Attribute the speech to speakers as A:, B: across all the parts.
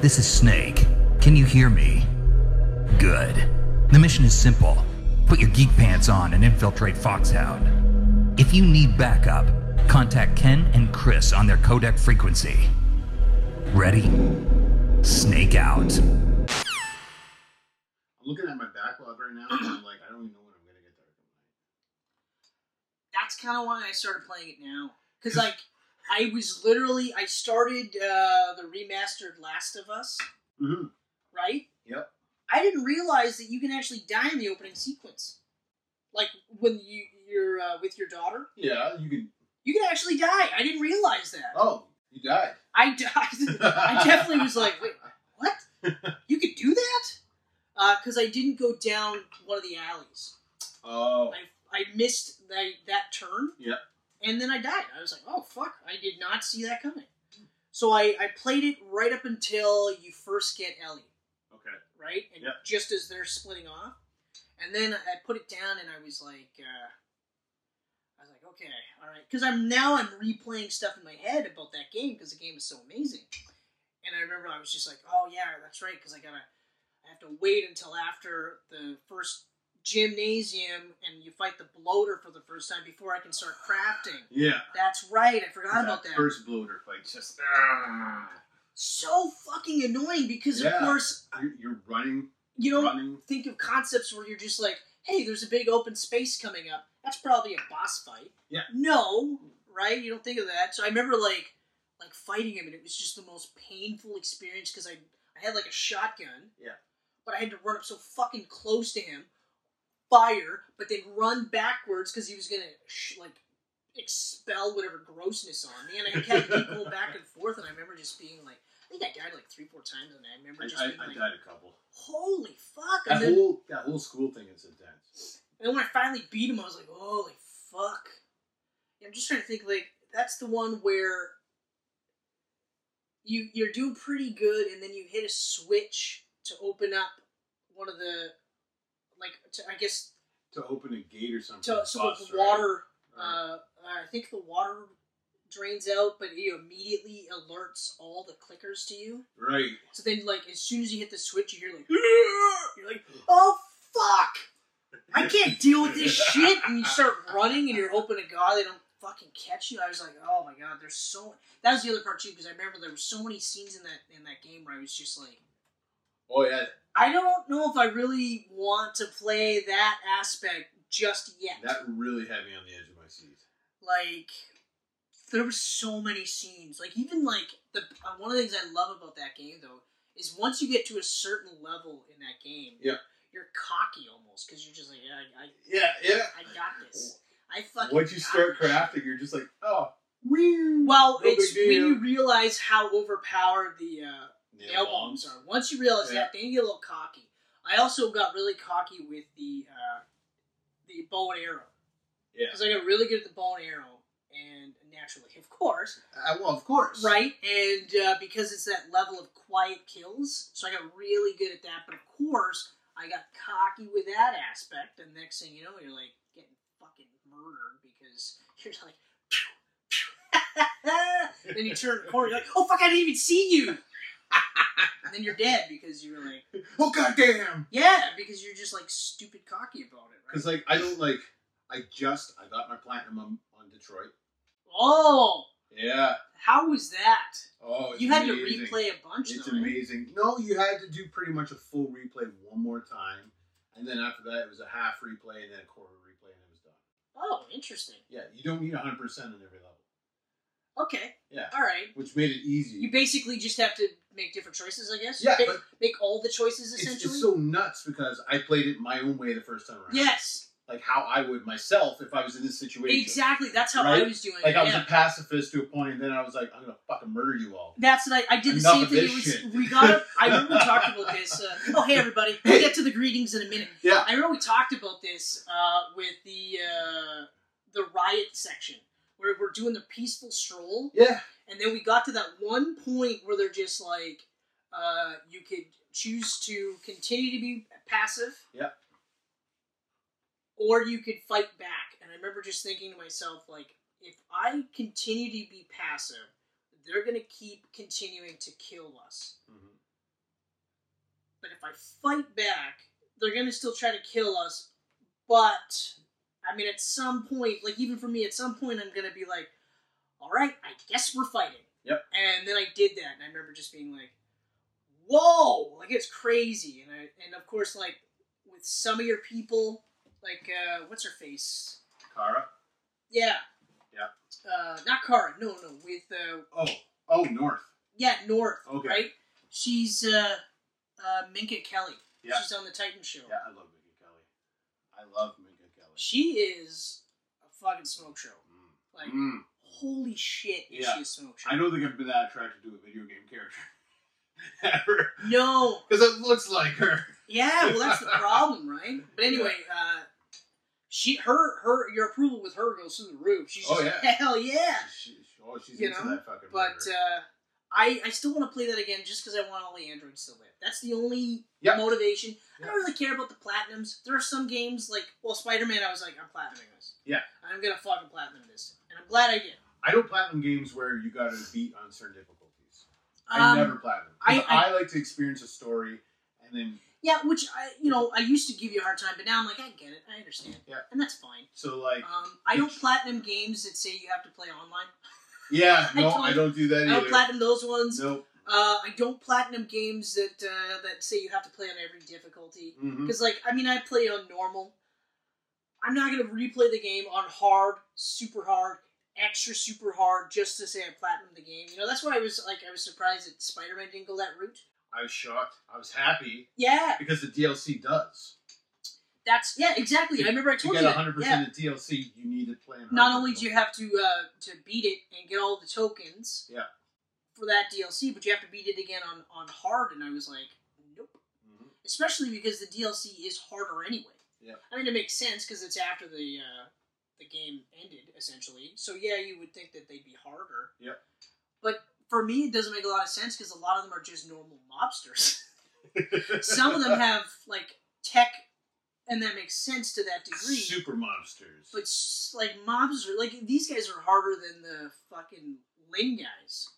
A: This is Snake. Can you hear me? Good. The mission is simple put your geek pants on and infiltrate Foxhound. If you need backup, contact Ken and Chris on their codec frequency. Ready? Snake out.
B: I'm looking at my backlog right now, and I'm like, I don't even know when I'm gonna get to Arkham Knight.
C: That's kind of why I started playing it now, because like I was literally I started uh, the remastered Last of Us,
B: Mm-hmm.
C: right?
B: Yep.
C: I didn't realize that you can actually die in the opening sequence, like when you you're uh, with your daughter,
B: Yeah, you can.
C: you can actually die. I didn't realize that.
B: Oh, you died.
C: I died. I definitely was like, wait, what? You could do that? Because I didn't go down one of the alleys.
B: Oh,
C: I, I missed that, that turn.
B: Yeah.
C: And then I died. I was like, oh, fuck. I did not see that coming. So I, I played it right up until you first get Ellie,
B: okay.
C: right? And
B: Yeah.
C: just as they're splitting off. And then I put it down and I was like, uh, I was like, okay, all right. Because I'm now I'm replaying stuff in my head about that game because the game is so amazing. And I remember I was just like, oh yeah, that's right. Because I gotta, I have to wait until after the first gymnasium and you fight the bloater for the first time before I can start crafting.
B: Yeah.
C: That's right. I forgot about that.
B: First bloater fight, just ah,
C: so fucking annoying because
B: Yeah.
C: of course
B: you're, you're running,
C: you don't
B: running.
C: think of concepts where you're just like, hey, there's a big open space coming up. That's probably a boss fight.
B: Yeah.
C: No, right? You don't think of that. So I remember like like fighting him, and it was just the most painful experience because I I had like a shotgun.
B: Yeah.
C: But I had to run up so fucking close to him, fire, but then run backwards because he was gonna sh- like expel whatever grossness on me, and I had to keep going back and forth. And I remember just being like, I think I died like three, four times, and I remember
B: I,
C: just
B: I,
C: being
B: I
C: like,
B: died a couple.
C: holy fuck!
B: That
C: And then-
B: whole that whole school thing is intense.
C: and then when I finally beat him, I was like, holy fuck. I'm just trying to think, like, that's the one where you you're doing pretty good and then you hit a switch to open up one of the like to, I guess
B: To open a gate or something.
C: to so
B: bust,
C: the
B: right?
C: water
B: Right.
C: uh, I think the water drains out but it immediately alerts all the clickers to you.
B: Right.
C: So then, like, as soon as you hit the switch, you hear like, "Argh!" you're like, oh fuck, I can't deal with this shit, and you start running, and you're hoping to God they don't fucking catch you. I was like, oh my god, there's so. That was the other part too, because I remember there were so many scenes in that in that game where I was just like,
B: Oh yeah,
C: I don't know if I really want to play that aspect just yet.
B: that really had me on the edge of my seat.
C: like there were so many scenes like even like the uh, one of the things i love about that game though is once you get to a certain level in that game
B: Yeah.
C: you're cocky almost because you're just like yeah, I, I,
B: Yeah, yeah.
C: I got this i fucking
B: Once you
C: got
B: start
C: this.
B: crafting, you're just like, oh, woo.
C: well
B: No
C: it's
B: big
C: when
B: deal.
C: you realize how overpowered the uh nail bombs are once you realize
B: Yeah.
C: that then you get a little cocky i also got really cocky with the uh the bow and arrow
B: Yeah.
C: because i got really good at the bow and arrow and naturally of course
B: Uh, well, of course.
C: Right, and uh, because it's that level of quiet kills, so I got really good at that. But of course, I got cocky with that aspect, and next thing you know, you're like getting fucking murdered because you're like, pew, pew. then you turn the corner, you're like, oh fuck, I didn't even see you. and then you're dead because you were like,
B: Oh goddamn!
C: yeah, because you're just like stupid cocky about it, right?
B: Because like I don't like. I just I got my platinum on, on Detroit.
C: Oh,
B: Yeah.
C: how was that?
B: Oh, it's
C: you had
B: amazing.
C: to replay a bunch.
B: It's
C: though, right?
B: amazing. No, you had to do pretty much a full replay one more time, and then after that, it was a half replay and then a quarter replay, and it was done.
C: Oh, interesting.
B: Yeah, you don't need 100% on every level,
C: Okay.
B: Yeah.
C: All right.
B: which made it easy.
C: You basically just have to make different choices, I guess.
B: Yeah,
C: make,
B: but-
C: make all the choices
B: it's,
C: essentially.
B: it's so nuts because I played it my own way the first time around.
C: yes,
B: Like how I would myself if I was in this situation.
C: exactly. That's how I
B: Right?
C: was doing.
B: Like I
C: it.
B: was
C: yeah.
B: a pacifist to a point, and then I was like, I'm gonna fucking murder you all.
C: That's what I, I did the
B: Enough
C: same
B: of
C: thing.
B: this
C: It was,
B: shit.
C: We got up. I remember we talked about this. Uh, oh, hey everybody! We'll get to the greetings in a minute.
B: Yeah.
C: I remember we talked about this uh, with the uh, the riot section where we're doing the peaceful stroll.
B: Yeah.
C: And then we got to that one point where they're just like, uh, you could choose to continue to be passive.
B: Yep.
C: Or you could fight back. And I remember just thinking to myself, like, if I continue to be passive, they're going to keep continuing to kill us.
B: Mhm.
C: But if I fight back, they're gonna still try to kill us. But I mean, at some point, like even for me, at some point, I'm gonna be like, "All right, I guess we're fighting."
B: Yep.
C: And then I did that, and I remember just being like, "Whoa!" Like it's crazy, and I and of course, like with some of your people, like uh, what's her face?
B: Kara.
C: Yeah.
B: Yeah.
C: Uh, not Kara. No, no. With uh,
B: Oh, oh, North.
C: yeah, North.
B: Okay.
C: Right. She's uh, uh, Minka Kelly.
B: Yeah.
C: She's on the Titan show.
B: Yeah, I love Minka Kelly. I love Minka Kelly.
C: She is a fucking smoke show.
B: Mm.
C: Like,
B: Mm.
C: holy shit, is
B: Yeah.
C: she a smoke show?
B: I don't think I've been that attracted to a video game character ever
C: No.
B: because it looks like her.
C: Yeah. Well, that's the problem, right? But anyway, uh, she, her, her, your approval with her goes through the roof. She's
B: Oh,
C: just,
B: yeah.
C: hell yeah.
B: She, she- oh, she's
C: You
B: into
C: know,
B: that fucking.
C: But
B: murder.
C: uh, I, I still want to play that again just because I want all the androids to live. That's the only
B: Yep.
C: motivation. I
B: Yep.
C: don't really care about the platinums. There are some games like well, Spider Man. I was like, I'm platinuming this.
B: Yeah.
C: I'm gonna fucking platinum this, and I'm glad I did.
B: I don't platinum games where you got to beat on certain difficulties. I
C: Um,
B: never platinum. 'Cause
C: I- I-
B: I like to experience a story and then
C: Yeah, which I you know I used to give you a hard time, but now I'm like, I get it, I understand,
B: Yeah.
C: and that's fine.
B: so like
C: Um, I don't platinum games that say you have to play online.
B: yeah
C: I
B: no
C: told- Oh,
B: I don't do that
C: I don't
B: either.
C: platinum those ones.
B: Nope.
C: Uh, I don't platinum games that uh, that say you have to play on every difficulty.
B: Mhm.
C: Because, like, I mean, I play on normal. I'm not going to replay the game on hard, super hard, extra super hard, just to say I platinum the game. You know, that's why I was, like, I was surprised that Spider Man didn't go that route.
B: I was shocked. I was happy
C: Yeah,
B: because the DLC does.
C: that's, yeah, exactly. I remember I
B: To
C: told you.
B: get
C: that.
B: 100%
C: Yeah.
B: of DLC, you need to play. on
C: Not
B: hard
C: only do you have to uh, to beat it and get all the tokens
B: Yeah.
C: for that DLC, but you have to beat it again on, on hard, and I was like, nope.
B: Mhm.
C: especially because the DLC is harder anyway.
B: Yeah.
C: I mean, it makes sense because it's after the uh, the game ended essentially. So yeah, you would think that they'd be harder.
B: Yeah.
C: But for me, it doesn't make a lot of sense because a lot of them are just normal mobsters.
B: Mm-hmm.
C: Some of them have like tech, and that makes sense to that degree.
B: super monsters.
C: But s- like mobs are like these guys are harder than the fucking Lin guys,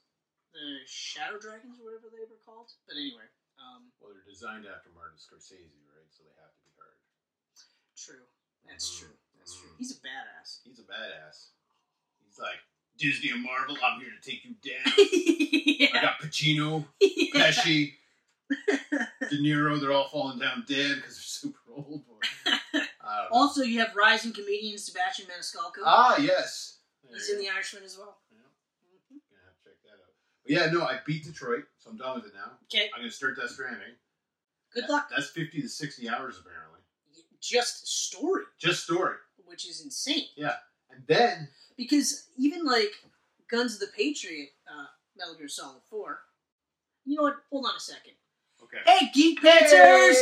C: the Shadow Dragons, or whatever they were called. But anyway, um,
B: well, they're designed after Martin Scorsese, right? So they have to be hard.
C: true. That's
B: Mhm.
C: true. That's true.
B: Mhm.
C: He's a badass.
B: He's a badass. He's like Disney and Marvel. I'm here to take you down. I
C: yeah.
B: got Pacino,
C: Yeah.
B: Pesci, De Niro. They're all falling down dead because they're super old. But I don't know.
C: Also, you have rising comedian Sebastian Maniscalco.
B: ah, yes. There
C: He's
B: you
C: in The
B: go.
C: Irishman as well.
B: Yeah.
C: Mhm.
B: Gonna have to check that out. But yeah, no, I beat Detroit, so I'm done with it now.
C: Okay.
B: I'm gonna start Death Stranding.
C: Good
B: That-
C: luck.
B: That's 50 to 60 hours apparently.
C: Just story,
B: Just story.
C: which is insane.
B: And then
C: Because even like Guns of the Patriot, uh, Metal Gear Solid 4. You know what? Hold on a second.
B: okay.
C: Hey, Geek Pantsers!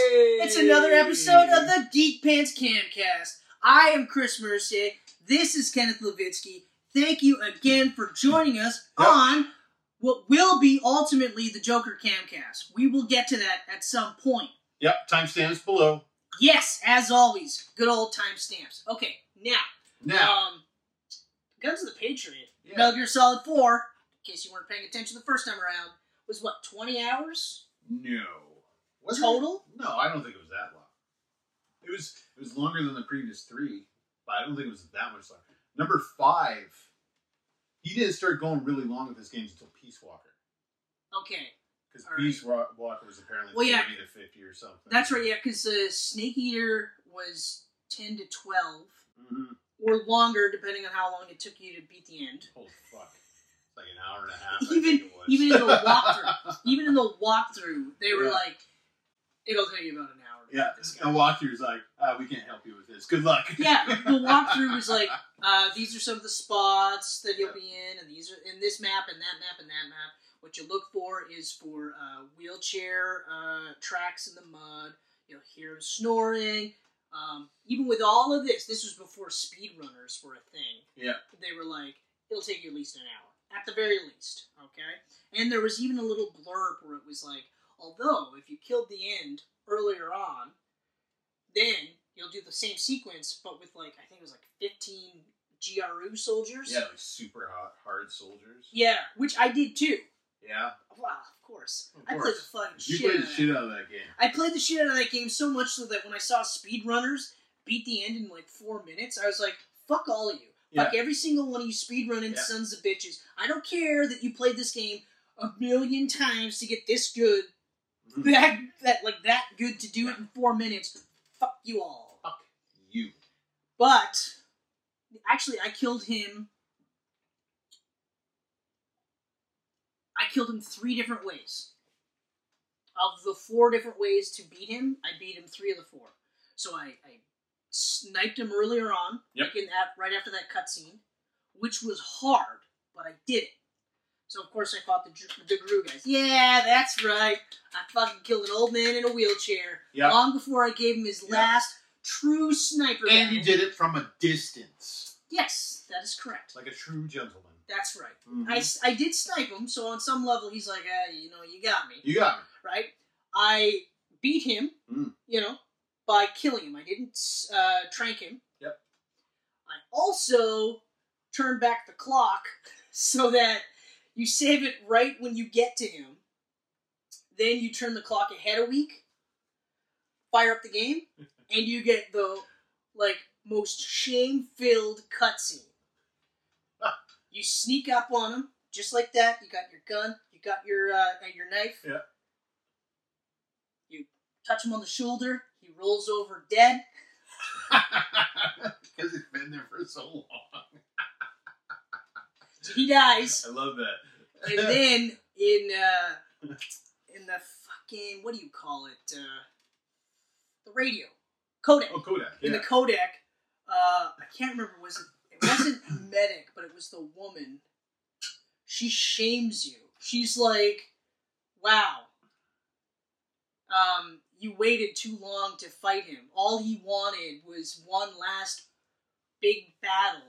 C: It's another episode of the Geek Pants Camcast. I am Chris Mercier. This is Kenneth Levitsky. Thank you again for joining us
B: Yep.
C: on what will be ultimately the Joker Camcast. We will get to that at some point.
B: Yep, timestamps below.
C: Yes, as always, good old timestamps. Okay, now,
B: Now,
C: um, Guns of the Patriot,
B: Yeah.
C: Metal Gear Solid 4, in case you weren't paying attention the first time around, was what, 20 hours?
B: no. Was it?
C: Total?
B: No, I don't think it was that long. It was it was longer than the previous three, but I don't think it was that much longer. Number five, he didn't start going really long with his games until Peace Walker,
C: Okay.
B: because
C: All right.
B: Peace Wa- Walker was apparently
C: Well, yeah.
B: forty to fifty or something.
C: That's right, yeah, because the Snake Eater was 10 to 12,
B: Mhm.
C: or longer, depending on how long it took you to beat the end.
B: Holy fuck! It's like an hour and a half. I
C: Even-
B: think it was.
C: even in the walkthrough. Even in the walkthrough, they were
B: Yeah.
C: like, it'll take you about an hour to
B: yeah,
C: beat this
B: the
C: guy.
B: walkthrough's like, uh, we can't help you with this. Good luck.
C: Yeah, the walkthrough was like, uh, these are some of the spots that you'll be in, and these are in this map, and that map, and that map. What you look for is for uh, wheelchair uh, tracks in the mud. You'll hear them snoring. Um, even with all of this, this was before speedrunners were a thing.
B: Yeah.
C: They were like, it'll take you at least an hour, at the very least. Okay. And there was even a little blurb where it was like, although if you killed the end earlier on, then you'll do the same sequence, but with like I think it was like fifteen GRU soldiers.
B: Yeah, like super hot, hard soldiers.
C: Yeah, which I did too.
B: Yeah,
C: Wow, of course.
B: Of
C: I played the
B: course.
C: fucking
B: you
C: shit.
B: played the
C: out of that.
B: shit out of that game.
C: I played the shit out of that game so much so that when I saw speedrunners beat the end in like four minutes, I was like, fuck all of you. Fuck every single one of you speedrunning
B: Yeah.
C: sons of bitches. I don't care that you played this game a million times to get this good,
B: Mhm.
C: that, that like that good to do it in four minutes. Fuck you all.
B: Fuck you.
C: But actually, I killed him. I killed him three different ways. Of the four different ways to beat him, I beat him three of the four. So I, I sniped him earlier on,
B: Yep.
C: like in that, right after that cutscene, which was hard, but I did it. So of course I fought the Dr- the Gru guys. Yeah, that's right. I fucking killed an old man in a wheelchair
B: Yep.
C: long before I gave him his
B: Yep.
C: last true sniper.
B: And you
C: badge.
B: did it from a distance,
C: Yes, that is correct.
B: like a true gentleman.
C: That's right.
B: Mhm.
C: I, s- I did snipe him, so on some level he's like, uh, you know, you got me,
B: You got me.
C: right? I beat him,
B: Mm.
C: you know, by killing him. I didn't uh, trank him.
B: Yep.
C: I also turned back the clock so that you save it right when you get to him. Then you turn the clock ahead a week, fire up the game, and you get the like most shame-filled cutscene. You sneak up on him, just like that. You got your gun, you got your uh, your knife.
B: Yeah.
C: You touch him on the shoulder. He rolls over dead.
B: Because it's been there for so long.
C: He dies,
B: I love that.
C: and then in uh, in the fucking what do you call it? Uh, the radio codec.
B: oh, Kodak.
C: In
B: Yeah.
C: the codec, uh, I can't remember. Was it? It wasn't medic, but it was the woman. She shames you. She's like, "Wow, um, you waited too long to fight him. All he wanted was one last big battle,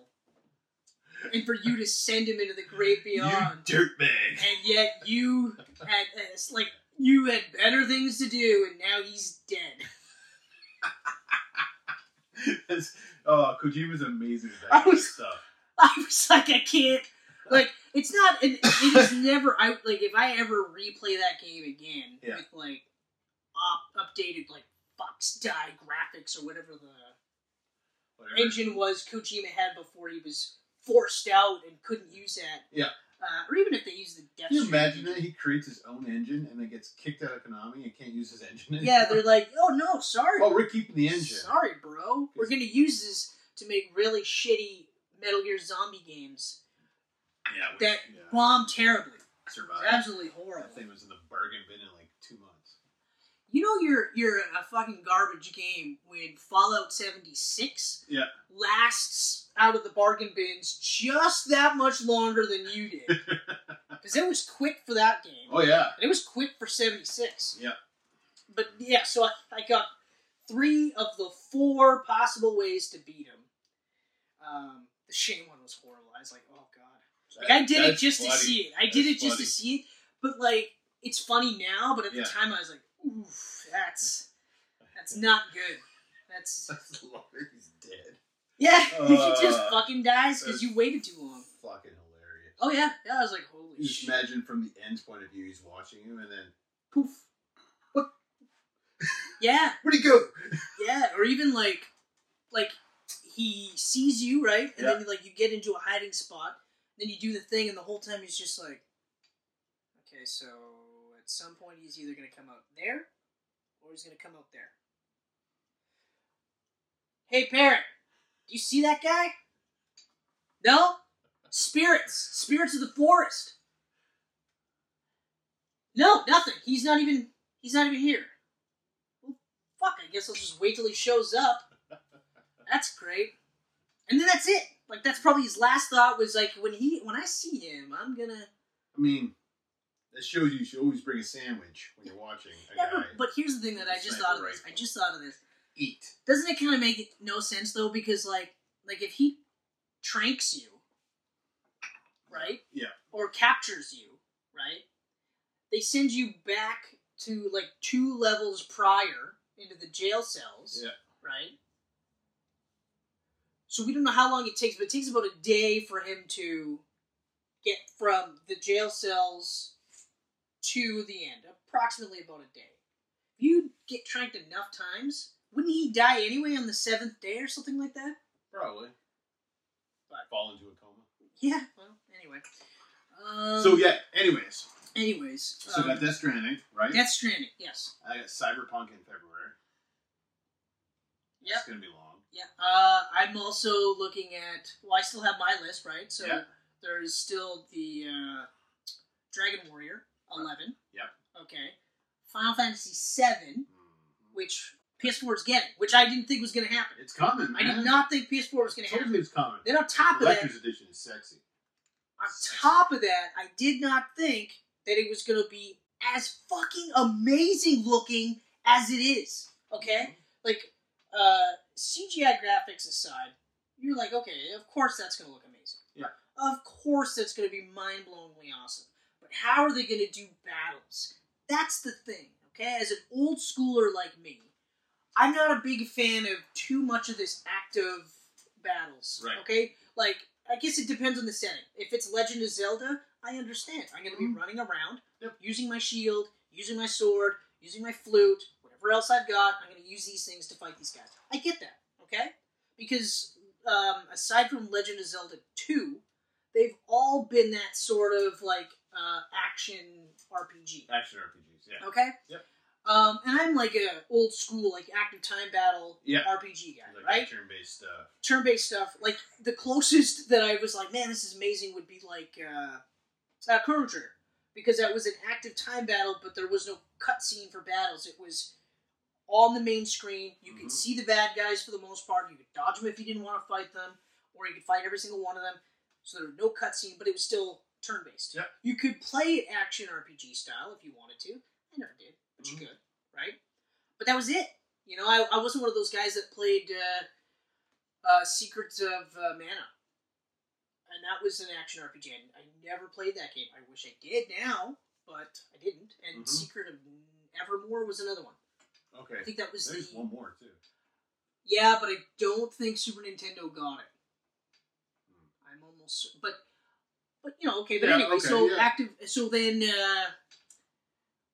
C: and for you to send him into the great
B: you
C: beyond."
B: dirtbag.
C: and yet you had uh, it's like you had better things to do, and now he's dead.
B: That's- oh, Kojima's amazing at that
C: I
B: kind of
C: was-
B: stuff.
C: I was like, I can't. Like, it's not. An, it is never. I like if I ever replay that game again
B: Yeah.
C: with like op, updated like box die graphics or whatever the
B: Whatever.
C: engine was Kojima had before he was forced out and couldn't use that.
B: Yeah.
C: Uh, or even if they used the Death.
B: Can you
C: Stranding
B: imagine that
C: engine.
B: he creates his own engine and then gets kicked out of Konami and can't use his engine? Anymore?
C: Yeah, they're like, oh no, sorry.
B: Oh, we're keeping the engine.
C: Sorry, bro. We're gonna use this to make really shitty Metal Gear Zombie games
B: Yeah, we,
C: that
B: yeah, Uh,
C: bomb terribly.
B: survived.
C: It's absolutely horrible.
B: That thing was in the bargain bin in like two months.
C: You know you're you're a fucking garbage game when Fallout 76
B: Yeah.
C: lasts out of the bargain bins just that much longer than you did. Because it was quick for that game.
B: Oh yeah.
C: And it was quick for 76.
B: Yeah.
C: But yeah, so I, I got three of the four possible ways to beat him. Um, the shame one was horrible. I was like, oh god. Like I did it
B: That's
C: just to
B: bloody.
C: see it. I did
B: That's
C: it just
B: funny.
C: to see it. But like, it's funny now. But at
B: Yeah.
C: the time, I was like, "Oof, that's that's not good." That's
B: That's hilarious. He's dead.
C: yeah. he just
B: Uh,
C: fucking dies
B: that's-
C: because you waited too long.
B: Fucking hilarious.
C: Oh yeah, yeah. I was like, "Holy
B: Just
C: shit!"
B: imagine from the end's point of view, he's watching him, and then
C: Poof. What? yeah,
B: where'd he go?
C: yeah. Or even like, like he sees you right, and then like you get into a hiding spot. Then you do the thing, and the whole time he's just like, okay, so at some point he's either going to come out there or he's going to come out there. Hey, parrot, do you see that guy? No? Spirits. Spirits of the forest. No, nothing. He's not even. He's not even here. Well, fuck. I guess I'll just wait till he shows up. That's great. And then that's it. Like that's probably his last thought was like when he when I see him, I'm gonna
B: I mean, that shows you should always bring a sandwich when you're watching a
C: Never,
B: guy
C: but here's the thing that I
B: It's
C: just
B: not
C: thought of
B: right.
C: this. I just thought of this.
B: eat.
C: Doesn't it kind of make no sense though? Because like, like if he tranks you, right,
B: Yeah.
C: or captures you, right, they send you back to like two levels prior into the jail cells,
B: Yeah.
C: right. So we don't know how long it takes, but it takes about a day for him to get from the jail cells to the end, approximately about a day. If you get tranked enough times, wouldn't he die anyway on the seventh day or something like that?
B: Probably.
C: Right.
B: Fall into a coma.
C: Yeah. Well, anyway. Um,
B: so yeah. Anyways,
C: Anyways,
B: so
C: um,
B: got Death Stranding, right?
C: Death Stranding. Yes.
B: I got Cyberpunk in February.
C: Yep.
B: It's gonna be long.
C: Yeah. Uh, I'm also looking at. Well, I still have my list, right? So
B: Yeah.
C: there's still the uh, Dragon Warrior eleven.
B: Yep.
C: Okay. Final Fantasy seven,
B: Mm.
C: which PS4 is getting, which I didn't think was going to happen.
B: It's coming,
C: I
B: man.
C: did not think PS4 was going to
B: Told
C: happen.
B: you it's coming.
C: Then on top of that,
B: Collector's edition is sexy.
C: on top of that, I did not think that it was going to be as fucking amazing looking as it is. Okay.
B: Mm-hmm.
C: like uh CGI graphics aside, you're like, okay, of course that's gonna look amazing.
B: Yeah.
C: Of course that's gonna be mind blowingly awesome. But how are they gonna do battles? That's the thing, okay? As an old schooler like me, I'm not a big fan of too much of this active battles.
B: Right.
C: Okay? Like I guess it depends on the setting. If it's Legend of Zelda, I understand. I'm gonna
B: Mm-hmm.
C: be running around,
B: Yep.
C: using my shield, using my sword, using my flute, whatever else I've got, I'm going to use these things to fight these guys. I get that, okay? Because um, aside from Legend of Zelda 2, they've all been that sort of like uh, action RPG,
B: Action RPGs, yeah.
C: okay?
B: Yep.
C: Um, and I'm like a old school like active time battle
B: Yeah.
C: RPG guy,
B: Like
C: right?
B: turn based stuff.
C: turn based stuff. Like the closest that I was like, man, this is amazing would be like uh, uh Chrono Trigger because that was an active time battle, but there was no cutscene for battles. It was on the main screen. You
B: Mhm.
C: could see the bad guys for the most part. You could dodge them if you didn't want to fight them, or you could fight every single one of them. So there was no cutscene, but it was still turn based.
B: Yep.
C: You could play it action RPG style if you wanted to. I never did, but
B: Mhm.
C: you could, right? But that was it. You know, I, I wasn't one of those guys that played uh, uh, Secrets of uh, Mana. And that was an action RPG. And I never played that game. I wish I did now, but I didn't. And
B: Mhm.
C: Secret of Evermore was another one. I
B: Okay.
C: think that was the.
B: There's one more too.
C: Yeah, but I don't think Super Nintendo got it. I'm almost, cer- but but you know, okay. But
B: Hmm. Yeah,
C: anyway,
B: okay,
C: so
B: yeah.
C: active. So then, uh,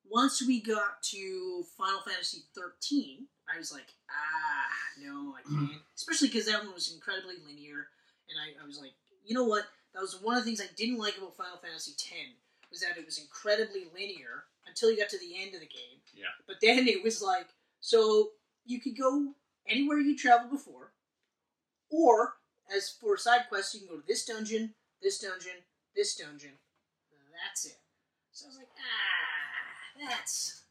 C: once we got to Final Fantasy 13, I was like, ah, no, I
B: Hmm.
C: can't. Especially because that one was incredibly linear, and I, I was like, you know what? That was one of the things I didn't like about Final Fantasy 10 was that it was incredibly linear until you got to the end of the game.
B: Yeah.
C: But then it was like, so you could go anywhere you traveled before, or as for side quests, you can go to this dungeon, this dungeon, this dungeon. That's it. So I was like, ah, that's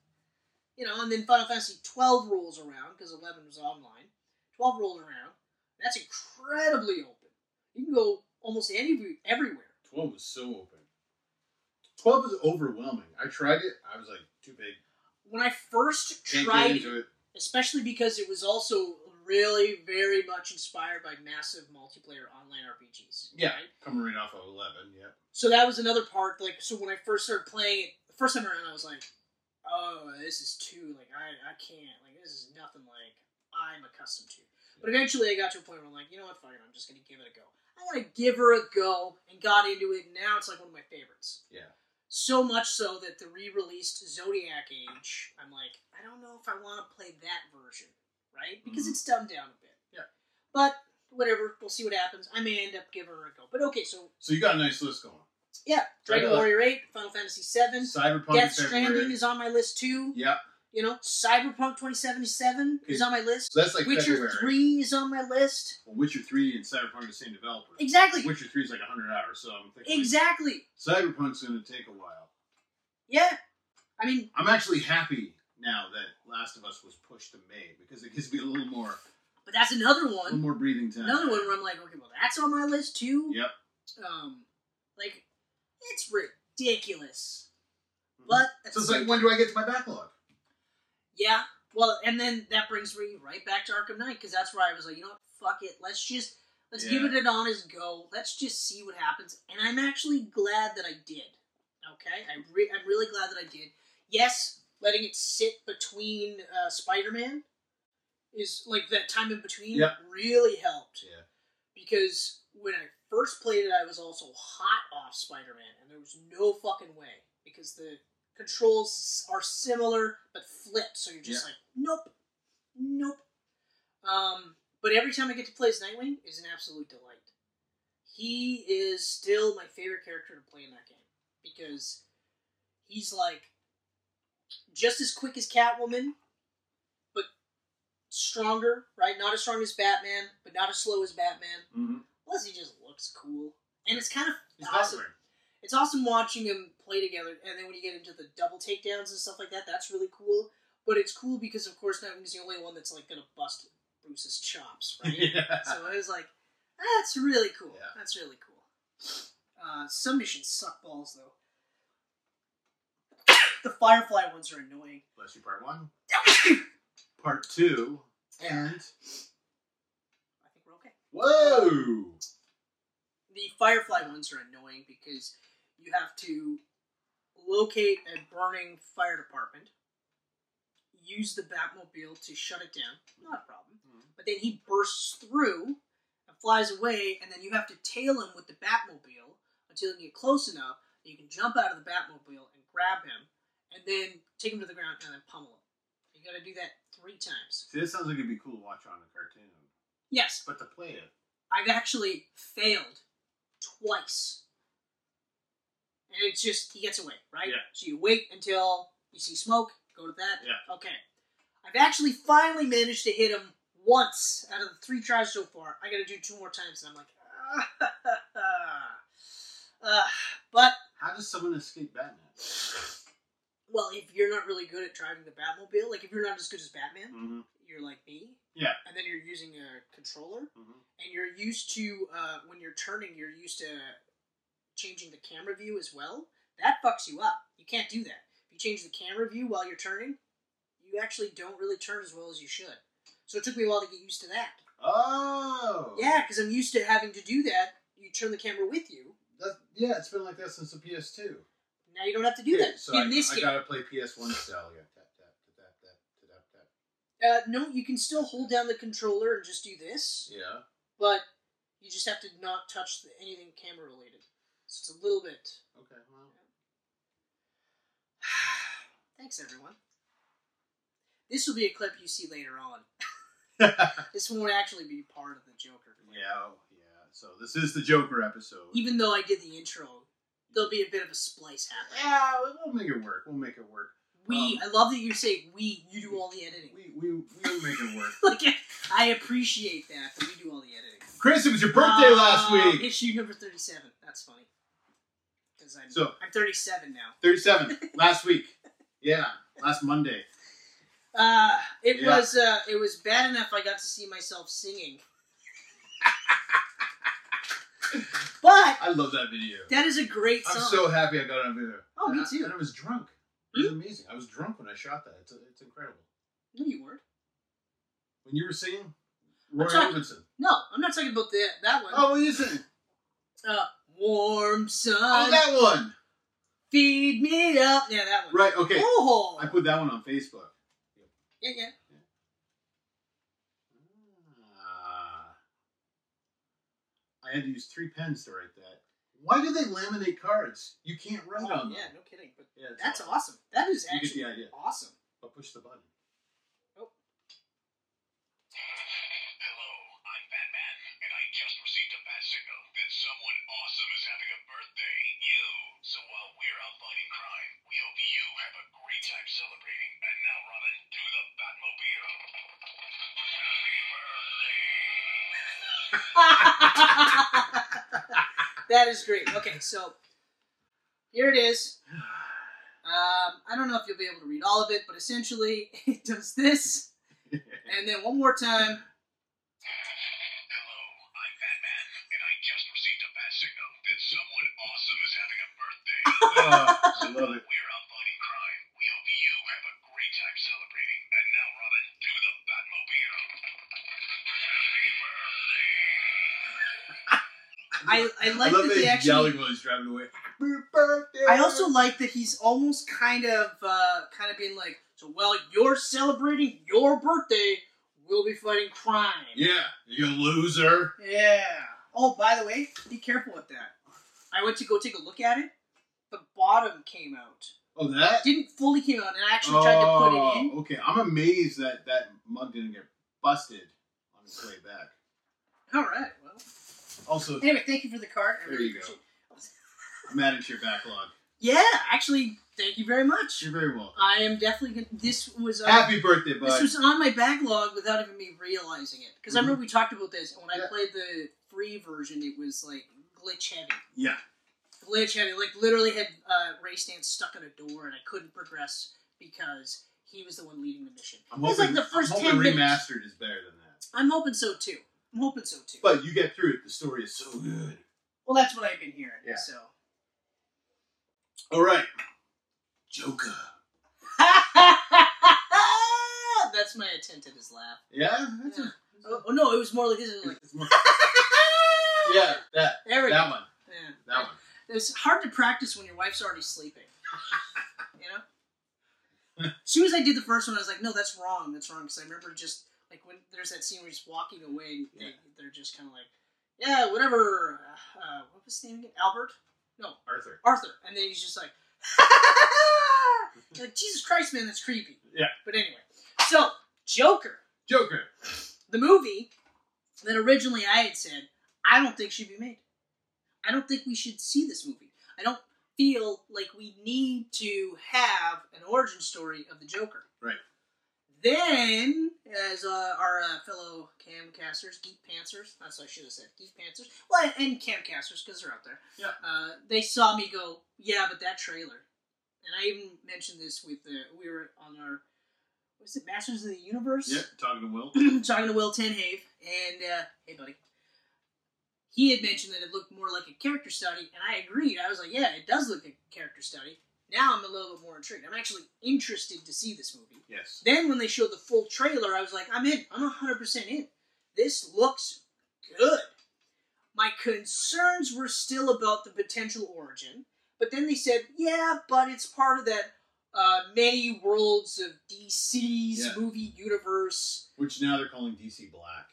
C: you know. And then Final Fantasy twelve rolls around because eleven was online. Twelve rolls around. That's incredibly open. You can go almost any everywhere.
B: Twelve was so open. Twelve was overwhelming. I tried it. I was like, too big.
C: When I first
B: Can't
C: tried
B: get
C: it,
B: into it.
C: especially because it was also really very much inspired by massive multiplayer online RPGs.
B: Yeah.
C: right?
B: Coming right off of eleven. Yep.
C: So that was another part. Like, so when I first started playing it, the first time around, I was like, "Oh, this is too like I I can't like this is nothing like I'm accustomed to." But eventually, I got to a point where I'm like, "You know what? Fuck it, I'm just gonna give it a go." I gotta give her a go, and got into it. And now it's like one of my favorites.
B: Yeah.
C: So much so that the re-released Zodiac Age, I'm like, I don't know if I want to play that version, right? Because
B: Mhm.
C: it's dumbed down a bit.
B: Yeah.
C: But whatever, we'll see what happens. I may end up giving her a go. But okay, so
B: So you got a nice list going.
C: yeah, Dragon
B: Right on.
C: Warrior Eight, Final Fantasy Seven,
B: Cyberpunk.
C: Death
B: in
C: Stranding
B: February.
C: is on my list too.
B: Yeah.
C: You know, Cyberpunk twenty seventy seven is
B: Okay.
C: on my list.
B: So that's like
C: Witcher
B: February.
C: Three is on my list.
B: Well, Witcher three and Cyberpunk are the same developer.
C: Exactly,
B: Witcher three is like hundred hours, so I'm thinking like,
C: exactly.
B: Cyberpunk's gonna take a while.
C: Yeah, I mean,
B: I'm actually happy now that Last of Us was pushed to May because it gives me a little more,
C: but that's another
B: a little
C: one.
B: more breathing time.
C: Another one where I'm like, okay, well, that's on my list too.
B: Oh Yep.
C: Um, like, it's ridiculous.
B: Mhm.
C: But at
B: so
C: the
B: it's
C: same
B: like, when do I get to my backlog?
C: Yeah. Well, and then that brings me right back to Arkham Knight because that's where I was like, you know what, fuck it, let's just let's give
B: Yeah.
C: it an honest go. Let's just see what happens. And I'm actually glad that I did. Okay, I re- I'm really glad that I did. Yes, letting it sit between uh, Spider Man is like that time in between
B: Yeah.
C: really helped
B: Yeah.
C: because when I first played it, I was also hot off Spider Man, and there was no fucking way because the controls are similar but flip, so you're just
B: Yeah.
C: like, nope, nope. Um, but every time I get to play as Nightwing is an absolute delight. He is still my favorite character to play in that game because he's like just as quick as Catwoman, but stronger, right? Not as strong as Batman, but not as slow as Batman.
B: Mm-hmm.
C: Plus, he just looks cool, and it's kind of
B: He's
C: awesome.
B: Batman.
C: It's awesome watching him play together, and then when you get into the double takedowns and stuff like that, that's really cool. But it's cool because, of course, Nightwing's the only one that's like gonna bust Bruce's chops, right?
B: Yeah.
C: so I was like, that's really cool.
B: Yeah.
C: That's really cool. Uh, some missions suck balls though. the Firefly ones are annoying.
B: Bless you, part one. Part two. And.
C: I think we're okay.
B: Whoa!
C: the firefly ones are annoying because you have to locate a burning fire department use the batmobile to shut it down not a problem but then he bursts through and flies away and then you have to tail him with the batmobile until you get close enough that you can jump out of the batmobile and grab him and then take him to the ground and then pummel him you got to do that three times
B: See, this sounds like it'd be cool to watch on a cartoon.
C: yes
B: But to play it.
C: I've actually failed twice. And it's just, he gets away, right?
B: Yeah.
C: So you wait until you see smoke, go to that.
B: Yeah.
C: Okay. I've actually finally managed to hit him once out of the three tries so far. I gotta do two more times, and I'm like, ah, but
B: How does someone escape Batman?
C: well, if you're not really good at driving the Batmobile, like if you're not as good as Batman,
B: Mm-hmm.
C: you're like me.
B: Yeah.
C: And then you're using a controller.
B: Mm-hmm.
C: and you're used to uh, when you're turning, you're used to changing the camera view as well. That fucks you up. You can't do that. If you change the camera view while you're turning, you actually don't really turn as well as you should. So it took me a while to get used to that.
B: Oh!
C: Yeah, because I'm used to having to do that. You turn the camera with you.
B: That, yeah, it's been like that since the PS2.
C: Now you don't have to do
B: Okay,
C: that
B: so
C: in
B: I,
C: this
B: I
C: game.
B: gotta play PS1 style. Yeah, tap, tap, tap, tap, tap, tap, tap.
C: Uh, no, you can still hold down the controller and just do this,
B: Yeah.
C: but you just have to not touch the, anything camera related. So it's a little bit.
B: Okay, well.
C: Thanks, everyone. This will be a clip you see later on.
B: yeah,
C: This won't actually be part of the Joker.
B: oh, yeah. So this is the Joker episode.
C: Even though I did the intro, there'll be a bit of a splice happening.
B: yeah, we'll make it work. We'll make it work.
C: We,
B: Um,
C: I love that you say we, you do all the editing.
B: We, we, we'll make it work.
C: Like, I appreciate that, that we do all the editing.
B: Chris, it was your birthday last
C: Uh,
B: week.
C: Issue number 37. That's funny. Because I'm,
B: So-
C: I'm 37 now.
B: 37, last week. Yeah, last Monday.
C: Uh, it
B: Yeah.
C: was uh, it was bad enough I got to see myself singing. but
B: I love that video.
C: that is a great
B: I'm
C: song.
B: so happy I got on video.
C: Oh, me
B: And I-
C: too. Hmm?
B: And I was drunk. It was amazing. I was drunk when I shot that. It's, it's incredible.
C: No, you weren't.
B: When you were singing, Roy
C: talking-
B: Orbison.
C: No, I'm not talking about that that one.
B: Oh, what are you singing?
C: Uh, warm sun,
B: Oh, that one.
C: feed me up. Yeah, that one.
B: Right, okay.
C: Oh,
B: I put that one on Facebook.
C: yeah, yeah.
B: Ah. I had to use three pens to write that. Why do they laminate cards? You can't write
C: Oh,
B: on them.
C: yeah, no kidding. But
B: Yeah, it's
C: that's awesome. That is
B: You get
C: actually
B: the idea.
C: awesome.
B: But push the button.
D: Hello, I'm Batman, and I just received a bat signal that someone awesome is having a birthday. You. So while we're out fighting crime, we hope you have a great time celebrating. And now, Robin, do the Batmobile. Happy birthday.
C: that is great. Okay, so here it is. Um, I don't know if you'll be able to read all of it, but essentially it does this, and then one more time.
D: Hello, I'm Batman, and I just received a bat signal that someone awesome is having a birthday.
B: Oh, I
D: So while
B: love it.
D: we're out fighting crime, we hope you have a great time celebrating. And now, Robin, do the Batmobile. Happy birthday.
C: I, I like
B: I love that
C: that they
B: he's
C: actually.
B: yelling while he's driving away. Happy birthday!
C: I also like that he's almost kind of uh, kind of being like, so while you're celebrating your birthday, we'll be fighting crime.
B: Yeah, you loser.
C: Yeah. Oh, by the way, be careful with that. I went to go take a look at it. The bottom came out.
B: Oh, that?
C: Didn't fully came out, and I actually tried to put it in.
B: Oh, Okay, I'm amazed that that mug didn't get busted on its way back.
C: All right. Well,
B: Also,
C: anyway, thank you for the card. I
B: Oh. There
C: really
B: you go.
C: appreciate it.
B: I'm adding to your backlog.
C: Yeah, actually, thank you very much.
B: You're very welcome.
C: I am definitely gonna. This was uh,
B: Happy birthday,
C: This
B: bud.
C: was on my backlog without even me realizing it because I remember we talked about this and when
B: Yeah.
C: I played the free version. It was like glitch heavy,
B: yeah.
C: glitch heavy. Like literally had uh, Ray Stance stuck in a door and I couldn't progress because he was the one leading the mission.
B: I'm
C: It was
B: hoping,
C: like the first
B: I'm
C: 10
B: hoping
C: minutes.
B: remastered is better than that.
C: I'm hoping so too. I'm hoping so too.
B: But you get through it. The story is so good.
C: well, that's what I've been hearing.
B: Yeah.
C: So
B: All right. Joker.
C: that's my attempt at his laugh.
B: Yeah? That's
C: Yeah. Oh, oh, no, it was more like this. It was like
B: A, yeah, that.
C: there we
B: That
C: go.
B: one.
C: Yeah.
B: That one.
C: It's hard to practice when your wife's already sleeping. You know? As soon as I did the first one, I was like, no, that's wrong. That's wrong. Because I remember just, like, when there's that scene where he's walking away and they,
B: Yeah.
C: they're just kind of like, yeah, whatever. Uh, what was his name again? Albert? No,
B: Arthur.
C: Arthur. And then he's just like, like, Jesus Christ, man, that's creepy.
B: Yeah.
C: But anyway. So, Joker,
B: Joker.
C: the movie that originally I had said, I don't think should be made. I don't think we should see this movie. I don't feel like we need to have an origin story of the Joker.
B: Right.
C: Then, as uh, our uh, fellow camcasters, geek pantsers, that's what I should have said, geek pantsers, well, and camcasters, because they're out there,
B: Yeah.
C: uh, they saw me go, yeah, but that trailer. And I even mentioned this with, uh, we were on our, was it Masters of the Universe?
B: Yep, talking to Will.
C: talking to Will Tenhave, and uh, hey, buddy, he had mentioned that it looked more like a character study, and I agreed. I was like, yeah, it does look like a character study. Now I'm a little bit more intrigued. I'm actually interested to see this movie.
B: Yes.
C: Then when they showed the full trailer, I was like, I'm in. I'm 100% in. This looks good. My concerns were still about the potential origin, but then they said, yeah, but it's part of that uh, many worlds of DC's
B: Yeah.
C: movie universe
B: Which now they're calling DC Black.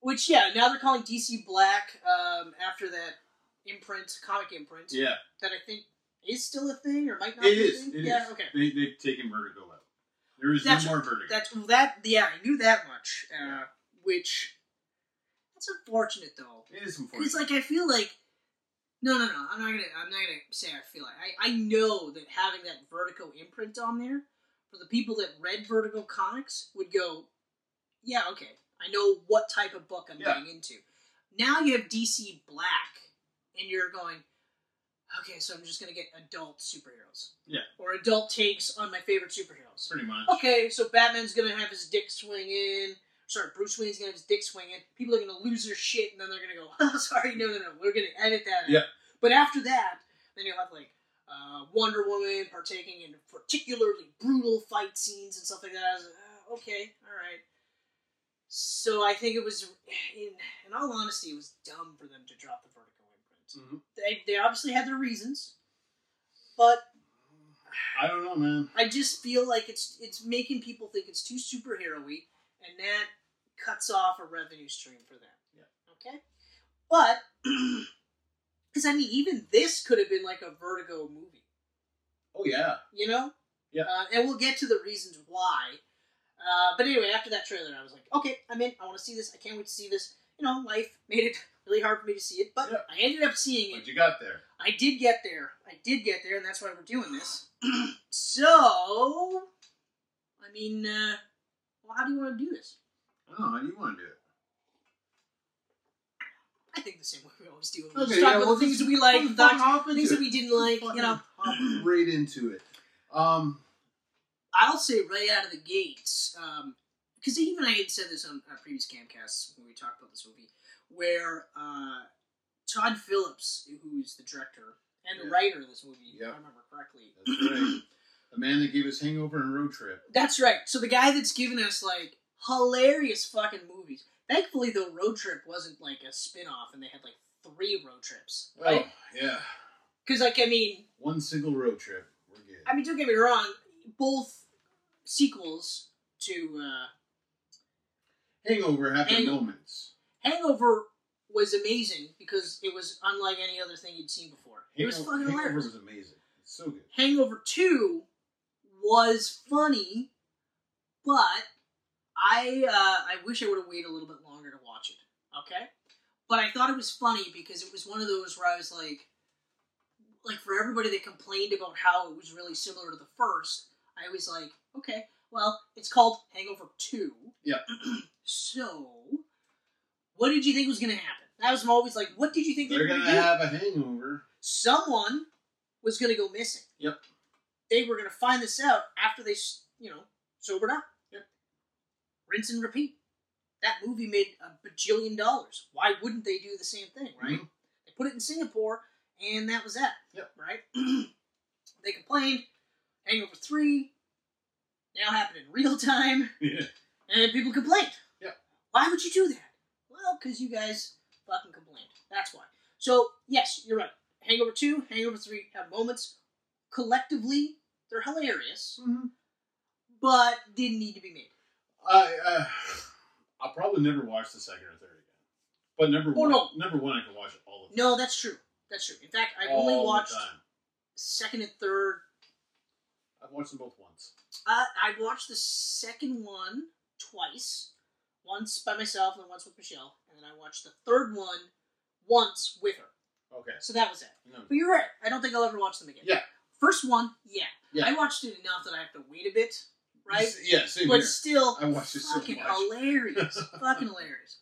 C: which, yeah, now they're calling DC Black um, after that imprint, comic imprint,
B: Yeah,
C: that I think is still a thing or might not
B: it
C: be a
B: is.
C: thing.
B: It is.
C: yeah, okay.
B: They, they've taken Vertigo out. There is
C: That's-
B: no more Vertigo.
C: That's that. Yeah, I knew that much. Uh,
B: Yeah.
C: Which that's unfortunate, though.
B: it is
C: And
B: unfortunate.
C: it's like I feel like no, no, no. I'm not gonna. I'm not gonna say I feel like. I I know that having that Vertigo imprint on there for the people that read Vertigo comics would go, yeah, okay. I know what type of book I'm
B: Yeah.
C: getting into. Now you have DC Black, and you're going, okay. So I'm just gonna get adult superheroes.
B: Yeah.
C: Or adult takes on my favorite superheroes
B: Pretty much.
C: okay, so Batman's gonna have his dick swinging. Sorry, Bruce Wayne's gonna have his dick swinging. People are gonna lose their shit, and then they're gonna go, oh, sorry, no, no, no, we're gonna edit that. out."
B: Yeah.
C: But after that, then you'll have like uh, Wonder Woman partaking in particularly brutal fight scenes and stuff like that. I was like, "Ah, okay, all right. So I think it was, in, in all honesty, it was dumb for them to drop the Vertigo
B: Mhm.
C: imprint. They, they obviously had their reasons, but
B: I don't know, man.
C: I just feel like it's it's making people think it's too superhero-y, and that cuts off a revenue stream for them.
B: Yeah.
C: Okay. But because I mean, even this could have been like a Vertigo movie,
B: Oh, yeah.
C: you know?
B: Yeah.
C: Uh, and we'll get to the reasons why. Uh, but anyway, after that trailer, I was like, okay, I'm in. I want to see this. I can't wait to see this. You know, life made it really hard for me to see it, but
B: Yeah.
C: I ended up seeing it.
B: What you got there?
C: I did get there. I did get there, and that's why we're doing this. so, I mean, uh, well, how do you want to do this?
B: I don't know. How do Oh, you want to do it?
C: I think the same way we always do. it. We just talk
B: yeah,
C: about
B: well,
C: the things
B: just
C: that we like,
B: fucking
C: not-
B: hop into
C: things that
B: it.
C: we didn't like. You know,
B: Hop right into it. Um,
C: I'll say right out of the gates, because even I had said this on our previous camcasts when we talked about this movie, where uh, Todd Phillips, who's the director and the
B: Yeah.
C: writer of this movie, if
B: Yeah.
C: I remember correctly,
B: that's right. the man that gave us Hangover and Road Trip.
C: That's right. So the guy that's given us like hilarious fucking movies. Thankfully, though, Road Trip wasn't like a spin off and they had like three road trips, right?
B: Oh, yeah.
C: Because like I mean,
B: One single road trip. We're good.
C: I mean, don't get me wrong, both sequels to uh,
B: Hangover had their
C: Hangover.
B: moments.
C: Hangover was amazing because it was unlike any other thing you'd seen before. It was
B: Hango-
C: fucking
B: Hangover
C: hilarious.
B: was amazing. so good.
C: Hangover 2 was funny, but I uh, I wish I would have waited a little bit longer to watch it. Okay? But I thought it was funny because it was one of those where I was like like for everybody that complained about how it was really similar to the first, I was like, okay, well, it's called Hangover 2.
B: Yeah.
C: so, what did you think was going to happen? That was always like, what did you think they
B: They're
C: were going
B: gonna
C: to do?
B: have a hangover.
C: someone was going to go missing.
B: Yep.
C: They were going to find this out after they, s- you know, sobered up. Yep. Rinse and repeat. That movie made a bajillion dollars. Why wouldn't they do the same thing, right?
B: Mhm.
C: They put it in Singapore, and that was that.
B: Yep.
C: Right? they complained. Hangover 3 now happened in real time,
B: Yeah.
C: and people complained.
B: Yep.
C: Why would you do that? Well, because you guys fucking complained. That's why. So, yes, you're right. Hangover 2, Hangover 3 have moments. Collectively, they're hilarious,
B: Mhm.
C: but didn't need to be made.
B: I uh, I'll probably never watch the second or third again. But number
C: Oh,
B: one,
C: no.
B: number one, I can watch it all of them.
C: No, that's true. That's true. In fact, I've
B: All
C: only
B: the
C: watched
B: time.
C: second and third.
B: I've watched them both once.
C: Uh, I watched the second one twice. Once by myself and then once with Michelle. And then I watched the third one once with her.
B: Okay.
C: So that was it.
B: No.
C: But you're right. I don't think I'll ever watch them again.
B: Yeah.
C: First one, yeah.
B: Yeah.
C: I watched it enough that I have to wait a bit, right?
B: Yeah. Same
C: but
B: here.
C: still,
B: I watched it so
C: fucking
B: much.
C: hilarious. fucking hilarious.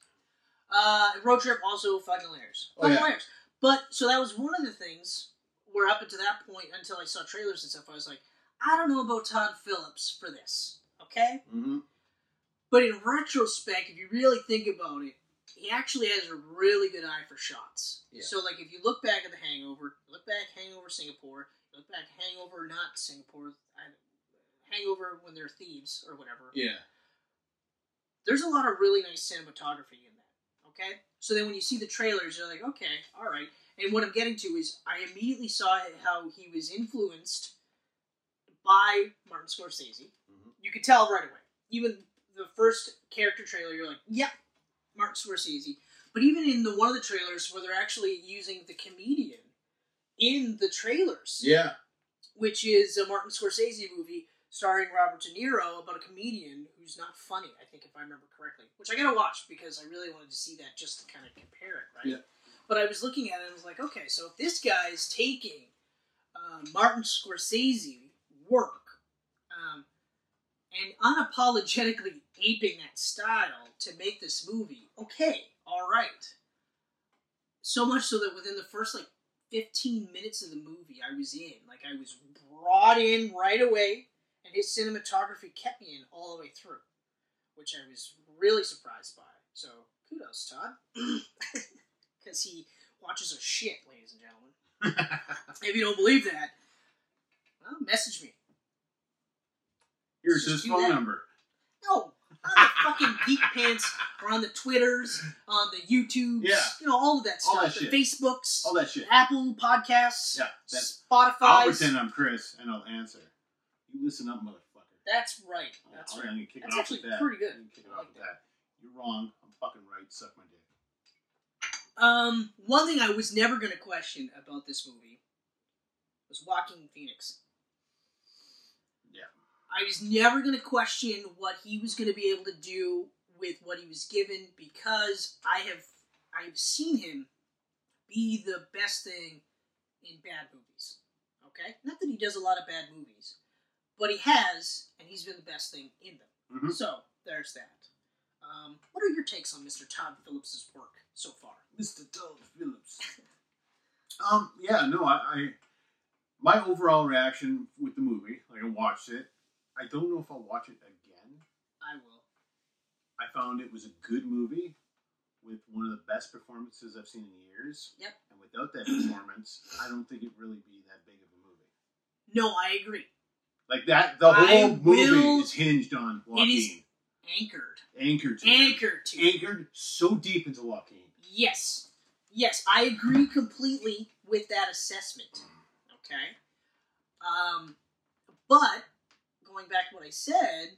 C: Uh, Road Trip also fucking hilarious.
B: Oh,
C: Fucking
B: yeah.
C: hilarious. But, so that was one of the things where up until that point, until I saw trailers and stuff, I was like, I don't know about Todd Phillips for this, okay?
B: hmm
C: But in retrospect, if you really think about it, he actually has a really good eye for shots.
B: Yeah.
C: So, like, if you look back at the Hangover, look back Hangover Singapore, look back Hangover not Singapore, I, Hangover when they're thieves or whatever.
B: Yeah.
C: There's a lot of really nice cinematography in that. Okay. So then when you see the trailers, you're like, okay, all right. And what I'm getting to is, I immediately saw how he was influenced by Martin Scorsese.
B: Mhm.
C: You could tell right away. Even the first character trailer, you're like, yep, Martin Scorsese. But even in the one of the trailers where they're actually using the comedian in the trailers,
B: Yeah.
C: which is a Martin Scorsese movie starring Robert De Niro about a comedian who's not funny, I think, if I remember correctly. Which I gotta watch because I really wanted to see that just to kind of compare it, right?
B: Yeah.
C: But I was looking at it and I was like, okay, so if this guy's taking uh, Martin Scorsese work um, and unapologetically aping that style to make this movie, okay, all right. So much so that within the first like 15 minutes of the movie I was in. Like I was brought in right away, and his cinematography kept me in all the way through, which I was really surprised by. So kudos, Todd, because he watches a shit, ladies and gentlemen. If you don't believe that, well, message me.
B: Here's
C: Just
B: his
C: do
B: phone
C: that.
B: number.
C: No, on the fucking geek pants, or on the Twitters, on the YouTubes,
B: Yeah.
C: you know, all of that
B: All
C: stuff.
B: that
C: the
B: shit.
C: Facebooks,
B: All that shit.
C: Apple Podcasts,
B: Yeah, that's- I'll
C: Spotify.
B: pretend I'm Chris and I'll answer. You listen up, motherfucker.
C: That's right. That's
B: I'm
C: right.
B: gonna kick it
C: That's
B: off
C: actually
B: with that.
C: pretty good.
B: I'm gonna kick it
C: I
B: off
C: like
B: with that. You're wrong. I'm fucking right. Suck my dick.
C: Um, one thing I was never going to question about this movie was Joaquin Phoenix.
B: Yeah.
C: I was never going to question what he was going to be able to do with what he was given because I have I've seen him be the best thing in bad movies. Okay, not that he does a lot of bad movies, but he has, and he's been the best thing in them.
B: Mhm.
C: So there's that. Um, what are your takes on Mr. Todd Phillips' work so far?
B: Mr. Doug Phillips. um, yeah, no, I, I my overall reaction with the movie, like I watched it. I don't know if I'll watch it again.
C: I will.
B: I found it was a good movie with one of the best performances I've seen in years.
C: Yep.
B: And without that performance, I don't think it'd really be that big of a movie.
C: No, I agree.
B: Like that, the
C: I
B: whole
C: will-
B: movie is hinged on Joaquin,
C: It is- Anchored.
B: anchored to him.
C: Anchored to.
B: anchored so deep into Joaquin.
C: Yes. Yes, I agree completely with that assessment. Okay. Um, but going back to what I said,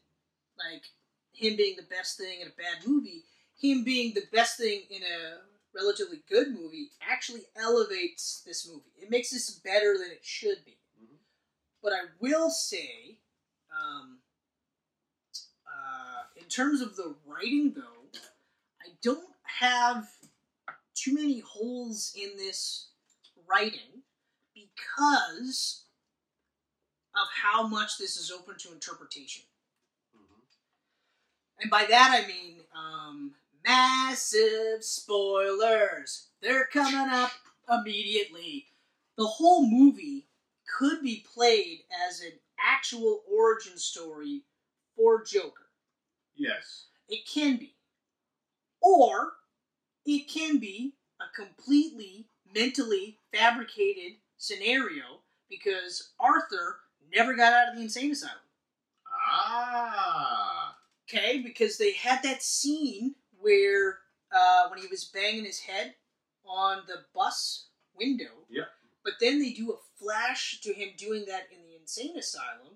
C: like him being the best thing in a bad movie, him being the best thing in a relatively good movie actually elevates this movie. It makes this better than it should be.
B: Mhm.
C: But I will say, um, uh, in terms of the writing, though, I don't have too many holes in this writing because of how much this is open to interpretation. And by that I mean um, massive spoilers. They're coming up immediately. The whole movie could be played as an actual origin story for Joker.
B: Yes.
C: It can be. Or it can be a completely mentally fabricated scenario because Arthur never got out of the insane asylum.
B: Ah.
C: Okay, because they had that scene where uh, when he was banging his head on the bus window.
B: Yeah.
C: But then they do a flash to him doing that in the insane asylum,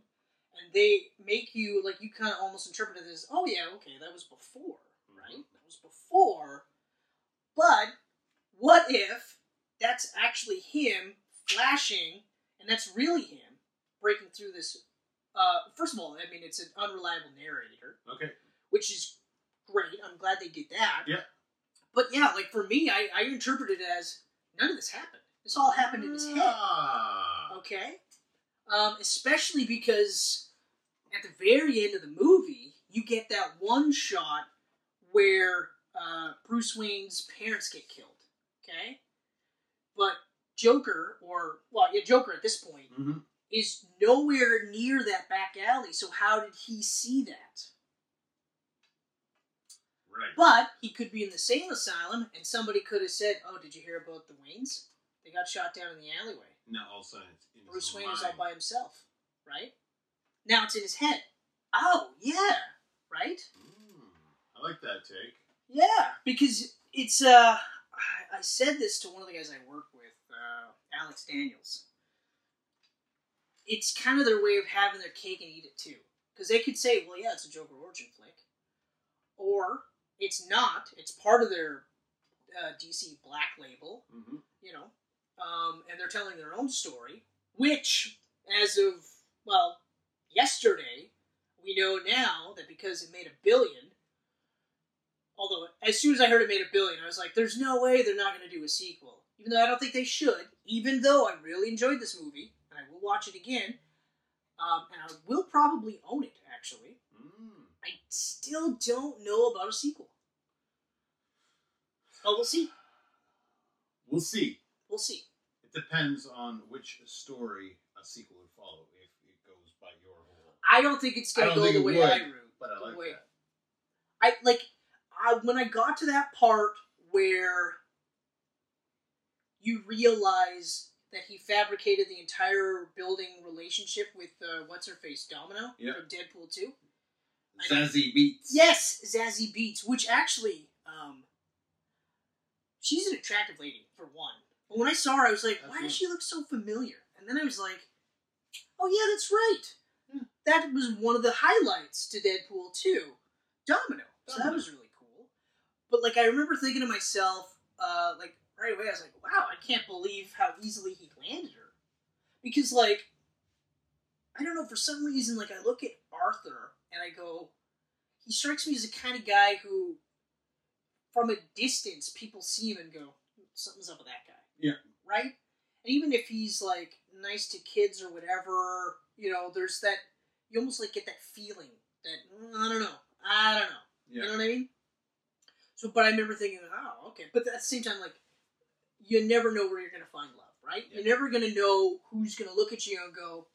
C: and they make you like you kind of almost interpret it as, oh yeah, okay, that was before, right? That was before. But what if that's actually him flashing, and that's really him breaking through this? Uh, first of all, I mean, it's an unreliable narrator
B: Okay.
C: which is great. I'm glad they did that.
B: Yeah.
C: But yeah, like for me, I, I interpreted it as none of this happened. This all happened in his head.
B: Mm. Ah.
C: Okay. Um, especially because at the very end of the movie, you get that one shot where uh, Bruce Wayne's parents get killed. Okay. But Joker, or well, yeah, Joker at this point
B: Mhm.
C: is nowhere near that back alley. So how did he see that?
B: Right.
C: But he could be in the same asylum, and somebody could have said, "Oh, did you hear about the Waynes? They got shot down in the alleyway.
B: Now all of a sudden it's in his
C: Bruce Wayne is all
B: mind.
C: by himself, right? Now it's in his head. Oh, yeah, right,
B: Mm, I like that take.
C: yeah, because it's uh, I, I said this to one of the guys I work with, uh, Alex Daniels. It's kind of their way of having their cake and eat it too, because they could say, "Well, yeah, it's a Joker origin flick," or it's not. It's part of their uh, DC Black label,
B: Mm-hmm.
C: you know, um, and they're telling their own story, which, as of, well, yesterday, we know now that because it made a billion, although as soon as I heard it made a billion, I was like, there's no way they're not going to do a sequel. Even though I don't think they should, even though I really enjoyed this movie, and I will watch it again, um, and I will probably own it, actually,
B: Mm.
C: I still don't know about a sequel. Oh, we'll see.
B: We'll see.
C: We'll see.
B: It depends on which story a sequel would follow if it goes by your whole.
C: I don't think it's
B: I
C: gonna
B: don't
C: go
B: think
C: the
B: it
C: way
B: would,
C: I wrote.
B: But I
C: the
B: like
C: way-
B: that.
C: I like I when I got to that part where you realize that he fabricated the entire building relationship with uh, what's her face Domino
B: Yep.
C: from Deadpool two. I don't-
B: Zazzy Beats.
C: Yes, Zazie Beats, which actually, um, she's an attractive lady for one. But when I saw her, I was like, why does she look so familiar? And then I was like, oh yeah, that's right. That was one of the highlights to Deadpool 2, Domino. So that
B: Domino.
C: was really cool. But like, I remember thinking to myself, uh, like right away, I was like, wow, I can't believe how easily he landed her. Because like, I don't know, for some reason, like I look at Arthur and I go, he strikes me as the kind of guy who, from a distance, people see him and go, something's up with that guy.
B: Yeah.
C: Right? And even if he's like nice to kids or whatever, you know, there's that, you almost like get that feeling that, "Mm, I don't know, I don't know.
B: Yeah.
C: You know what I mean? So, but I remember thinking, oh, okay. But at the same time, like, you never know where you're going to find love, right?
B: Yeah.
C: You're never going to know who's going to look at you and go,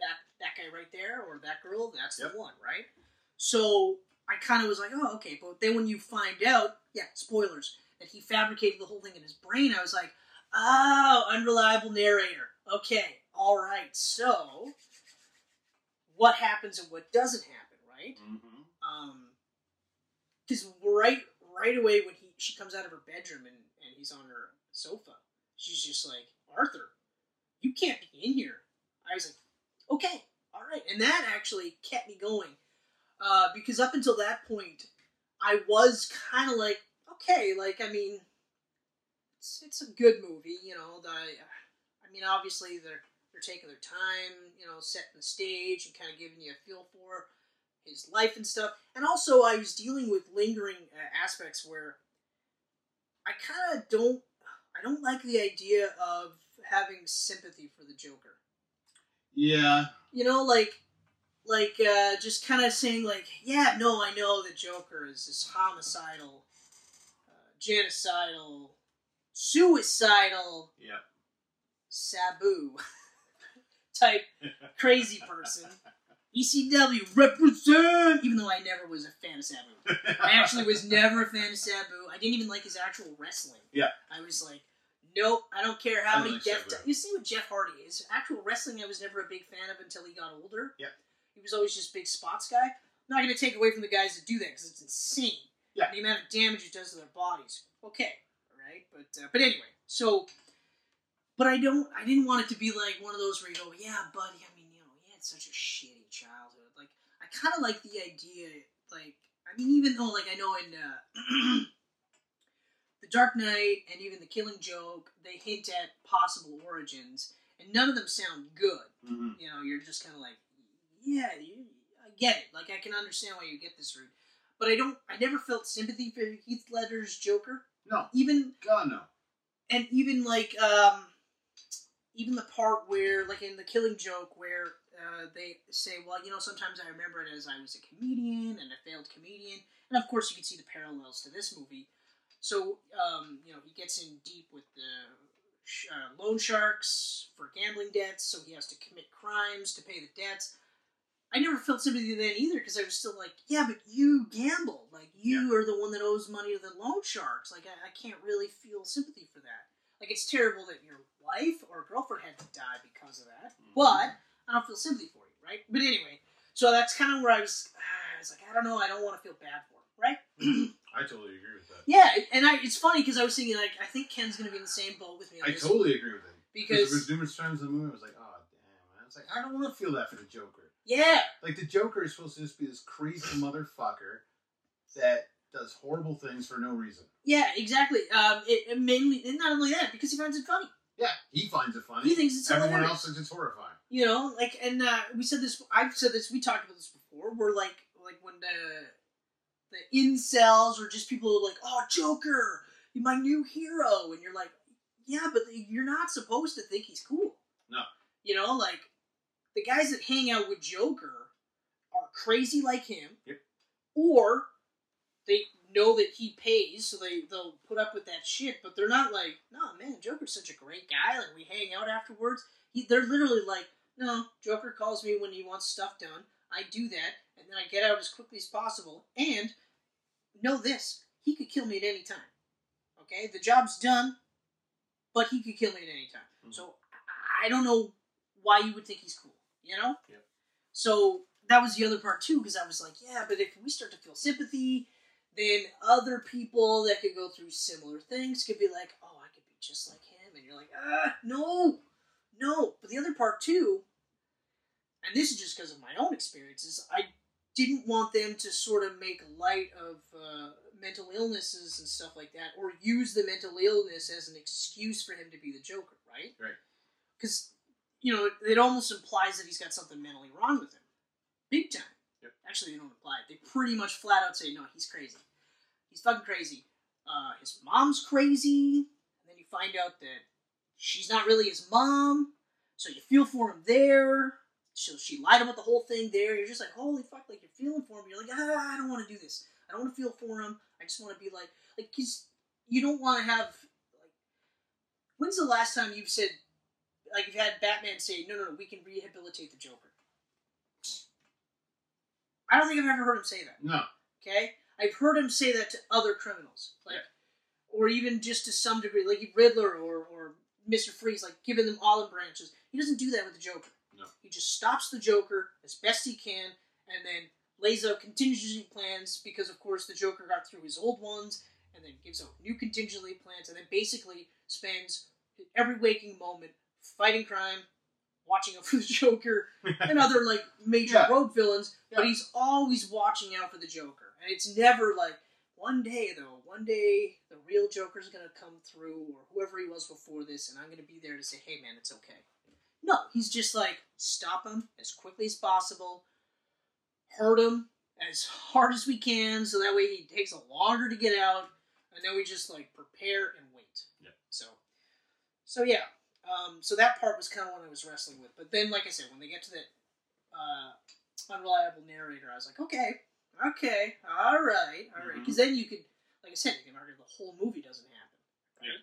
C: that that guy right there or that girl, that's
B: Yep.
C: the one, right? So I kind of was like, oh, okay. But then when you find out, yeah, spoilers, that he fabricated the whole thing in his brain, I was like, oh, unreliable narrator. Okay, all right. So what happens and what doesn't happen, right?
B: Mm-hmm.
C: um because right right away when he she comes out of her bedroom and and he's on her sofa she's just like arthur you can't be in here i was like okay all right and that actually kept me going uh because up until that point i was kind of like okay like i mean it's, it's a good movie you know the i mean obviously they're They're taking their time, you know, setting the stage and kind of giving you a feel for his life and stuff. And also, I was dealing with lingering uh, aspects where I kind of don't, I don't like the idea of having sympathy for the Joker
B: Yeah.
C: you know like like uh, just kind of saying like yeah no i know the joker is this homicidal uh, genocidal suicidal
B: Yeah.
C: sabu type crazy person ecw represent even though i never was a fan of sabu i actually was never a fan of sabu i didn't even like his actual wrestling
B: Yeah.
C: i was like Nope, I don't care
B: I
C: how
B: don't
C: many
B: like
C: death.
B: Sabu.
C: You see with Jeff Hardy, his actual wrestling I was never a big fan of until he got older.
B: Yeah.
C: He was always just big spots guy. I'm not going to take away from the guys that do that because it's insane.
B: Yeah.
C: The amount of damage it does to their bodies. Okay, all right, but uh, but anyway, so. But I don't. I didn't want it to be like one of those where you go, yeah, buddy. I mean, you know, he had such a shitty childhood. Like, I kind of like the idea. Like, I mean, even though, like, I know in uh, the Dark Knight and even the Killing Joke, they hint at possible origins, and none of them sound good
B: Mhm.
C: you know, you're just kind of like, yeah, you, I get it. Like, I can understand why you get this route. But I don't, I never felt sympathy for Heath Ledger's Joker.
B: No.
C: Even,
B: God no.
C: and even like, um, even the part where, like in The Killing Joke, where uh, they say, well, you know, sometimes I remember it as I was a comedian and a failed comedian. And of course, you can see the parallels to this movie. So, um, you know, he gets in deep with the sh- uh, loan sharks for gambling debts, so he has to commit crimes to pay the debts. I never felt sympathy then either because I was still like, yeah, but you gamble. Like, you are the one that owes money to the loan sharks. Like, I, I can't really feel sympathy for that. Like, it's terrible that your wife or girlfriend had to die because of that, but I don't feel sympathy for you, right? But anyway, so that's kind of where I was, I was like, I don't know, I don't want to feel bad for him, right?
B: I totally agree with that.
C: Yeah, and I, it's funny because I was thinking like I think Ken's gonna be in the same boat with me. On
B: I
C: this
B: totally agree with it.
C: Because-
B: there was numerous times in the movie I was like, oh damn, man. It's like I don't want to feel that for the Joker.
C: Yeah,
B: Like the Joker is supposed to just be this crazy motherfucker that does horrible things for no reason.
C: yeah, exactly. Um, it, it mainly and not only that because he finds it funny.
B: Yeah, he finds it funny.
C: He thinks it's
B: Everyone
C: hilarious.
B: else thinks it's horrifying.
C: You know, like and uh, we said this. I've said this. We talked about this before. We're like like when the the incels or just people are like, oh Joker, you're my new hero, and you're like, yeah, but you're not supposed to think he's cool.
B: No.
C: You know, like the guys that hang out with Joker are crazy like him,
B: Yep.
C: or they know that he pays, so they they'll put up with that shit. But they're not like, no man, Joker's such a great guy. Like we hang out afterwards. He, they're literally like, no, Joker calls me when he wants stuff done. I do that, and then I get out as quickly as possible. And know this: he could kill me at any time. Okay, the job's done, but he could kill me at any time.
B: Mhm.
C: So I- I don't know why you would think he's cool. You know.
B: Yep.
C: So that was the other part too, because I was like, yeah, but if we start to feel sympathy, then other people that could go through similar things could be like, oh, I could be just like him, and you're like, ah, no, no. But the other part too, and this is just because of my own experiences, I didn't want them to sort of make light of uh, mental illnesses and stuff like that, or use the mental illness as an excuse for him to be the Joker, right?
B: Right.
C: Because you know it almost implies that he's got something mentally wrong with him, big time.
B: Yep.
C: Actually, they don't imply it. They pretty much flat out say, "No, he's crazy. He's fucking crazy. Uh, his mom's crazy." And then you find out that she's not really his mom, so you feel for him there. So she lied about the whole thing there. You're just like, holy fuck, like you're feeling for him. You're like, ah, I don't want to do this. I don't want to feel for him. I just want to be like, like, cause you don't want to have, like, when's the last time you've said, like, you've had Batman say, no, no, no, we can rehabilitate the Joker? I don't think I've ever heard him say that.
B: No.
C: Okay, I've heard him say that to other criminals, like, or even just to some degree, like Riddler or or Mister Freeze, like giving them olive branches. He doesn't do that with the Joker.
B: No.
C: He just stops the Joker as best he can, and then lays out contingency plans because, of course, the Joker got through his old ones, and then gives out new contingency plans, and then basically spends every waking moment fighting crime, watching out for the Joker, and other like major
B: Yeah.
C: road villains, but
B: Yeah.
C: he's always watching out for the Joker, and it's never like one day though. One day the real Joker's gonna come through, or whoever he was before this, and I'm gonna be there to say, "Hey, man, it's okay." No, he's just like stop him as quickly as possible, hurt him as hard as we can, so that way he takes a longer to get out, and then we just like prepare and wait.
B: Yep.
C: So, so yeah. Um, so that part was kind of what I was wrestling with. But then, like I said, when they get to the uh, unreliable narrator, I was like, okay, okay, all right, all
B: Mm-hmm.
C: right, because then you could, like I said, you can argue the whole movie doesn't happen, right?
B: Yeah.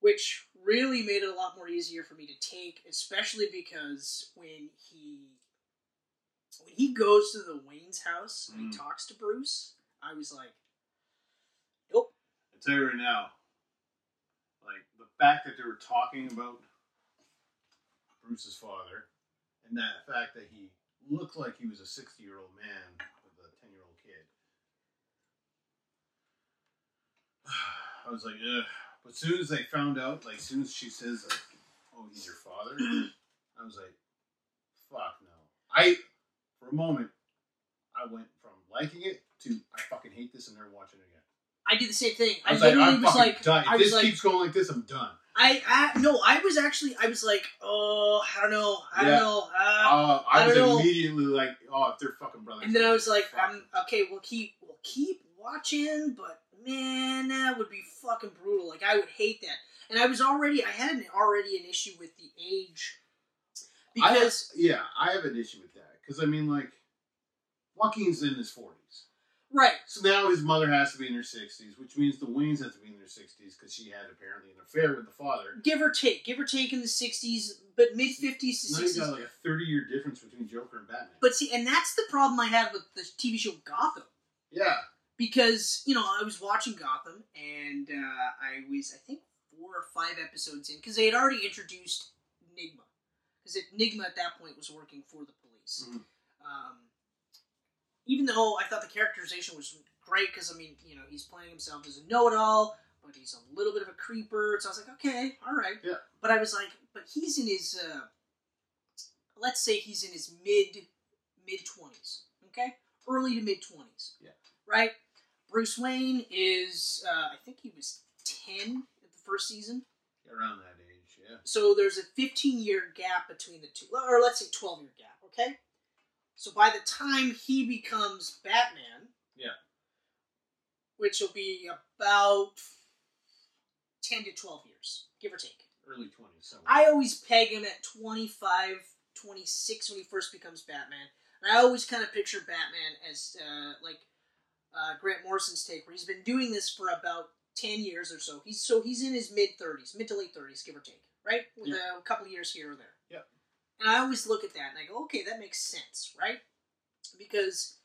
C: Which really made it a lot more easier for me to take, especially because when he when he goes to the Wayne's house and
B: Mm.
C: he talks to Bruce, I was like, nope,
B: I tell you right now, like the fact that they were talking about Bruce's father, and that fact that he looked like he was a sixty-year-old man with a ten-year-old kid. I was like, ugh. But as soon as they found out, like, as soon as she says, like, "Oh, he's your father," I was like, "Fuck no!" I, for a moment, I went from liking it to I fucking hate this, and never watching it again.
C: I did the same thing. I,
B: I was like,
C: literally
B: I'm
C: was
B: fucking
C: like,
B: done. If
C: I was
B: this
C: like,
B: keeps going like this, I'm done.
C: I, I no, I was actually, I was like, oh, I don't know, I
B: Yeah.
C: don't know. Uh,
B: Oh, I,
C: I
B: was
C: don't know.
B: immediately like, oh, if they're fucking brothers.
C: And then I was like,
B: fuck.
C: um, okay, we'll keep we'll keep watching, but man, that would be fucking brutal. Like I would hate that. And I was already I had an, already an issue with the age
B: I-
C: because
B: yeah, I have an issue with that because I mean, like, Joaquin's in his forties,
C: right.
B: so now his mother has to be in her sixties, which means the Waynes have to be in their sixties because she had apparently an affair with the father.
C: Give or take, give or take in the sixties, but mid fifties to
B: Now you
C: sixties.
B: got like a thirty-year difference between Joker and Batman.
C: But see, and that's the problem I had with the TV show Gotham.
B: yeah,
C: because you know I was watching Gotham and uh, I was I think four or five episodes in because they had already introduced Nigma because Nigma at that point was working for the police.
B: Mhm.
C: Um, even though I thought the characterization was great because I mean you know he's playing himself as a know-it-all but he's a little bit of a creeper so I was like okay all right
B: Yeah.
C: but I was like but he's in his uh, let's say he's in his mid mid twenties okay early to mid twenties
B: Yeah.
C: right Bruce Wayne is, uh, I think he was 10 at the first season.
B: around that age. Yeah,
C: So there's a 15 year gap between the two, or let's say 12 year gap, okay? So by the time he becomes Batman,
B: Yeah.
C: which will be about 10 to 12 years, give or take.
B: early twenties.
C: I always peg him at 25, 26 when he first becomes Batman. And I always kind of picture Batman as uh, like uh, Grant Morrison's take, where he's been doing this for about 10 years or so. He's so he's in his mid 30s, mid to late 30s, give or take, right? With a couple of years here or there.
B: Yep.
C: And I always look at that and I go, okay, that makes sense, right? Because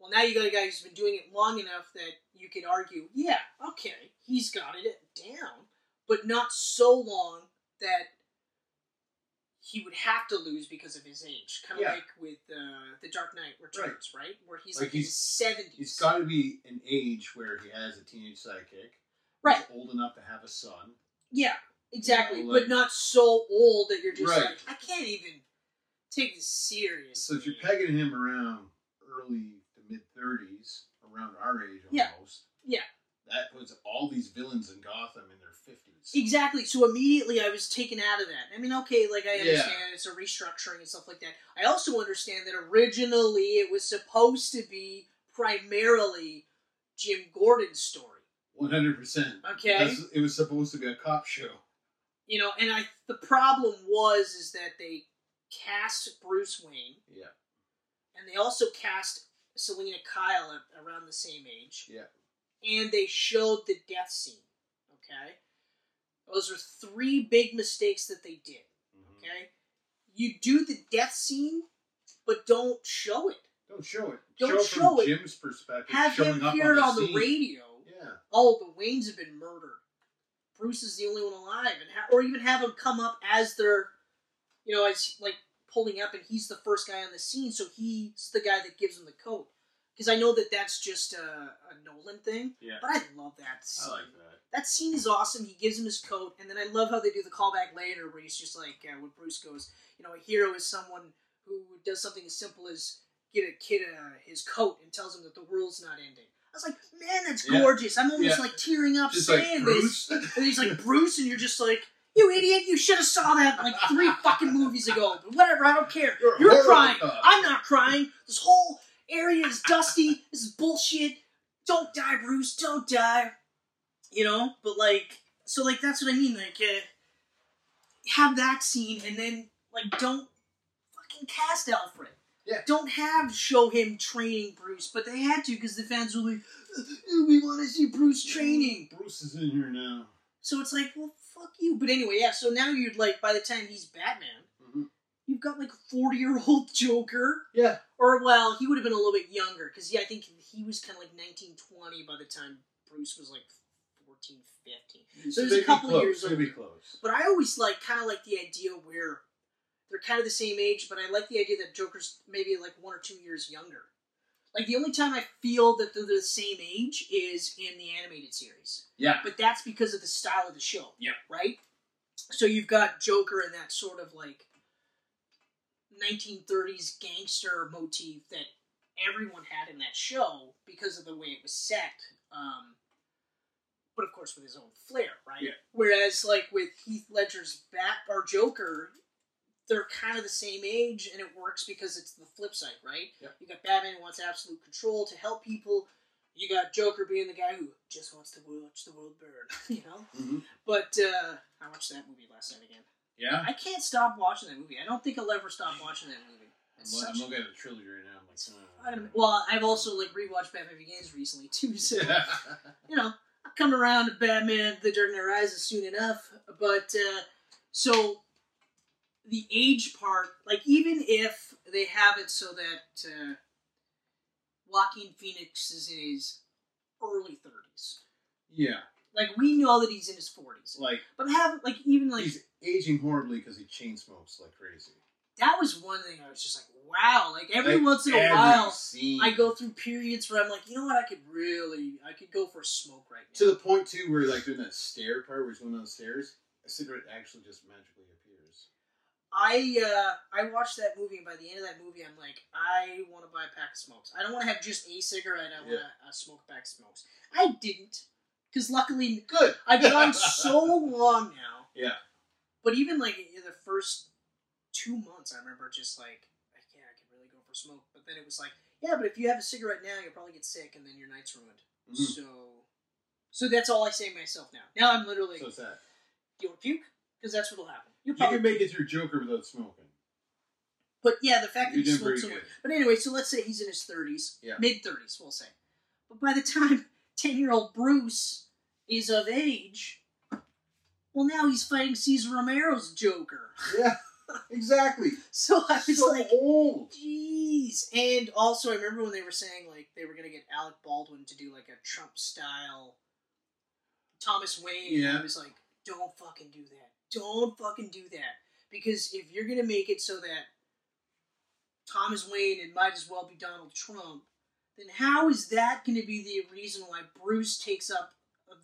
C: well, now you got a guy who's been doing it long enough that you could argue, yeah, okay, he's got it down, but not so long that he would have to lose because of his age. Kind of
B: Yeah.
C: like with uh, the Dark Knight Returns, right? Where he's
B: Like,
C: like, in
B: he's-
C: his seventies.
B: He's got to be an age where he has a teenage sidekick,
C: right.
B: old enough to have a son.
C: Yeah, exactly.
B: You know, like-
C: but not so old that you're just
B: Right.
C: like, I can't even take this seriously.
B: So if you're pegging him around early to mid thirties, around our age
C: Yeah.
B: almost.
C: Yeah.
B: That puts all these villains in Gotham in their fifties.
C: Exactly. So immediately I was taken out of that. I mean, okay, like I
B: Yeah.
C: understand it's a restructuring and stuff like that. I also understand that originally it was supposed to be primarily Jim Gordon's story.
B: One hundred percent.
C: Okay.
B: It was supposed to be a cop show.
C: You know, and I the problem was is that they cast Bruce Wayne
B: Yeah.
C: and they also cast Selena Kyle at, around the same age.
B: Yeah.
C: And they showed the death scene. Okay. Those are three big mistakes that they did.
B: Mm-hmm.
C: Okay? You do the death scene, but don't show it.
B: Don't show it.
C: Don't
B: show,
C: show
B: from
C: it.
B: Jim's perspective.
C: Have
B: showing
C: him
B: up
C: hear it on the
B: scene.
C: radio.
B: Yeah.
C: Oh, the Waynes have been murdered. Bruce is the only one alive, and ha- or even have him come up as they're, you know, as like pulling up, and he's the first guy on the scene, so he's the guy that gives him the coat. Because I know that that's just a, a Nolan thing,
B: Yeah.
C: but I love that scene
B: I like that.
C: that scene is awesome. He gives him his coat, and then I love how they do the callback later, where he's just like, uh, when Bruce goes, you know, a hero is someone who does something as simple as get a kid uh, his coat and tells him that the world's not ending. I was like, man, that's
B: Yeah.
C: gorgeous. I'm almost
B: Yeah.
C: like tearing up
B: Just like
C: saying this.
B: Bruce.
C: And he's like, Bruce, and you're just like, You idiot! You should have saw that like three fucking movies ago. But whatever, I don't care.
B: You're a
C: You're
B: horrible
C: crying.
B: cop.
C: I'm not crying. This whole area is dusty. This is bullshit. Don't die, Bruce. Don't die. You know. But like, so like that's what I mean. Like, uh, have that scene, and then like don't fucking cast Alfred.
B: Yeah.
C: Don't have show him training Bruce, but they had to because the fans were like, "Uh, we want to see Bruce training.
B: Bruce is in here now.
C: So it's like, well, fuck you. But anyway, yeah. So now you're like, by the time he's Batman,
B: Mhm.
C: you've got like a forty year old Joker,
B: Yeah.
C: or well, he would have been a little bit younger because yeah, I think he was kind of like nineteen twenty by the time Bruce was like 14, 15. So there's a
B: they'd be
C: couple
B: close,
C: years
B: they'd be
C: older.
B: close.
C: But I always like kind of like the idea where they're kind of the same age, but I like the idea that Joker's maybe like one or two years younger. Like the only time I feel that they're the same age is in the animated series.
B: Yeah.
C: But that's because of the style of the show.
B: Yeah.
C: Right? So you've got Joker in that sort of like 1930s gangster motif that everyone had in that show because of the way it was set. Um, but of course, with his own flair, right?
B: Yeah.
C: Whereas, like with Heath Ledger's Bat or Joker, they're kind of the same age, and it works because it's the flip side, right?
B: Yep.
C: You got Batman who wants absolute control to help people. You got Joker being the guy who just wants to watch the world burn, you know.
B: Mhm.
C: But uh, I watched that movie last night again.
B: Yeah.
C: I can't stop watching that movie. I don't think I'll ever stop watching that movie. It's
B: I'm, lo-
C: such
B: I'm looking at the trilogy right now. I'm like,
C: it's
B: uh,
C: fucking- well, I've also like rewatched Batman Begins recently too, so you know I've come around to Batman: The Dark Knight Rises soon enough. But uh, so the age part, like even if they have it so that uh, Joaquin Phoenix is in his early thirties,
B: yeah.
C: like we know that he's in his forties,
B: Like,
C: but have like even like
B: he's aging horribly because he chain smokes like crazy.
C: that was one thing I was just like, wow, like every
B: Like,
C: once in a
B: every
C: while.
B: scene.
C: I go through periods where I'm like, you know what, I could really, I could go for a smoke right now.
B: to the point too where like doing that stair part where he's going down the stairs, a cigarette actually just magically appears.
C: I uh, I watched that movie, and by the end of that movie, I'm like, I want to buy a pack of smokes. I don't want to have just a cigarette. I want to uh, smoke a pack of smokes. I didn't, because luckily
B: Good.
C: I've gone so long now.
B: Yeah.
C: But even like in the first two months, I remember just like, yeah, I could really go for a smoke. But then it was like, yeah, but if you have a cigarette now, you'll probably get sick, and then your night's ruined.
B: Mhm.
C: So, so that's all I say to myself now. Now I'm literally,
B: So it's that.
C: you want to puke? Because that's what'll happen. You'll
B: You
C: probably,
B: can make it through Joker without smoking.
C: but yeah, the fact that
B: You
C: he
B: did
C: smoked
B: pretty
C: so much.
B: good.
C: But anyway, so let's say he's in his 30s,
B: Yeah.
C: mid 30s, we'll say. But by the time 10 year old Bruce is of age, well, now he's fighting Caesar Romero's Joker.
B: Yeah, exactly.
C: So I was
B: so
C: like,
B: old.
C: Jeez. And also, I remember when they were saying like they were gonna get Alec Baldwin to do like a Trump style Thomas Wayne. and I
B: Yeah.
C: was like, don't fucking do that. Don't fucking do that. Because if you're gonna make it so that Thomas Wayne it might as well be Donald Trump, then how is that gonna be the reason why Bruce takes up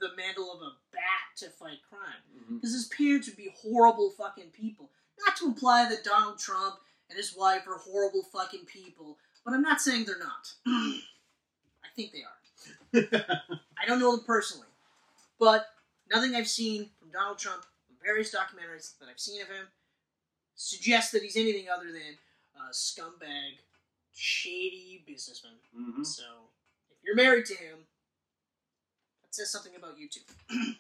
C: the mantle of a bat to fight crime?
B: Mhm.
C: because his parents would be horrible fucking people. Not to imply that Donald Trump and his wife are horrible fucking people, but I'm not saying they're not. I think they are. I don't know them personally, but nothing I've seen from Donald Trump, from various documentaries that I've seen of him, suggests that he's anything other than a scumbag, shady businessman.
B: Mhm.
C: So, if you're married to him, that says something about you too.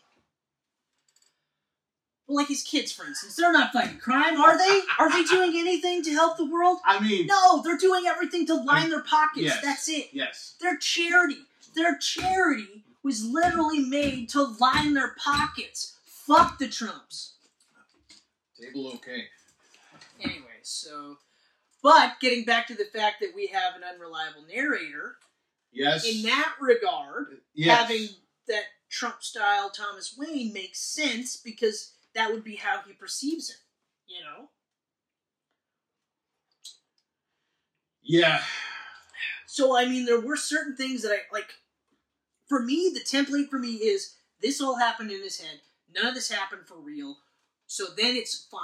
C: well, like his kids, for instance, they're not fighting crime, are they? Are they doing anything to help the world?
B: I mean,
C: No, they're doing everything to line their pockets.
B: Yes.
C: That's it.
B: yes.
C: Their charity, their charity was literally made to line their pockets. Fuck the Trumps.
B: Table okay.
C: Anyway, so, but getting back to the fact that we have an unreliable narrator,
B: Yes.
C: in that regard,
B: yes.
C: having that Trump style Thomas Wayne makes sense because that would be how he perceives it, you know?
B: Yeah.
C: So, I mean, there were certain things that I like. For me, the template for me is this all happened in his head. None of this happened for real. So then it's fine.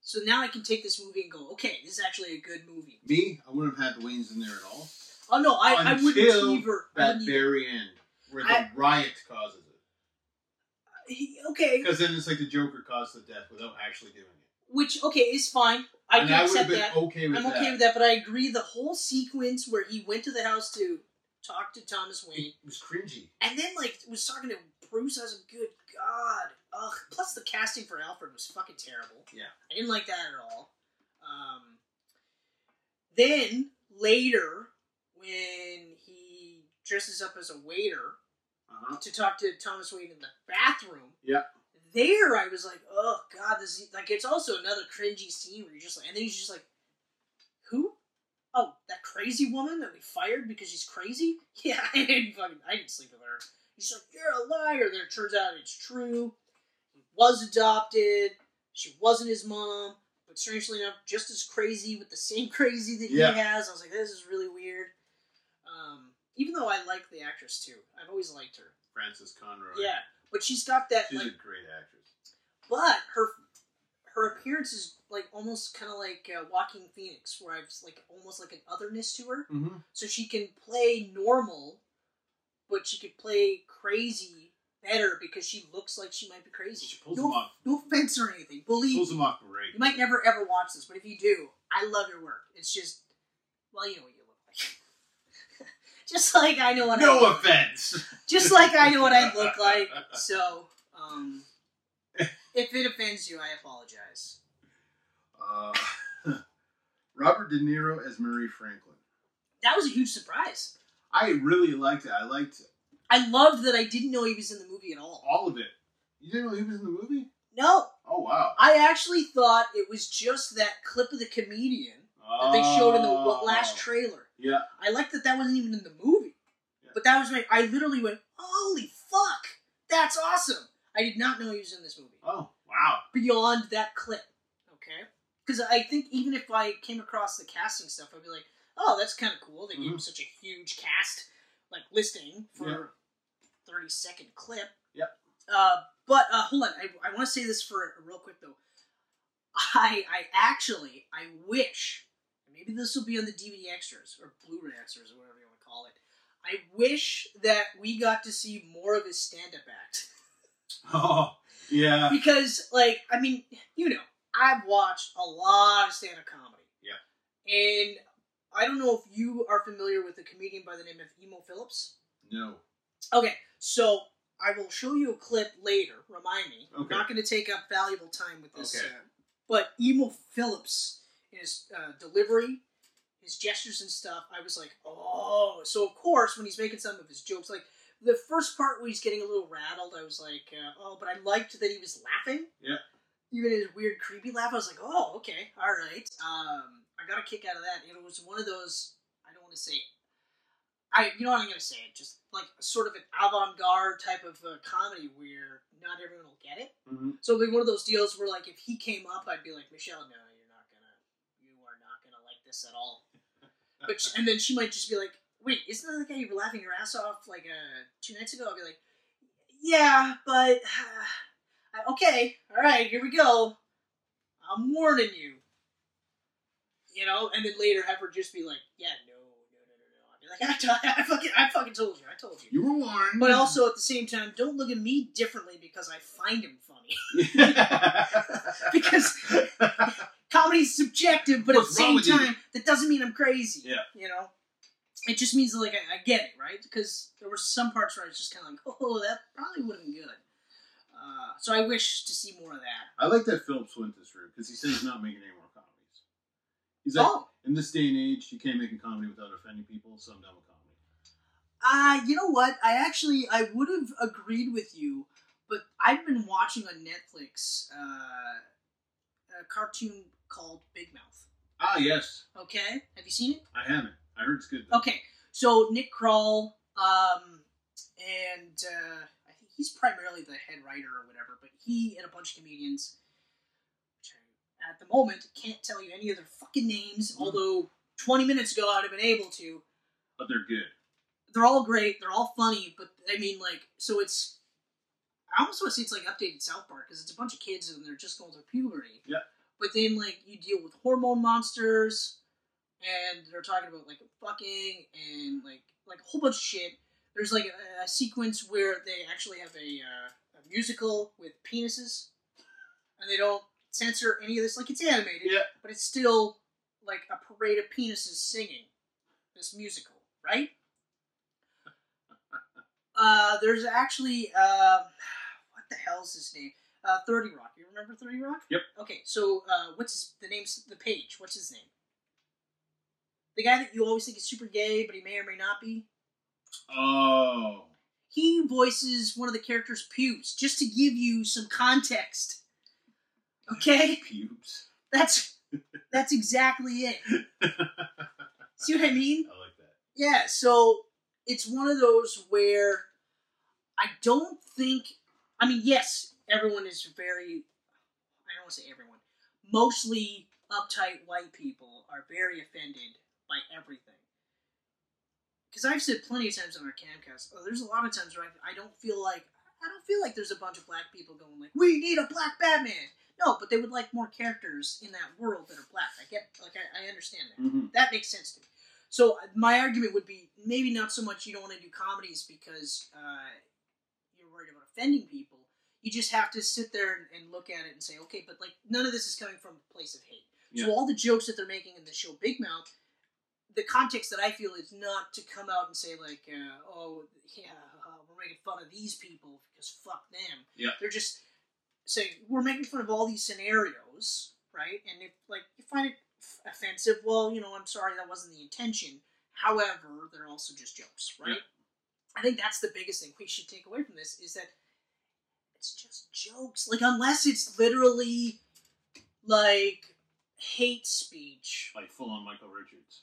C: So now I can take this movie and go, okay, this is actually a good movie.
B: Me, I wouldn't have had Wayne's in there at all.
C: Oh no, I, I wouldn't
B: Until
C: either. I
B: That
C: wouldn't
B: very end where the
C: I-
B: riot causes it.
C: he, okay,
B: Because then it's like the Joker caused the death without actually doing it.
C: which okay is fine. I
B: and
C: can
B: I would have
C: accept
B: been
C: that.
B: okay with
C: I'm
B: that.
C: okay with that, but I agree the whole sequence where he went to the house to talk to Thomas Wayne
B: It was cringy.
C: and then like was talking to Bruce. I was like, good god, ugh. Plus the casting for Alfred was fucking terrible.
B: Yeah.
C: I didn't like that at all. Um, then later when he dresses up as a waiter
B: Uh-huh.
C: to talk to Thomas Wayne in the bathroom.
B: Yeah.
C: There, I was like, oh god, this is, like it's also another cringy scene where you're just like, and then he's just like, who? Oh, that crazy woman that we fired because she's crazy? Yeah, I didn't fucking, I didn't sleep with her. He's like, you're a liar. Then it turns out it's true. He was adopted. She wasn't his mom, but strangely enough, just as crazy with the same crazy that
B: Yeah.
C: he has. I was like, this is really weird. Um, even though I like the actress too, I've always liked her.
B: Frances Conroy.
C: Yeah, but she's got that
B: She's
C: like,
B: a great actress.
C: but her her appearance is like almost kind of like uh, Walking Phoenix, where I've like almost like an otherness to her.
B: Mm-hmm.
C: So she can play normal, but she could play crazy better because she looks like she might be crazy.
B: She pulls
C: no,
B: them off.
C: no offense or anything. Believe
B: Pulls
C: me.
B: them off great.
C: you might never ever watch this, but if you do, I love your work. It's just well, you know what you look like. just like I know what I
B: No
C: look
B: offense.
C: just like I know what I look like. So, um, if it offends you, I apologize.
B: Uh, Robert De Niro as Marie Franklin.
C: That was a huge surprise.
B: I really liked it. I liked
C: I loved that I didn't know he was in the movie at all.
B: all of it. You didn't know he was in the movie?
C: No,
B: Oh wow!
C: I actually thought it was just that clip of the comedian that they showed in the
B: Oh.
C: wa- last trailer.
B: Yeah,
C: I liked that that wasn't even in the movie. But that was my. I literally went, holy fuck, that's awesome. I did not know he was in this movie.
B: Oh wow!
C: beyond that clip. Okay? Because I think even if I came across the casting stuff, I'd be like, oh, that's kind of cool. They gave him
B: Mhm.
C: such a huge cast, like, listing
B: Yeah.
C: for a 30 second clip.
B: Yep.
C: Uh, but uh, hold on. I, I want to say this for uh, real quick, though. I, I actually, I wish, maybe this will be on the DVD extras or Blu ray extras or whatever you want to call it. I wish that we got to see more of his stand up act
B: Oh yeah,
C: because like I mean, you know, I've watched a lot of stand-up comedy.
B: Yeah.
C: And I don't know if you are familiar with a comedian by the name of Emo Phillips.
B: no.
C: Okay, so I will show you a clip later. Remind me.
B: Okay.
C: I'm not going to take up valuable time with this.
B: Okay.
C: uh, but Emo Phillips, his uh, delivery, his gestures and stuff, I was like, oh. So of course, when he's making some of his jokes, like the first part where he's getting a little rattled, I was like, uh, oh. But I liked that he was laughing.
B: Yeah.
C: Even his weird, creepy laugh, I was like, oh, okay, all right. Um, I got a kick out of that. It was one of those. I don't want to say I you know what I'm gonna say, just like sort of an avant-garde type of uh, comedy where not everyone will get it.
B: Mm-hmm.
C: So it'll be one of those deals where like if he came up, I'd be like Michelle, no, you're not gonna, you are not gonna like this at all. But sh- and then she might just be like, wait, isn't that the guy you were laughing your ass off like uh, two nights ago? I'll be like, yeah, but uh, I- okay, all right, here we go. I'm warning you. You know, and then later have her just be like, yeah, no, no, no, no, no. I'd be like, I, t- I fucking, I fucking told you, I told you.
B: You were warned.
C: But also at the same time, don't look at me differently because I find him funny. because comedy's subjective, but
B: What's
C: at
B: wrong
C: the
B: with you?
C: same time, that doesn't mean I'm crazy.
B: Yeah.
C: You know? It just means like I, I get it, right? Because there were some parts where I was just kind of like, oh, that probably would have been good. Uh, so I wish to see more of that.
B: I like that Phillips went this route because he said he's not making any more comedies. He's like,
C: oh,
B: in this day and age, you can't make a comedy without offending people, so I'm done with comedy.
C: uh, you know what? I actually I would have agreed with you, but I've been watching on Netflix uh, a cartoon called Big Mouth.
B: Ah, yes,
C: Okay, have you seen it?
B: I haven't. I heard it's good. Though.
C: Okay, so Nick Kroll, um, and uh, I think he's primarily the head writer or whatever, but he and a bunch of comedians, which I, at the moment can't tell you any of their fucking names, although 20 minutes ago I'd have been able to.
B: But they're good.
C: They're all great, they're all funny, but I mean, like, so it's. I almost want to say it's like updated South Park because it's a bunch of kids and they're just going through puberty.
B: Yeah.
C: But then, like, you deal with hormone monsters and they're talking about like fucking and like like a whole bunch of shit. There's like a, a sequence where they actually have a, uh, a musical with penises, and they don't censor any of this. Like it's animated,
B: Yeah.
C: but it's still like a parade of penises singing this musical, right? uh, there's actually uh, what the hell's his name? Uh, Thirty Rock. You remember Thirty Rock?
B: Yep.
C: Okay, so uh, what's his, the name's the page? What's his name? The guy that you always think is super gay, but he may or may not be.
B: Oh.
C: He voices one of the characters' pubes, just to give you some context. Okay.
B: Pubes.
C: That's that's exactly it. See what I mean?
B: I like that.
C: Yeah, so it's one of those where I don't think I mean, yes, everyone is very I don't want to say everyone. Mostly uptight white people are very offended by everything. Because I've said plenty of times on our camcast, oh, there's a lot of times where I, I don't feel like I don't feel like there's a bunch of black people going like, "We need a black Batman." No, but they would like more characters in that world that are black. I get, like, I, I understand that.
B: Mm-hmm.
C: That makes sense to me. So uh, my argument would be maybe not so much you don't want to do comedies because uh, you're worried about offending people. You just have to sit there and, and look at it and say, okay, but like none of this is coming from a place of hate.
B: Yeah.
C: So all the jokes that they're making in the show Big Mouth, the context that I feel is not to come out and say like, uh, oh yeah, uh, we're making fun of these people because fuck them.
B: Yeah.
C: They're just saying we're making fun of all these scenarios, right? And if like you find it f- offensive, well, you know, I'm sorry, that wasn't the intention. However, they're also just jokes, right? I think that's the biggest thing we should take away from this is that it's just jokes. Like unless it's literally like hate speech,
B: Like full on Michael Richards.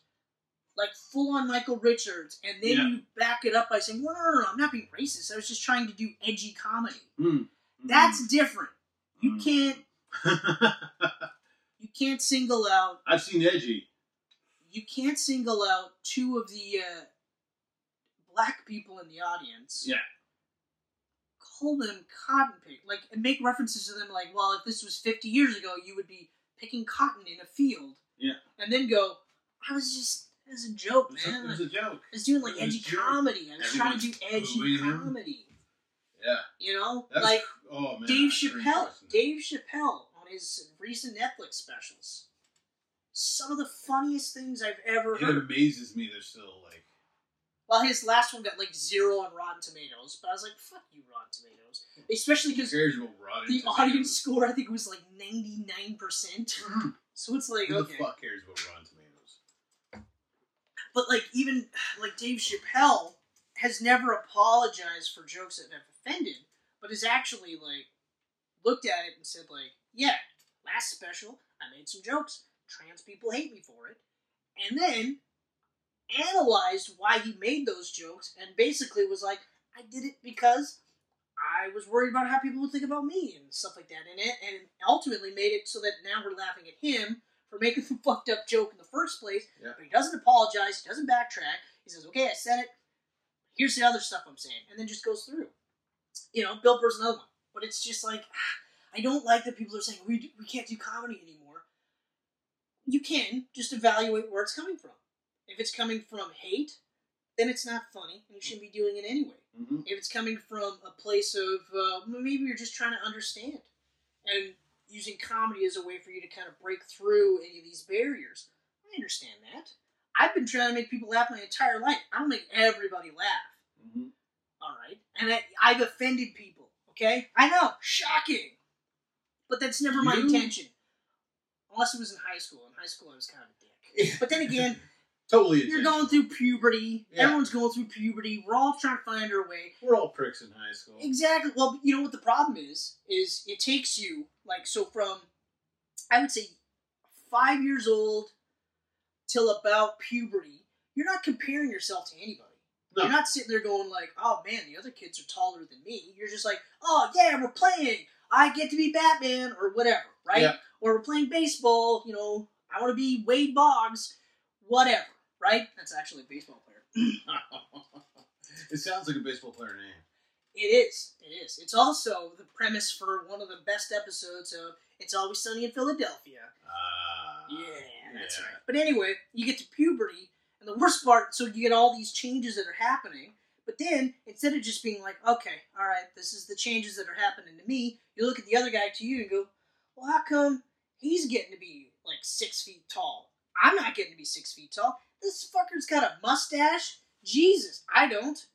C: like full on Michael Richards, and then
B: Yeah.
C: you back it up by saying, "No, no, no, no, I'm not being racist. I was just trying to do edgy comedy."
B: Mm.
C: That's different. You
B: Mm.
C: can't
B: can't.
C: you can't single out
B: I've seen Edgy.
C: you can't single out two of the uh, black people in the audience.
B: Yeah.
C: Call them cotton pick, like and make references to them, like, well, if this was fifty years ago, you would be picking cotton in a field.
B: Yeah.
C: And then go, I was just, it was a joke,
B: It was a,
C: man.
B: it was a joke.
C: I was doing like
B: It was
C: edgy
B: joke.
C: comedy. I was trying to do
B: Everyone's
C: edgy
B: booing him.
C: comedy.
B: Yeah.
C: You know,
B: That's,
C: like
B: oh man.
C: Dave
B: I agree
C: Chappelle.
B: with you.
C: Dave Chappelle on his recent Netflix specials. Some of the funniest things I've ever
B: It
C: heard.
B: amazes me. They're still like.
C: Well, his last one got like zero on Rotten Tomatoes, but I was like, "Fuck you, Rotten Tomatoes," especially
B: Who
C: because the
B: cares about rotten tomatoes?
C: audience score I think was like ninety nine percent.
B: Mhm.
C: So it's like,
B: Who
C: okay,
B: the fuck cares about Rotten Tomatoes?
C: but like even like Dave Chappelle has never apologized for jokes that have offended, but has actually like looked at it and said like, yeah, last special I made some jokes. Trans people hate me for it, and then analyzed why he made those jokes and basically was like, I did it because I was worried about how people would think about me and stuff like that, and it and ultimately made it so that now we're laughing at him for making the fucked up joke in the first place. But he doesn't apologize. He doesn't backtrack. He says, "Okay, I said it. Here's the other stuff I'm saying," and then just goes through. You know, Bill Burr's another one, but it's just like ah, I don't like that people are saying we we can't do comedy anymore. You can just evaluate where it's coming from. If it's coming from hate, then it's not funny, and you shouldn't be doing it anyway.
B: Mm-hmm.
C: If it's coming from a place of uh, maybe you're just trying to understand, and using comedy as a way for you to kind of break through any of these barriers. I understand that. I've been trying to make people laugh my entire life. I don't make everybody laugh.
B: Mm-hmm.
C: All right, and I, I've offended people. Okay, I know, shocking, but that's never my
B: You-
C: intention. Unless it was in high school. In high school, I was kind of a dick. But then again,
B: Totally.
C: you're
B: intentional.
C: going through puberty.
B: Yeah.
C: Everyone's going through puberty. We're all trying to find our way.
B: We're all pricks in high school.
C: Exactly. Well, you know what the problem is? Is it takes you like so from I would say five years old till about puberty. You're not comparing yourself to anybody.
B: No.
C: You're not sitting there going like, "Oh man, the other kids are taller than me." You're just like, "Oh yeah, we're playing. I get to be Batman or whatever, right?"
B: Yeah.
C: Or we're playing baseball. You know, I want to be Wade Boggs, whatever, right? That's actually a baseball player.
B: it sounds like a baseball player name.
C: It is. It is. It's also the premise for one of the best episodes of It's Always Sunny in Philadelphia.
B: Ah.
C: Yeah, that's
B: yeah.
C: right. But anyway, you get to puberty, and the worst part, so you get all these changes that are happening, but But then, instead of just being like, okay, all right, this is the changes that are happening to me, you look at the other guy to you and go, well, how come he's getting to be like six feet tall? I'm not getting to be six feet tall. This fucker's got a mustache. Jesus, I don't.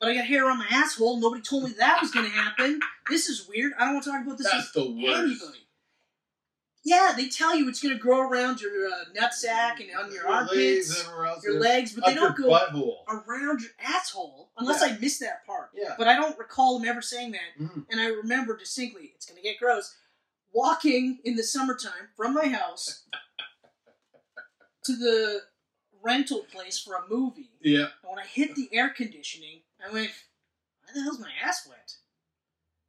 C: But I got hair on my asshole. Nobody told me that was going to happen. This is weird. I don't want to talk about this.
B: That's the
C: with
B: worst.
C: anybody. Yeah, they tell you it's going to grow around your uh, nutsack and on your
B: legs,
C: armpits,
B: everywhere else,
C: your
B: yeah.
C: legs, but
B: Up
C: they don't
B: your
C: go
B: butthole.
C: around your asshole unless
B: Yeah.
C: I missed that part.
B: Yeah.
C: But I don't recall them ever saying that.
B: Mm.
C: And I remember distinctly, it's going to get gross, walking in the summertime from my house to the rental place for a movie.
B: Yeah.
C: And when I hit the air conditioning, I went, why the hell's my ass wet?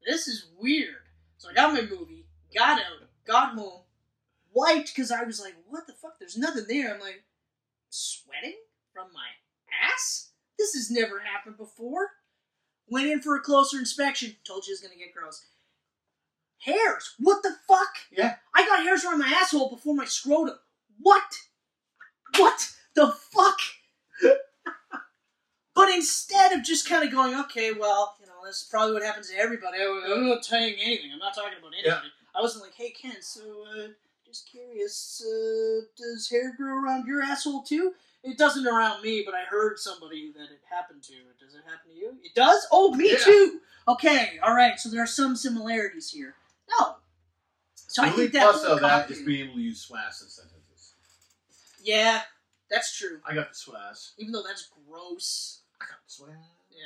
C: This is weird. So I got my movie, got out, got home, wiped because I was like, what the fuck? There's nothing there. I'm like, sweating from my ass? This has never happened before. Went in for a closer inspection, told you it's gonna get gross. Hairs! What the fuck?
B: Yeah.
C: I got hairs around my asshole before my scrotum. What? What the fuck? But instead of just kind of going, okay, well, you know, this is probably what happens to everybody. I'm not saying anything. I'm not talking about anybody. I wasn't like, hey, Ken, so, uh, just curious, uh, does hair grow around your asshole too? It doesn't around me, but I heard somebody that it happened to. Does it happen to you? It does? Oh, me
B: Yeah.
C: too! Okay, alright, so there are some similarities here. No. So
B: the
C: I
B: only
C: think that.
B: plus
C: whole
B: of that
C: cocktail-
B: is being able to use swass in sentences.
C: yeah, that's true.
B: I got the swass.
C: Even though that's gross.
B: I got the swass.
C: Yeah.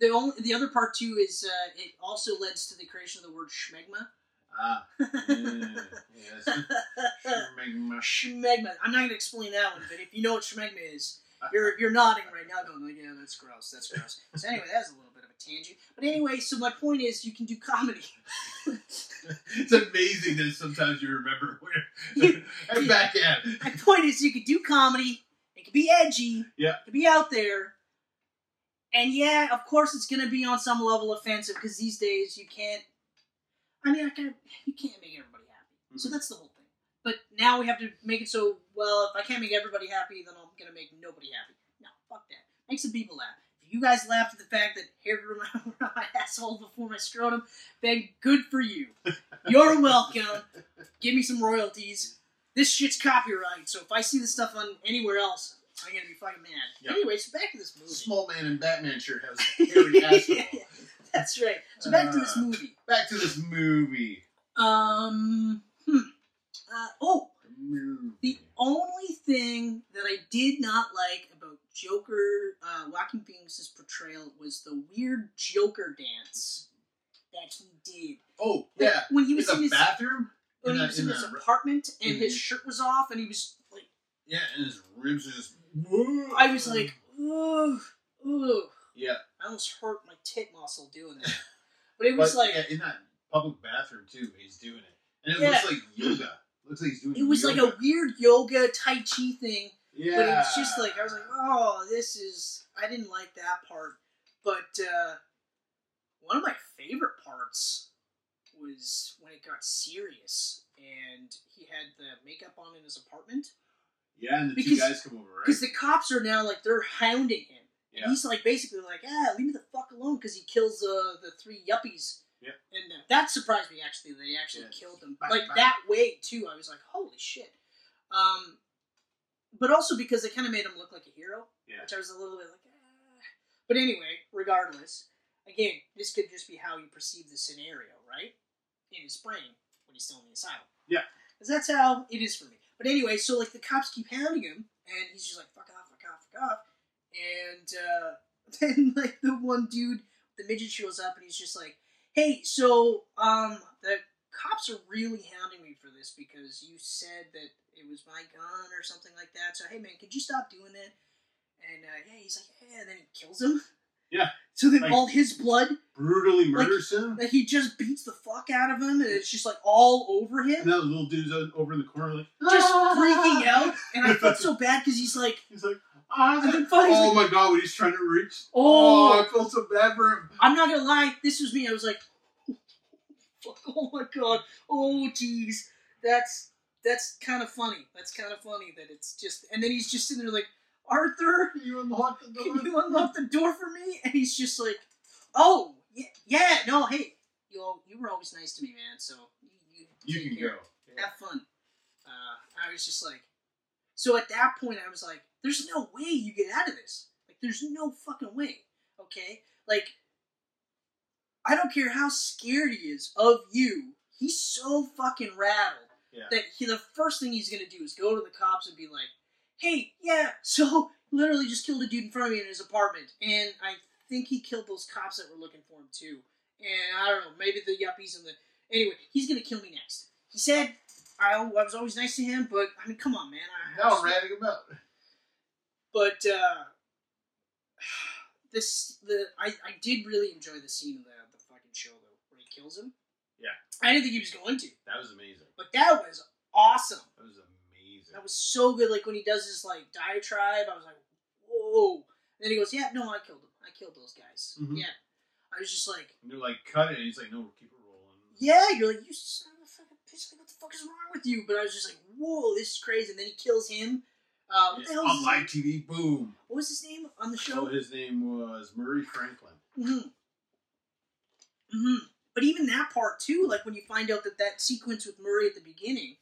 C: The only the other part too is uh, it also leads to the creation of the word schmegma.
B: Ah. Yeah. yes. Schmegma.
C: schmegma. I'm not going to explain that one, but if you know what schmegma is,
B: Uh-huh.
C: you're you're nodding right now, going, like, "Yeah, that's gross. That's gross." So anyway, that's a little bit of a tangent. But anyway, so my point is, you can do comedy.
B: It's amazing that sometimes you remember where. and back in.
C: my point is, you can do comedy. It can be edgy.
B: Yeah.
C: It can be out there. And yeah, of course, it's going to be on some level offensive because these days you can't. I mean, I can, you can't make everybody happy. So
B: Mhm.
C: that's the whole thing. But now we have to make it so well. If I can't make everybody happy, then I'm going to make nobody happy. No, fuck that. Make some people laugh. If you guys laughed at the fact that hair grew around my asshole before my scrotum, then good for you. You're welcome. Give me some royalties this shit's copyright, so if I see this stuff on anywhere else, I'm gonna be fucking mad.
B: Yeah.
C: Anyway, so back to this movie.
B: Small man in Batman shirt has hairy asshole.
C: That's right. So back to this
B: Uh.
C: movie.
B: Back to this movie.
C: Um, hmm. Uh, oh,
B: The movie.
C: the only thing that I did not like about Joker, uh, Joaquin Phoenix's portrayal was the weird Joker dance that he did.
B: Oh
C: Like,
B: yeah.
C: When he
B: In
C: was
B: the
C: in his
B: bathroom.
C: when
B: In
C: he
B: a-
C: was in,
B: in
C: his
B: a Mhm. re-
C: apartment and
B: in
C: his
B: the-
C: shirt was off and he was like.
B: Yeah, and his ribs are just. Mm.
C: I was like, ooh, ooh.
B: Yeah.
C: I almost hurt my tit muscle doing that. But it was
B: But,
C: like
B: yeah, in that public bathroom too. He's doing it, and it
C: Yeah.
B: looks like yoga. Looks like he's doing.
C: it was like a
B: yoga.
C: weird yoga tai chi thing.
B: Yeah.
C: But it was just like I was like, oh, this is I didn't like that part. But uh, one of my favorite parts was when it got serious and he had the makeup on in his apartment
B: Yeah, and the
C: because-
B: two guys come over, right?
C: because the cops are now like they're hounding him.
B: Yeah.
C: And he's like basically like, ah, leave me the fuck alone because he kills uh, the three yuppies.
B: Yeah.
C: And uh, that surprised me actually that he actually
B: Yeah.
C: killed them.
B: Bang,
C: like
B: bang.
C: that way too. I was like, holy shit. Um, but also because they kind of made him look like a hero,
B: Yeah.
C: which I was a little bit like, ah. But anyway, regardless, again, this could just be how you perceive the scenario, right? In his brain when he's still in the asylum.
B: Yeah.
C: Because that's how it is for me. But anyway, so like the cops keep hounding him, and he's just like, fuck off, fuck off, fuck off. And uh, then like the one dude, the midget shows up, and he's just like, hey, so um, the cops are really hounding me for this because you said that it was my gun or something like that. So hey, man, could you stop doing that? And uh, yeah, he's like, yeah, and then he kills him.
B: Yeah.
C: So then
B: Like-
C: all his blood,
B: brutally murders him.
C: like he just beats the fuck out of him, and it's just like all over him
B: And that little dude's o- over in the corner, like
C: just
B: "Ah."
C: freaking out, and I felt so bad because he's like,
B: He's like, ah.
C: And then finally he's
B: oh my god, when he's trying to reach.
C: Oh.
B: I feel so bad for him.
C: I'm not gonna lie, this was me. I was like, fuck, oh my god, oh jeez, that's that's kind of funny. That's kind of funny that it's just, and then he's just sitting there like, Arthur,
B: Can you unlock the
C: can
B: door?
C: you unlock the door for me? And he's just like, oh, yeah, yeah no, hey, you all, you were always nice to me, man. So you, you,
B: You can
C: take care.
B: go.
C: Have fun. Uh, I was just like, so at that point, I was like, there's no way you get out of this. Like, there's no fucking way. Okay, like, I don't care how scared he is of you. He's so fucking rattled
B: Yeah.
C: that he, the first thing he's gonna do is go to the cops and be like, "Hey, yeah, so literally just killed a dude in front of me in his apartment, and I think he killed those cops that were looking for him too, and I don't know, maybe the yuppies and the anyway, he's gonna kill me next." He said, "I, I was always nice to him, but I mean, come on, man." I, I
B: Now
C: just-
B: ratting him out.
C: but uh, this the I, I did really enjoy the scene of the, the fucking show though, where he kills him.
B: Yeah.
C: I didn't think he was going to,
B: That was amazing.
C: but that was awesome.
B: That was amazing.
C: That was so good. Like when he does his like diatribe, I was like, whoa. And then he goes, yeah, no, I killed him. I killed those guys.
B: Mhm.
C: Yeah. I was just like,
B: and they're like, cut it. And he's like, no, keep it rolling.
C: yeah. You're like, you son of a fucking bitch. Like, what the fuck is wrong with you? But I was just like, whoa, this is crazy. And then he kills him. Uh, what, the hell
B: On
C: was
B: live
C: his,
B: TV, boom.
C: what was his name on the
B: Oh,
C: show?
B: his name was Murray Franklin.
C: Mm-hmm. Mm-hmm. But even that part too, like when you find out that that sequence with Murray at the beginning,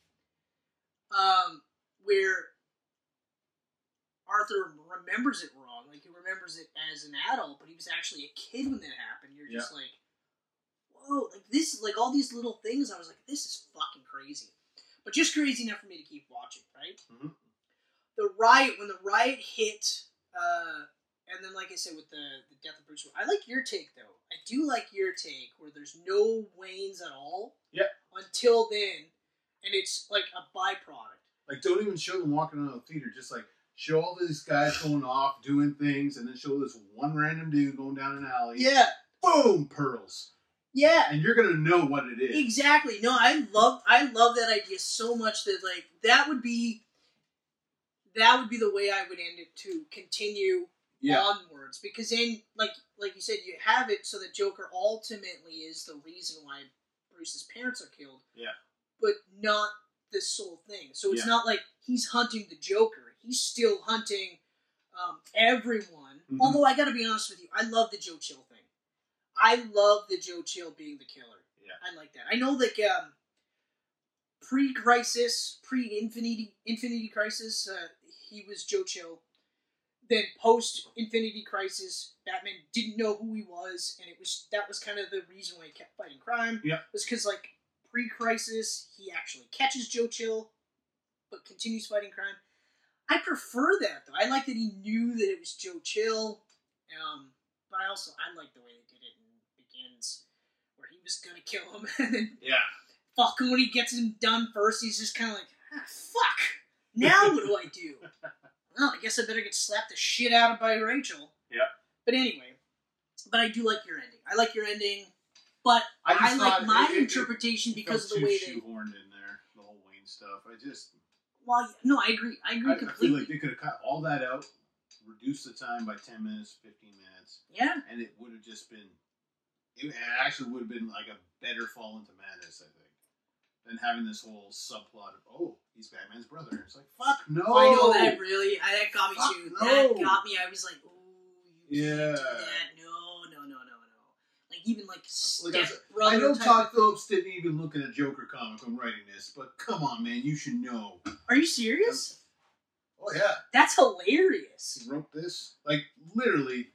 C: um, where Arthur remembers it wrong, like he remembers it as an adult, but he was actually a kid when that happened. You're just like, whoa, like this is like all these little things. I was like, this is fucking crazy, but just crazy enough for me to keep watching, right?
B: Mhm.
C: The riot when the riot hit. Uh, and then, like I said, with the, the death of Bruce, Wayne, I like your take though. I do like your take where there's no Waynes at all.
B: Yeah.
C: Until then, and it's like a byproduct.
B: Like, don't even show them walking out of the theater. Just like, show all these guys going off, doing things, and then show this one random dude going down an alley.
C: Yeah.
B: Boom, pearls.
C: Yeah.
B: And you're going to know what it is.
C: Exactly. No, I love I love that idea so much that like that would be that would be the way I would end it to continue
B: Yeah.
C: onwards because then like like you said you have it so that Joker ultimately is the reason why Bruce's parents are killed.
B: Yeah.
C: But not the sole thing. So it's
B: Yeah.
C: not like he's hunting the Joker. He's still hunting um, everyone.
B: Mhm.
C: Although I got to be honest with you, I love the Joe Chill thing. I love the Joe Chill being the killer.
B: Yeah.
C: I like that. I know like um, pre-crisis, pre-infinity, infinity crisis, uh, he was Joe Chill. Then post Infinity Crisis, Batman didn't know who he was, and it was that was kind of the reason why he kept fighting crime.
B: Yeah.
C: was because like pre-crisis, he actually catches Joe Chill, but continues fighting crime. I prefer that though. I like that he knew that it was Joe Chill. Um, but I also I like the way they did it in Begins, where he was gonna kill him, and then
B: Yeah.
C: fucking when he gets him done first, he's just kind of like, ah, fuck. Now what do I do? well, I guess I better get slapped the shit out of by Rachel.
B: Yeah.
C: But anyway, but I do like your ending. I like your ending, but
B: I, just
C: I, like
B: thought
C: my
B: it- it- it-
C: interpretation
B: it
C: because of
B: felt
C: the way
B: too
C: they.
B: shoehorned in there, the whole Wayne stuff. I just.
C: Well, no, I agree. I agree
B: I, I feel
C: completely.
B: like they could have cut all that out, reduced the time by 10 minutes, 15 minutes,
C: yeah.
B: and it would have just been. It actually would have been like a better fall into madness, I think, than having this whole subplot of, oh, he's Batman's brother. It's like, fuck no!
C: I know that really. I, that got me
B: Oh! Fuck
C: too.
B: no.
C: That got me. I was like, ooh, you
B: Yeah.
C: can't do that. No, no, no, no, no. Like even like step
B: Like I said,
C: brother.
B: I know
C: type
B: Todd
C: of-
B: Phillips didn't even look at a Joker comic when writing this, but come on, man, you should know.
C: Are you serious?
B: Oh yeah,
C: That's hilarious.
B: he wrote this. Like literally,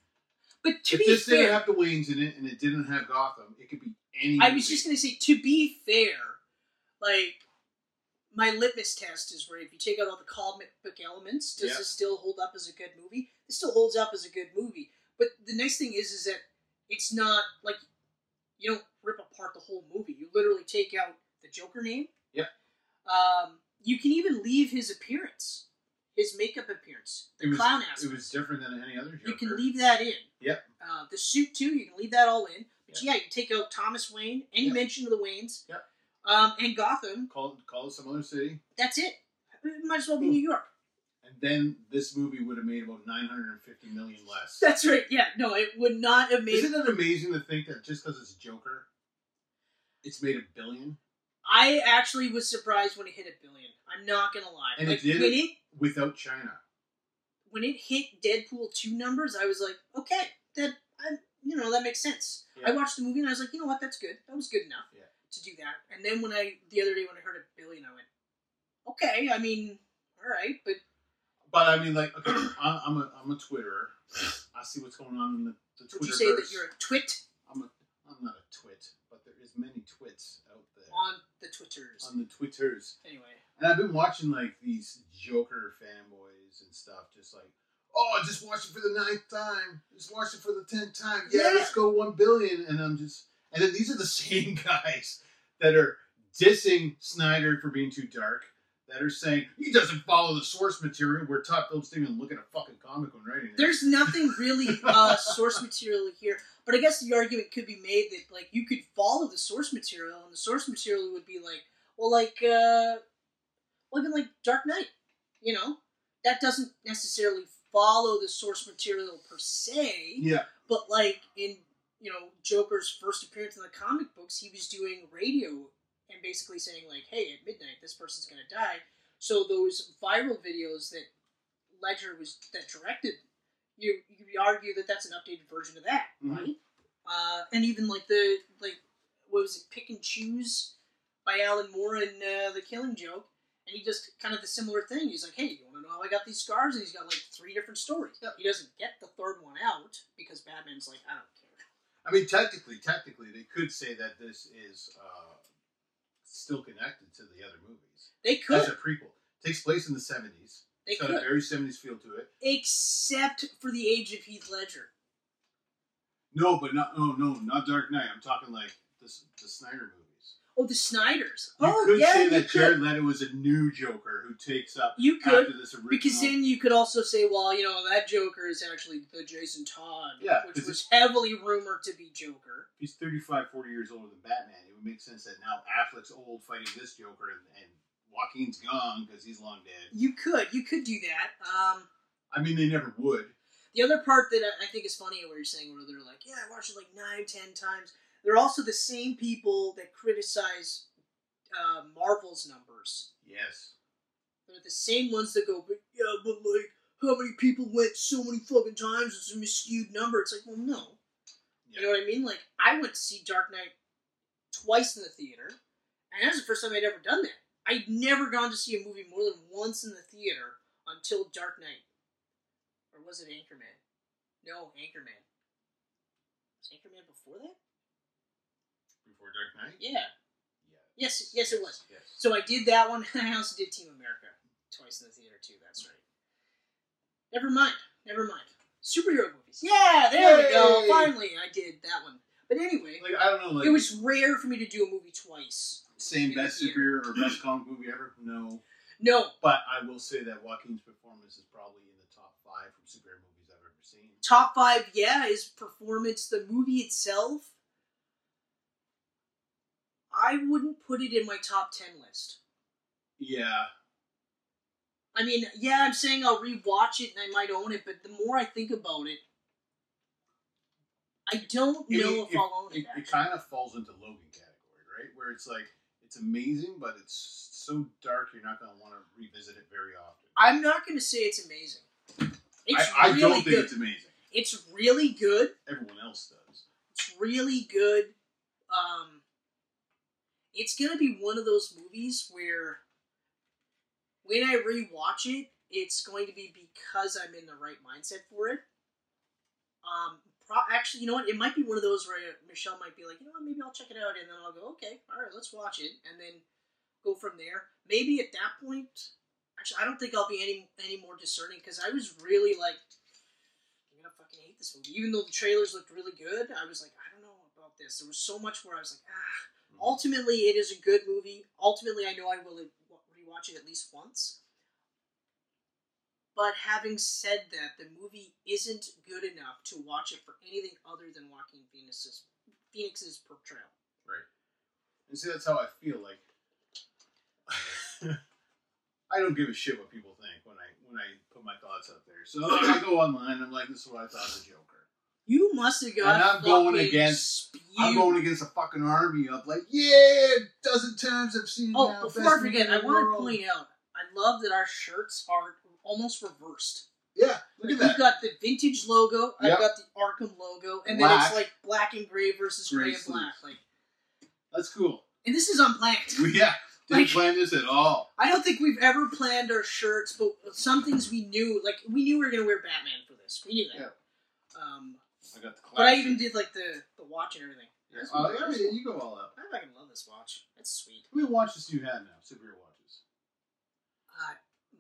C: But to
B: if
C: be
B: this didn't
C: fair,
B: have the Waynes in it and it didn't have Gotham, it could be any.
C: I
B: movie.
C: was just gonna say, to be fair, like my litmus test is where if you take out all the comic book elements, does
B: Yeah.
C: this still hold up as a good movie? It still holds up as a good movie. But the nice thing is, is that it's not like you don't rip apart the whole movie. You literally take out the Joker name.
B: Yeah.
C: Um, you can even leave his appearance, his makeup appearance, the
B: It was-
C: clown aspect.
B: It was different than any other Joker.
C: You can leave that in.
B: Yep.
C: Uh, the suit too. You can leave that all in. But yeah, you take out Thomas Wayne, any
B: Yep.
C: mention of the Waynes,
B: Yep.
C: um, and Gotham.
B: call call it some other city,
C: That's it. It might as well be
B: Hmm.
C: New York.
B: and then this movie would have made about nine hundred and fifty million less.
C: That's right. Yeah. No, it would not have made.
B: Isn't it amazing to think that just because it's Joker, it's made a billion
C: I actually was surprised when it hit a billion. I'm not gonna lie.
B: And it
C: like
B: did
C: when
B: it-
C: it
B: without China?
C: when it hit Deadpool two numbers, I was like, okay, that I, you know that makes sense.
B: Yeah.
C: I watched the movie and I was like, you know what, that's good. That was good enough
B: Yeah.
C: to do that. And then when I the other day when I heard a billion, I went, okay, I mean, all right, but
B: But I mean, like, okay, I, I'm a I'm a Twitterer. I see what's going on in the, the Twitterverse.
C: would you say that you're a twit
B: I'm a I'm not a twit, but there is many twits out there
C: on the twitters?
B: on the Twitters.
C: anyway,
B: And I've been watching like these Joker fanboys and stuff, just like, oh, I just watched it for the ninth time, just watched it for the tenth time. Yeah,
C: Yeah.
B: let's go one billion. And I'm just, and then these are the same guys that are dissing Snyder for being too dark. That are saying he doesn't follow the source material. Where Todd Phillips didn't even look at a fucking comic when writing it.
C: there's nothing really uh, source material here. But I guess the argument could be made that like you could follow the source material, and the source material would be like, well, like, uh, well, even like Dark Knight, you know, that doesn't necessarily follow the source material per se.
B: yeah,
C: But like in you know Joker's first appearance in the comic books, he was doing radio and basically saying like, "Hey, at midnight, this person's gonna die." So those viral videos that Ledger was that directed, you you could argue that that's an updated version of that,
B: Mhm.
C: right? Uh, and even like the like what was it, Pick and Choose by Alan Moore and uh, The Killing Joke. And he just kind of the similar thing. He's like, "Hey, you want to know how I got these scars?" And he's got like three different stories. He doesn't get the third one out because Batman's like, "I don't care."
B: I mean, technically, technically, they could say that this is uh, still connected to the other movies.
C: They
B: That's
C: could,
B: a prequel. Takes place in the seventies.
C: they
B: It's got a
C: could,
B: very seventies feel to it.
C: except for the age of Heath Ledger.
B: No, but not no no not Dark Knight. I'm talking like the S- the Snyder movies.
C: Oh, the Snyders.
B: You
C: oh,
B: could
C: yeah,
B: say
C: you
B: that
C: could.
B: Jared Leto was a new Joker who takes up
C: You could,
B: after this original.
C: because then you could also say, well, you know, that Joker is actually the Jason Todd,
B: Yeah,
C: which
B: 'cause
C: was heavily rumored to be Joker.
B: he's 35, 40 years older than Batman. It would make sense that now Affleck's old fighting this Joker and, and Joaquin's gone because he's long dead.
C: You could, you could do that. Um,
B: I mean, they never would.
C: The other part that I I think is funny what you're saying, where they're like, "Yeah, I watched it like nine, ten times." They're also the same people that criticize uh, Marvel's numbers.
B: Yes.
C: They're the same ones that go, "But yeah, but like, how many people went so many fucking times? It's a miscued number." It's like, well, no. You
B: Yeah.
C: know what I mean? Like, I went to see Dark Knight twice in the theater, and that was the first time I'd ever done that. I'd never gone to see a movie more than once in the theater until Dark Knight. Or was it Anchorman? No, Anchorman. Was Anchorman before that?
B: Before Dark Knight.
C: Yeah. Yes, yes, it was.
B: Yes.
C: So I did that one, and I also did Team America twice in the theater, too. That's right. Never mind. Never mind. Superhero movies. Yeah, there we go.
B: Yay!
C: Finally, I did that one. But anyway,
B: like I don't know, like
C: it was rare for me to do a movie twice.
B: same best
C: Yeah.
B: superhero or best comic movie ever. No,
C: No,
B: but I will say that Joaquin's performance is probably in the top five from superhero movies I've ever seen.
C: top five, yeah, is performance. The movie itself, I wouldn't put it in my top ten list.
B: Yeah,
C: I mean, yeah, I'm saying I'll rewatch it and I might own it, but the more I think about it, I don't
B: I mean,
C: know if I'll own it.
B: it, it
C: actually.
B: kind of falls into Logan category, right? Where it's like it's amazing, but it's so dark you're not going to want to revisit it very often.
C: I'm not going to say it's amazing. It's
B: I, I
C: really
B: don't think
C: good.
B: it's amazing.
C: it's really good.
B: Everyone else does.
C: It's really good. Um, it's gonna be one of those movies where, when I rewatch it, it's going to be because I'm in the right mindset for it. Um, pro- actually, you know what? It might be one of those where Michelle might be like, you know what? Maybe I'll check it out, and then I'll go, okay, all right, let's watch it, and then go from there. Maybe at that point, actually, I don't think I'll be any any more discerning because I was really like, I'm gonna fucking hate this movie. Even though the trailers looked really good, I was like, I don't know about this. There was so much where I was like, ah.
B: Mm-hmm.
C: Ultimately, it is a good movie. Ultimately, I know I will rewatch it at least once. But having said that, the movie isn't good enough to watch it for anything other than Joaquin Phoenix's Phoenix's portrayal.
B: And see, that's how I feel. Like, I don't give a shit what people think when I when I put my thoughts out there. So I go online. I'm like, this is what I thought of the Joker.
C: You must have got.
B: And I'm going
C: fucking
B: against-
C: Spewed.
B: I'm going against a fucking army of like, yeah, dozen times I've seen. it
C: Oh,
B: now,
C: before
B: best
C: I forget,
B: movie
C: I
B: in the
C: want to
B: world.
C: point out I love that our shirts are almost reversed.
B: Yeah, look at
C: You've
B: that.
C: got the vintage logo.
B: Yep.
C: I've got the Arkham logo, and then
B: Black.
C: it's like black and gray versus gray,
B: Gray
C: and black. Like,
B: That's cool.
C: and this is unplanned.
B: We- Yeah, didn't
C: Like-
B: plan this at all.
C: I don't think we've ever planned our shirts, but some things we knew, like we knew we were gonna wear Batman for this. We knew that. Um,
B: I got the class.
C: but I even did like the the watch and everything.
B: Oh, yeah, yeah, you go all out.
C: I fucking love this watch. That's sweet.
B: How many watches do you have now? Superhero watches.
C: Uh,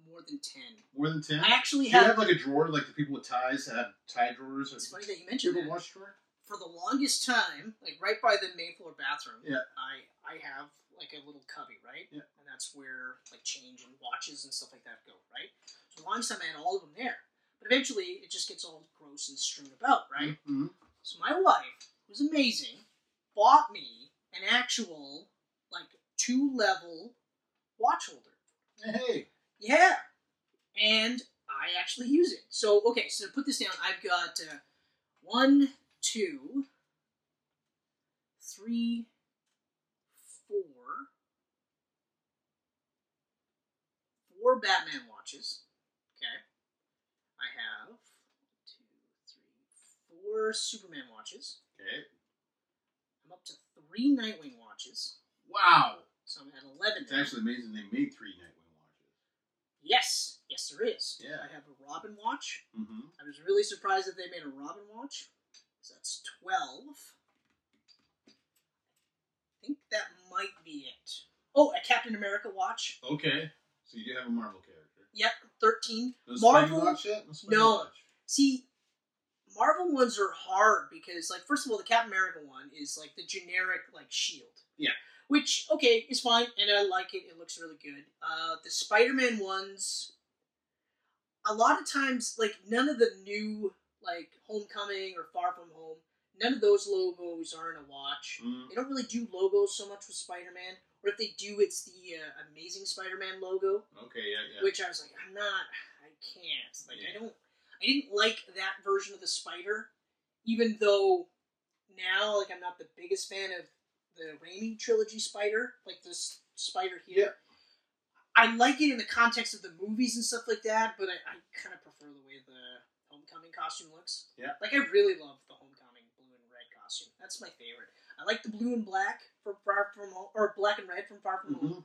C: more than ten.
B: More than ten.
C: I actually
B: Do you
C: have.
B: have like a drawer, like the people with ties that have tie drawers? Or,
C: it's funny that you
B: do you
C: mentioned
B: have a
C: that.
B: watch drawer?
C: For the longest time, like right by the Mayflower bathroom,
B: Yeah.
C: I I have like a little cubby, right?
B: Yeah.
C: And that's where like change and watches and stuff like that go, right? So longest time I had all of them there, but eventually it just gets all gross and strewn about, right?
B: hmm
C: So my wife was amazing, bought me an actual like two level watch holder.
B: Hey,
C: Yeah, and I actually use it. So okay, so to put this down, I've got uh, one, two, three, four, four Batman watches. Okay, I have two, three, four Superman watches.
B: okay.
C: I'm up to three Nightwing watches,
B: Wow,
C: so I'm at eleven.
B: it's
C: now.
B: actually amazing they made three Nightwing watches.
C: yes, yes, there is.
B: Yeah.
C: I have a Robin watch.
B: Mm-hmm.
C: I was really surprised that they made a Robin watch. So that's twelve. I think that might be it. Oh, a Captain America watch.
B: Okay, so you do have a Marvel character.
C: Yep, thirteen.
B: No
C: Marvel-
B: Spidey watch yet? No. Spidey
C: No.
B: Watch.
C: See, Marvel ones are hard because, like, first of all, the Captain America one is like the generic like shield.
B: Yeah.
C: Which okay is fine, and I like it. It looks really good. Uh, the Spider-Man ones, a lot of times, like none of the new like Homecoming or Far From Home, none of those logos are in a watch.
B: Mm.
C: They don't really do logos so much with Spider-Man, or if they do, it's the uh, Amazing Spider-Man logo
B: Okay, yeah, yeah.
C: which I was like, I'm not, I can't. Like, I
B: Yeah.
C: don't, I didn't like that version of the spider, even though now, like, I'm not the biggest fan of the Raimi trilogy spider, like this spider here.
B: Yeah.
C: I like it in the context of the movies and stuff like that, but I, I kind of prefer the way the homecoming costume looks.
B: Yeah.
C: Like, I really love the homecoming blue and red costume. That's my favorite. I like the blue and black from Far From Home, or black and red from Far From Home.
B: Mhm.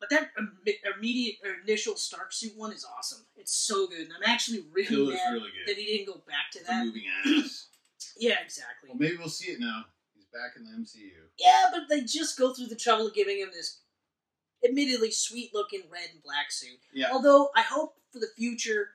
C: But that im- immediate or initial Stark suit one is awesome. It's so good, and I'm actually
B: It
C: really
B: looks
C: mad
B: really
C: that
B: good.
C: he didn't go back to
B: The
C: that.
B: moving ass.
C: Yeah, exactly.
B: Well, maybe we'll see it now. He's back in the MCU.
C: Yeah, but they just go through the trouble of giving him this, admittedly sweet looking red and black suit.
B: Yeah.
C: Although I hope for the future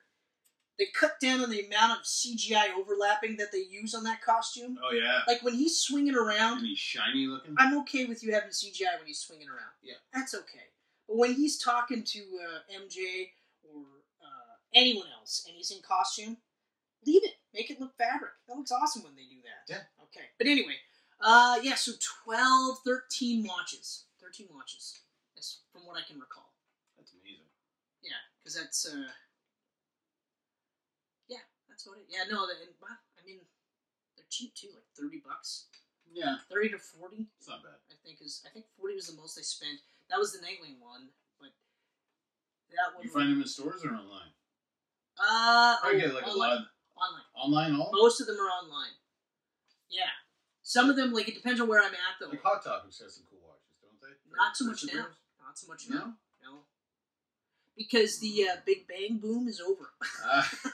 C: they cut down on the amount of CGI overlapping that they use on that costume.
B: Oh yeah.
C: Like when he's swinging around,
B: And he's shiny looking.
C: I'm okay with you having CGI when he's swinging around.
B: Yeah.
C: that's okay. But when he's talking to uh, MJ or uh, anyone else, and he's in costume, leave it. Make it look fabric. That looks awesome when they do that.
B: Yeah.
C: Okay. But anyway, uh, yeah. So 12, 13 watches. Thirteen watches. That's from what I can recall.
B: That's amazing.
C: Yeah, because that's uh, yeah, that's what it. Yeah, no, the, and, wow, I mean, they're cheap too, like thirty bucks,
B: Yeah,
C: thirty to forty.
B: it's not bad.
C: I think is I think forty was the most I spent. That was the Nightwing one, but that one.
B: You find them in stores or online?
C: uh,
B: I get like a
C: online,
B: lot of
C: online.
B: online all.
C: Most of them are online. Yeah, some of them like it depends on where I'm at though.
B: Like Hot Topics has some cool watches, don't they?
C: Not so
B: For
C: much now.
B: superheroes?
C: Not so much now.
B: No.
C: No, because the uh, Big Bang boom is over.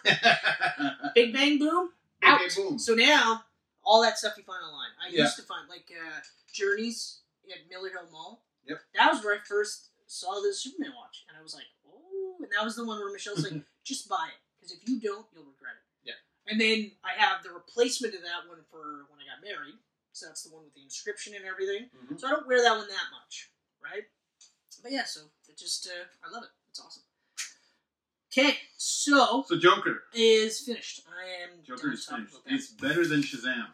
B: Uh,
C: Big Bang boom out.
B: Okay, boom.
C: So now all that stuff you find online. I
B: Yeah.
C: used to find like uh, Journeys at Miller Hill Mall.
B: Yep.
C: That was where I first saw the Superman watch, and I was like, oh. And that was the one where Michelle's like, just buy it because if you don't, you'll regret it.
B: Yeah.
C: And then I have the replacement of that one for when I got married. So that's the one with the inscription and everything.
B: Mhm.
C: So I don't wear that one that much, right? But yeah, so it just uh, I love it. It's awesome. Okay, so
B: So Joker,
C: is finished. I am
B: Joker
C: done
B: is
C: talking
B: finished.
C: about that.
B: It's better than Shazam.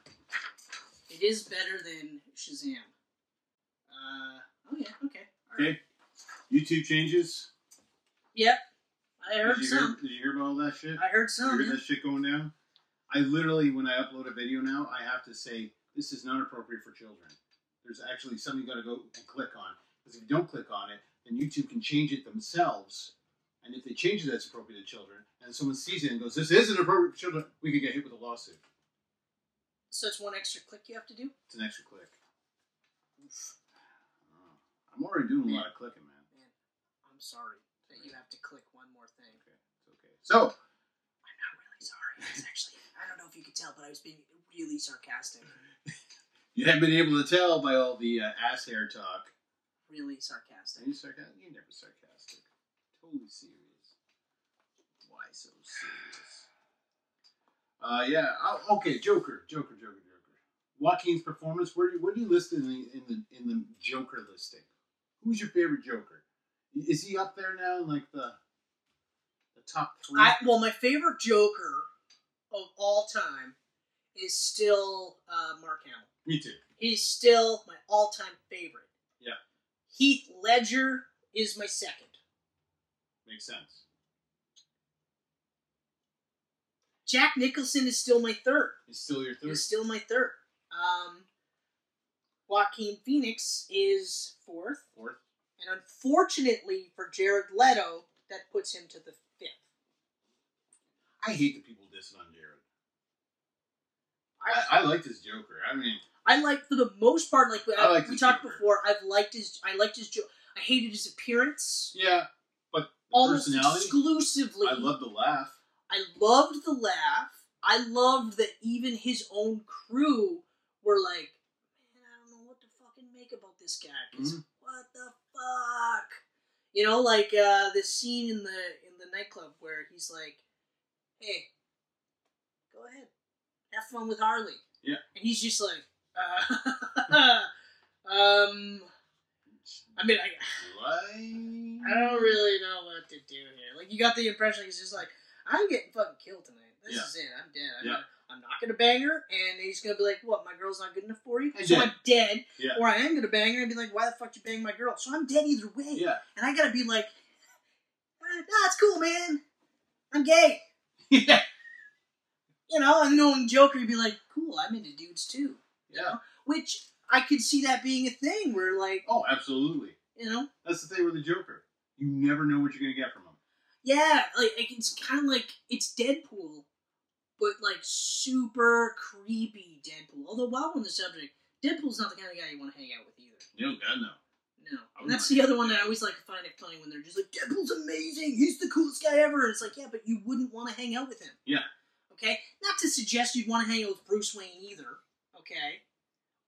C: It is better than Shazam. Uh, oh yeah, okay. All right.
B: Okay. YouTube changes.
C: Yep. I heard
B: did you
C: some.
B: Hear, did you hear about all that shit?
C: I heard
B: you
C: some.
B: heard
C: yeah.
B: that shit going down. I literally, when I upload a video now, I have to say this is not appropriate for children. There's actually something you got to go and click on because if you don't click on it, then YouTube can change it themselves and if they change it that's appropriate to children, and someone sees it and goes, "This isn't appropriate for children," we could get hit with a lawsuit.
C: So it's one extra click you have to do.
B: It's an extra click. Oh, I'm already doing a lot of clicking, man.
C: Man, I'm sorry that you have to click one more thing.
B: Okay, it's okay. So
C: I'm not really sorry. It's actually I don't know if you could tell, but I was being really sarcastic.
B: you haven't been able to tell by all the uh, ass hair talk. Are
C: Really
B: you
C: sarcastic.
B: sarcastic? You're never sarcastic. Totally serious. Why so serious? Uh, yeah. Oh, okay, Joker, Joker, Joker, Joker. Joaquin's performance. Where do you, where do you list in the, in the in the Joker listing? Who's your favorite Joker? Is he up there now in like the the top three?
C: I, well, my favorite Joker of all time is still uh, Mark Hamill.
B: Me too.
C: He's still my all-time favorite.
B: Yeah.
C: Heath Ledger is my second.
B: Makes sense.
C: Jack Nicholson is still my third.
B: He's still your third.
C: Is still my third. Um, Joaquin Phoenix is fourth,
B: Fourth.
C: and unfortunately for Jared Leto, that puts him to the fifth.
B: I hate the people dissing on Jared. I, I like this Joker. I mean,
C: I like for the most part, like we,
B: I like
C: we
B: his
C: talked
B: humor.
C: before, I've liked his. I liked his. jo- I hated his appearance
B: yeah, but the
C: almost
B: personality.
C: exclusively.
B: I love the laugh.
C: I loved the laugh. I loved that even his own crew were like, man, I don't know what to fucking make about this guy. 'cause
B: Mhm.
C: what the fuck? You know, like uh, this scene in the in the nightclub where he's like, hey, go ahead, have fun with Harley.
B: Yeah.
C: And he's just like, uh, um, I mean, I,
B: Like,
C: I don't really know what to do here. Like you got the impression he's just like, I'm getting fucking killed tonight. This
B: Yeah.
C: is it. I'm dead. I'm,
B: Yeah.
C: not, I'm not gonna bang her, and he's gonna be like, "What? My girl's not good enough for you,
B: I
C: so
B: did.
C: I'm dead."
B: Yeah.
C: Or I am gonna bang her and be like, "Why the fuck you bang my girl?" So I'm dead either way,
B: Yeah.
C: and I gotta be like, "Ah, "Nah, it's cool, man. I'm gay."
B: yeah.
C: You know, and knowing Joker, you'd be like, "Cool, I'm into dudes too,"
B: Yeah.
C: which I could see that being a thing where, like,
B: Oh, absolutely.
C: you know,
B: That's the thing with the Joker. You never know what you're going to get from him.
C: Yeah, like like, it's kind of like it's Deadpool, but like super creepy Deadpool. Although while we're on the subject, Deadpool's not the kind of guy you want to hang out with either.
B: No, God, no. I
C: No, and
B: wouldn't
C: that's
B: mind
C: the other one that I
B: Deadpool.
C: always like find it funny when they're just like Deadpool's amazing. He's the coolest guy ever. And it's like yeah, but you wouldn't want to hang out with him.
B: Yeah.
C: Okay. Not to suggest you'd want to hang out with Bruce Wayne either. Okay.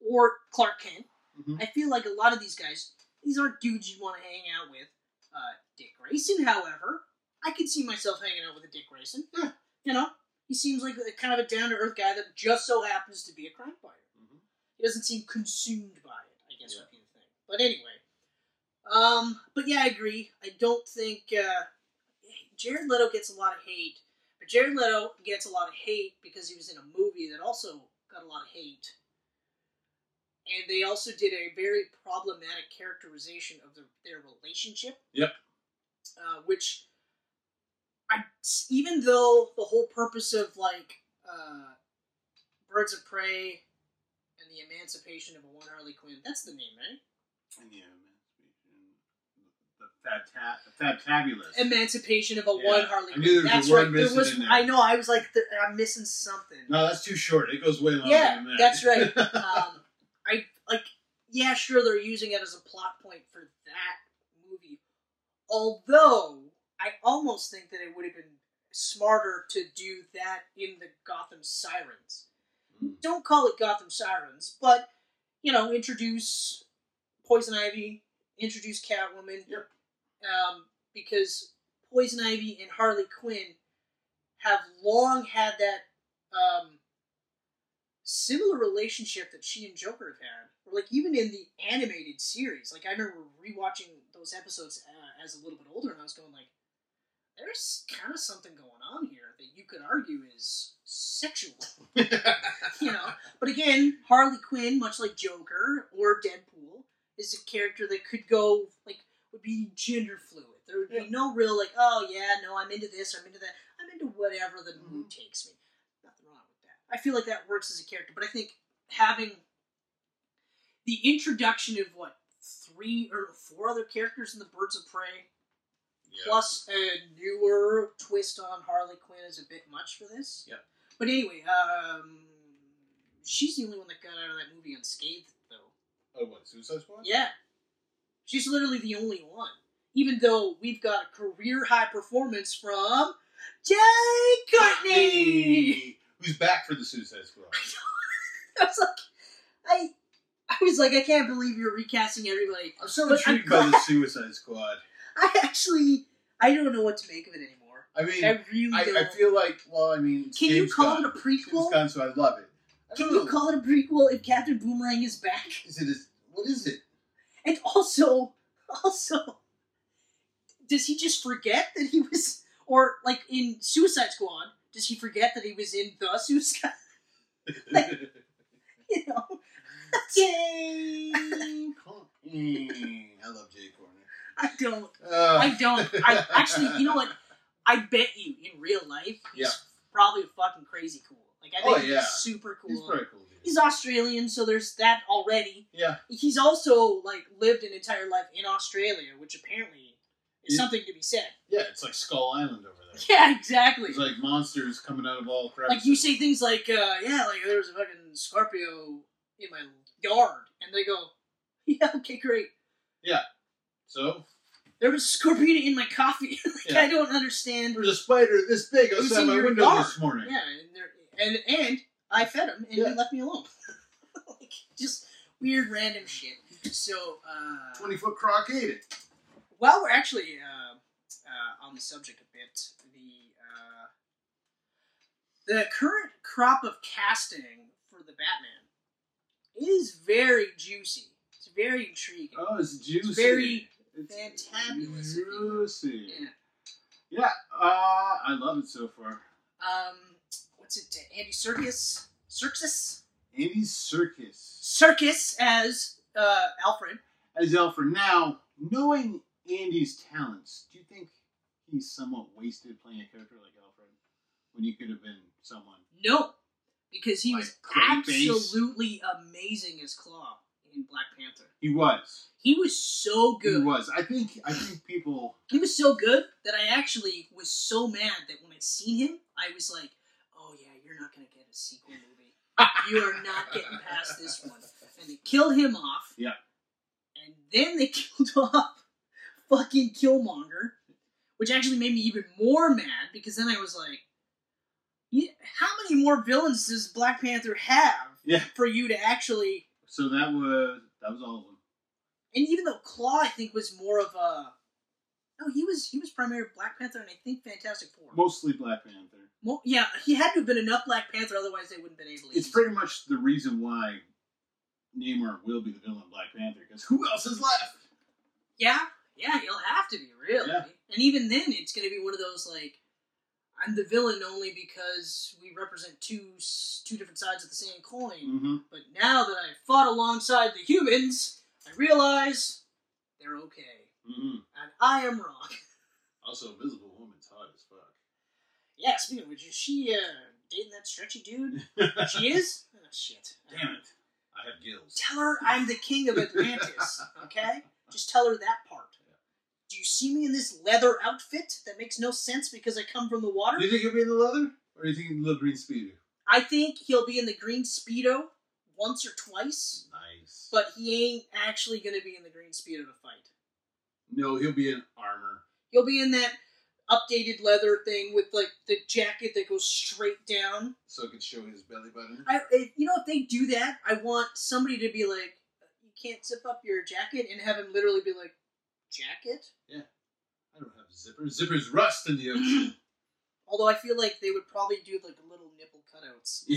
C: Or Clark Kent.
B: Mhm.
C: I feel like a lot of these guys, these aren't dudes you'd want to hang out with. Uh, Dick Grayson, however, I could see myself hanging out with a Dick Grayson.
B: Yeah.
C: You know, he seems like a, kind of a down to earth guy that just so happens to be a crime fighter.
B: Mm-hmm.
C: He doesn't seem consumed by it. I guess
B: Yeah.
C: would be the thing. But anyway, um, but yeah, I agree. I don't think uh, Jared Leto gets a lot of hate, but Jared Leto gets a lot of hate because he was in a movie that also got a lot of hate, and they also did a very problematic characterization of their their relationship.
B: Yep.
C: Uh, which, I even though the whole purpose of like uh, Birds of Prey and the Emancipation of a One Harley Quinn. That's the name, right?
B: And the Emancipation. The, fat ta- the Fantabulous.
C: Emancipation of a
B: Yeah.
C: One Harley
B: I
C: Quinn.
B: knew there was a
C: that's
B: word
C: right. There
B: missing
C: was.
B: in there.
C: I know. I was like, th- I'm missing something.
B: no, that's too short. It goes way longer
C: Yeah,
B: than that.
C: that's right. um, I like. Yeah, sure. They're using it as a plot point for that movie. Although I almost think that it would have been smarter to do that in the Gotham Sirens.
B: Mm.
C: don't call it Gotham Sirens, but you know, introduce Poison Ivy, introduce Catwoman,
B: Yep.
C: um, because Poison Ivy and Harley Quinn have long had that um, similar relationship that she and Joker have had. Like even in the animated series, like I remember rewatching those episodes uh, as a little bit older, and I was going like. There's kind of something going on here that you could argue is sexual you know. But again, Harley Quinn, much like Joker or Deadpool, is a character that could go like would be gender fluid. There would
B: Yeah.
C: be no real like, oh yeah, no, I'm into this, or I'm into that, I'm into whatever the mood takes me. Nothing wrong with that. I feel like that works as a character, but I think having the introduction of what three or four other characters in the Birds of Prey
B: Yeah.
C: plus a newer twist on Harley Quinn is a bit much for this.
B: Yep.
C: But anyway, um, she's the only one that got out of that movie unscathed, though.
B: Oh, what Suicide Squad?
C: Yeah, she's literally the only one. Even though we've got a career high performance from Jay Courtney.
B: Hey, Who's back for the Suicide Squad?
C: I was like, I, I was like, I can't believe you're recasting everybody.
B: I'm so
C: But
B: intrigued by
C: I'm
B: the Suicide Squad.
C: I actually, I don't know what to make of it anymore.
B: I mean,
C: I really don't.
B: I, I feel like, well, I mean, it's
C: Can you
B: James
C: call
B: Gunn.
C: it a
B: It's James
C: prequel?
B: Gunn, so I love it. I
C: Can
B: don't
C: you
B: know.
C: call it a prequel if Captain Boomerang is back?
B: Is it? A, what is it?
C: And also, also, does he just forget that he was, or like in Suicide Squad, does he forget that he was in the Suicide? You know,
B: Jay. I love Jay Corner.
C: I don't,
B: Uh,
C: I don't. I actually, you know what? I bet you in real life, he's
B: Yeah.
C: probably fucking crazy cool. Like I think
B: Oh, yeah.
C: he's super cool.
B: He's pretty cool. Dude.
C: He's Australian, so there's that already.
B: yeah.
C: He's also like lived an entire life in Australia, which apparently
B: Yeah.
C: is something to be said.
B: Yeah, it's like Skull Island over there.
C: Yeah, exactly.
B: It's like monsters coming out of all crevices.
C: Like you say things like, uh, "Yeah, like there was a fucking Scorpio in my yard," and they go, "Yeah, okay, great."
B: So
C: There was a scorpion in my coffee. like,
B: Yeah.
C: I don't understand.
B: there's a spider this big
C: was
B: outside
C: in
B: my
C: your
B: window
C: yard.
B: this morning.
C: Yeah, and there, and and I fed him, and
B: Yeah.
C: he left me alone. like, just weird, random shit. So, uh,
B: Twenty foot croc ate it.
C: while we're actually uh, uh, on the subject a bit, the uh, the current crop of casting for the Batman is very juicy. It's very intriguing.
B: Oh, it's juicy.
C: very
B: It's
C: fantabulous, if you will.
B: Juicy.
C: Yeah.
B: Yeah, uh, I love it so far.
C: Um, what's it? uh, Andy Circus, Circus,
B: Andy Circus
C: Circus as uh, Alfred.
B: as Alfred. Now, knowing Andy's talents, do you think he's somewhat wasted playing a character like Alfred when you could have been someone?
C: No, because he was
B: Like Clayface?
C: absolutely amazing as Claw in Black Panther.
B: He was.
C: He was so good.
B: He was. I think. I think people.
C: he was so good that I actually was so mad that when I seen him, I was like, "Oh yeah, you're not gonna get a sequel movie. You are not getting past this one." And they killed him off.
B: Yeah.
C: And then they killed off fucking Killmonger, which actually made me even more mad because then I was like, "You- "How many more villains does Black Panther have
B: Yeah.
C: for you to actually
B: So that was that was all of them.
C: and even though Claw, I think, was more of a no, he was he was primarily Black Panther, and I think Fantastic Four.
B: Mostly Black Panther.
C: Mo- yeah, he had to have been enough Black Panther, otherwise they wouldn't have been able to.
B: It's
C: use
B: pretty much the reason why Namor will be the villain in Black Panther because who else is left?
C: him. Yeah, yeah, he'll have to be really.
B: Yeah.
C: And even then, it's going to be one of those like, I'm the villain only because we represent two s- two different sides of the same coin.
B: Mm-hmm.
C: But now that I fought alongside the humans, I realize they're okay,
B: Mm-hmm.
C: and I am wrong.
B: Also, Invisible Woman's hot as fuck.
C: Yeah, speaking of which, is she uh, dating that stretchy dude? She is? Oh, shit.
B: Damn it! I have gills.
C: Tell her I'm the king of Atlantis, okay? Just tell her that part. Do you see me in this leather outfit that makes no sense because I come from the water?
B: Do you think he'll be in the leather, or do you think he'll green speeder?
C: I think he'll be in the green Speedo once or twice,
B: Nice.
C: but he ain't actually going to be in the green Speedo to fight.
B: no, he'll be in armor.
C: He'll be in that updated leather thing with, like, the jacket that goes straight down.
B: So it can show his belly button.
C: I, if, you know, if they do that, I want somebody to be like, "You can't zip up your jacket," and have him literally be like, "Jacket."
B: I don't have zippers. Zippers rust in the ocean.
C: Although I feel like they would probably do like little nipple cutouts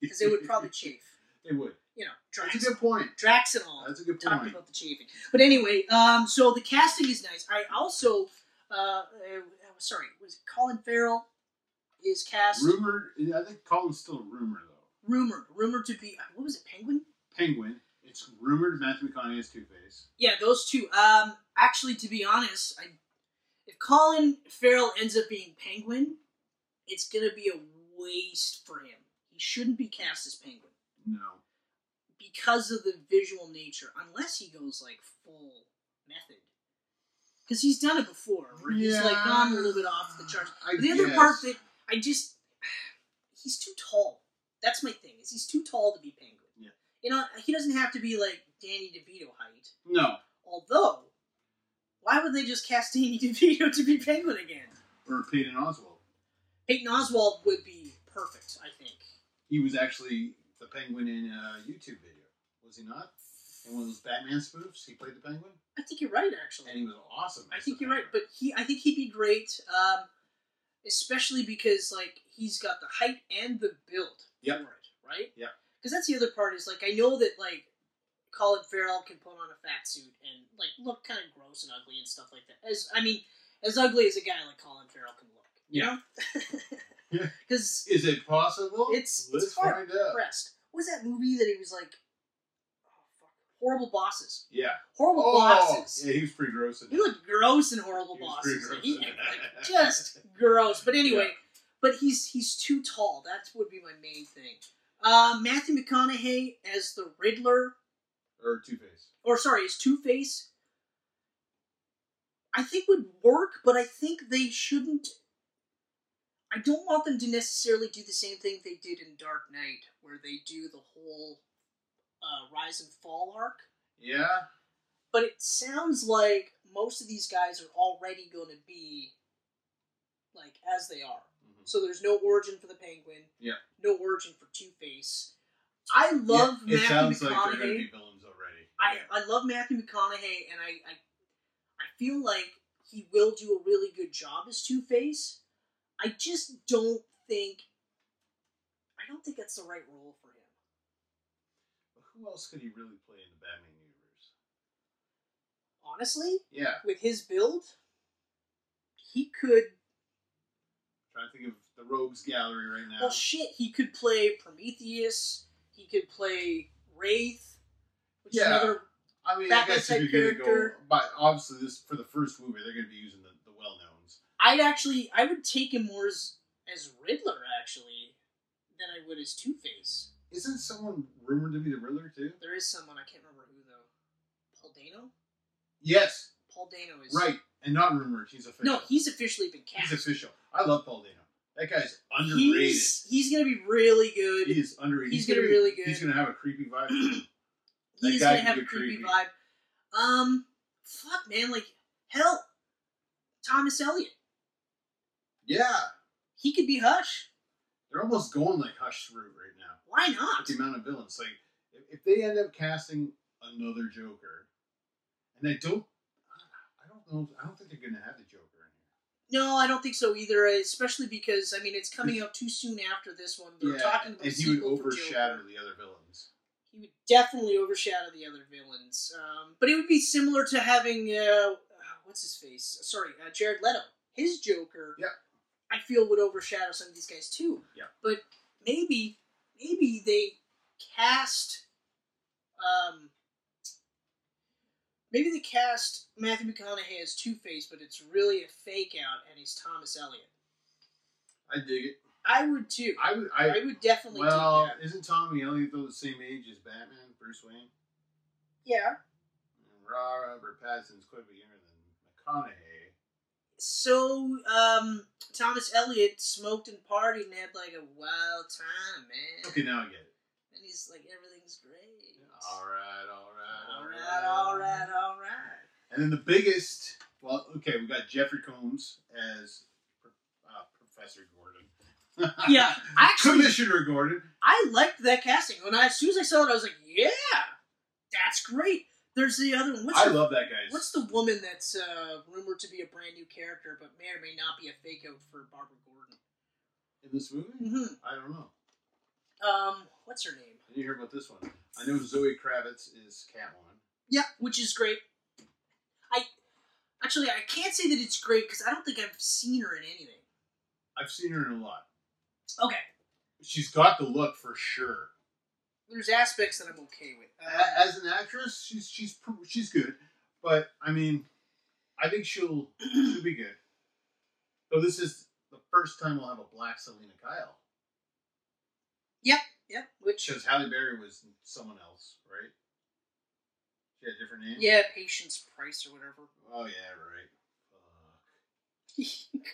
C: because they would probably chafe.
B: They would.
C: You know,
B: That's a
C: Drax,
B: good point.
C: Drax and all.
B: That's a good
C: Talked
B: point.
C: about the chafing, but anyway, um, so the casting is nice. I also, uh, uh sorry, was it Colin Farrell is cast
B: Rumor. I think Colin's still a rumor though.
C: rumored, rumored to be uh, what was it, Penguin?
B: Penguin. It's rumored Matthew McConaughey is Two Face.
C: Yeah, those two. Um, actually, to be honest, I if Colin Farrell ends up being Penguin, it's gonna be a waste for him. He shouldn't be cast as Penguin
B: No.
C: because of the visual nature, unless he goes like full method. because he's done it before. Where He's like gone a little bit off the charts.
B: I
C: the other
B: guess.
C: part that I just he's too tall. That's my thing. Is he's too tall to be penguin.
B: Yeah.
C: You know, he doesn't have to be like Danny DeVito height.
B: No.
C: Although, why would they just cast Danny DeVito to be penguin again?
B: Or Peyton Oswald.
C: Peyton Oswald would be perfect, I think.
B: He was actually the penguin in a YouTube video, was he not? In one of those Batman spoofs, he played the penguin,
C: I think you're right, actually.
B: and he was awesome.
C: I
B: as
C: think
B: the
C: you're right, but
B: Penguin.
C: he I think he'd be great, um, especially because like he's got the height and the build
B: Yep.
C: for it, right?
B: Yep.
C: Because that's the other part is like I know that like Colin Farrell can put on a fat suit and like look kind of gross and ugly and stuff like that. As I mean, as ugly as a guy like Colin Farrell can look, you
B: Yeah.
C: know?
B: Yeah.
C: Because
B: is it possible?
C: It's-
B: let's
C: it's hard.
B: find out.
C: Crest what was that movie that he was like, oh, fuck, horrible bosses,
B: Yeah.
C: horrible
B: Oh,
C: bosses.
B: yeah, he was pretty gross. in
C: He
B: that.
C: looked gross and horrible
B: He was pretty
C: bosses. Like,
B: gross.
C: he- like, just gross. But anyway,
B: Yeah.
C: but he's he's too tall. That would be my main thing. Uh, Matthew McConaughey as the Riddler,
B: or Two Face.
C: or sorry, as Two Face. I think would work, but I think they shouldn't. I don't want them to necessarily do the same thing they did in Dark Knight, where they do the whole uh, rise and fall arc
B: Yeah.
C: but it sounds like most of these guys are already going to be like as they are.
B: Mhm.
C: So there's no origin for the Penguin.
B: Yeah.
C: No origin for Two Face. I love
B: Yeah, it sounds
C: Matthew
B: like they're
C: McConaughey.
B: going to be villains already.
C: I,
B: Yeah.
C: I love Matthew McConaughey, and I, I I feel like he will do a really good job as Two Face. I just don't think I don't think that's the right role for him.
B: Who else could he really play in the Batman universe?
C: Honestly,
B: Yeah, I'm
C: with his build, he could
B: trying to think of the Rogues Gallery right now.
C: Well, shit, he could play Prometheus. He could play Wraith, which
B: Yeah.
C: is another.
B: I mean, I
C: Batman
B: guess if
C: type
B: you're going to go,
C: character.
B: but obviously this for the first movie, they're going to be using the, the well knowns.
C: I'd actually, I would take him more as as Riddler actually than I would as Two Face.
B: Isn't someone rumored to be the Riddler too?
C: There is someone I can't remember who though. Paul Dano.
B: Yes,
C: Paul Dano is
B: right, and not rumored. He's official.
C: No, he's officially been
B: he's
C: cast.
B: official. I love Paul Dano. That guy's underrated.
C: He's, he's gonna be really good.
B: he is underrated.
C: he's gonna be really good.
B: He's going to have a creepy vibe. to him. That
C: he's
B: guy
C: gonna
B: can
C: have a
B: get
C: creepy,
B: creepy.
C: vibe. Um, fuck, man, like hell, Thomas Elliot.
B: yeah,
C: He could be Hush.
B: they're almost going like Hush route right now.
C: Why
B: with
C: not?
B: the amount of villains. Like, if, if they end up casting another Joker, and I don't, I don't know, I don't think they're going to have the Joker in
C: No, I don't think so either. Especially because I mean, it's coming out too soon after this one. They're
B: here.
C: talking about
B: and
C: a
B: he would
C: sequel for
B: overshadow
C: Joker.
B: the other villains.
C: He would definitely overshadow the other villains. Um, but it would be similar to having uh, uh, what's his face? Sorry, uh, Jared Leto. His Joker.
B: Yeah.
C: I feel would overshadow some of these guys too.
B: Yeah.
C: But maybe, maybe they cast. Um, maybe they cast Matthew McConaughey as Two Face, but it's really a fake out, and he's Thomas Elliot.
B: I dig it.
C: I would too.
B: I would. I,
C: I would definitely
B: well,
C: do that.
B: isn't Tommy Elliot though the same age as Batman, Bruce Wayne?
C: Yeah.
B: And Robert Pattinson's quite a bit younger than McConaughey.
C: So, um, Thomas Elliot smoked and partied and had like a wild time, man.
B: Okay, now I get it.
C: And he's like, everything's great.
B: All right, all right,
C: all right, all right, all right.
B: And then the biggest, well, okay, we got Jeffrey Combs as uh, Professor Gordon.
C: Yeah, actually,
B: Commissioner Gordon.
C: I liked that casting. When I, as soon as I saw it, I was like, yeah, that's great. There's the other one. What's
B: I
C: the,
B: love that guy's.
C: What's the woman that's uh, rumored to be a brand new character, but may or may not be a fake out for Barbara Gordon?
B: in this movie?
C: Mm-hmm.
B: I don't know.
C: Um, what's her name?
B: I didn't hear about this one. I know Zoe Kravitz is Catwoman.
C: Yeah, which is great. I actually I can't say that it's great because I don't think I've seen her in anything.
B: I've seen her in a lot.
C: Okay,
B: She's got the look for sure.
C: there's aspects that I'm okay with. Uh,
B: A- As an actress, she's she's pr- she's good, but I mean, I think she'll she'll be good. So this is the first time we'll have a black Selena Kyle.
C: yeah, which
B: Because Halle Berry was someone else, right? She had a different name.
C: yeah, Patience Price or whatever.
B: Oh yeah, right.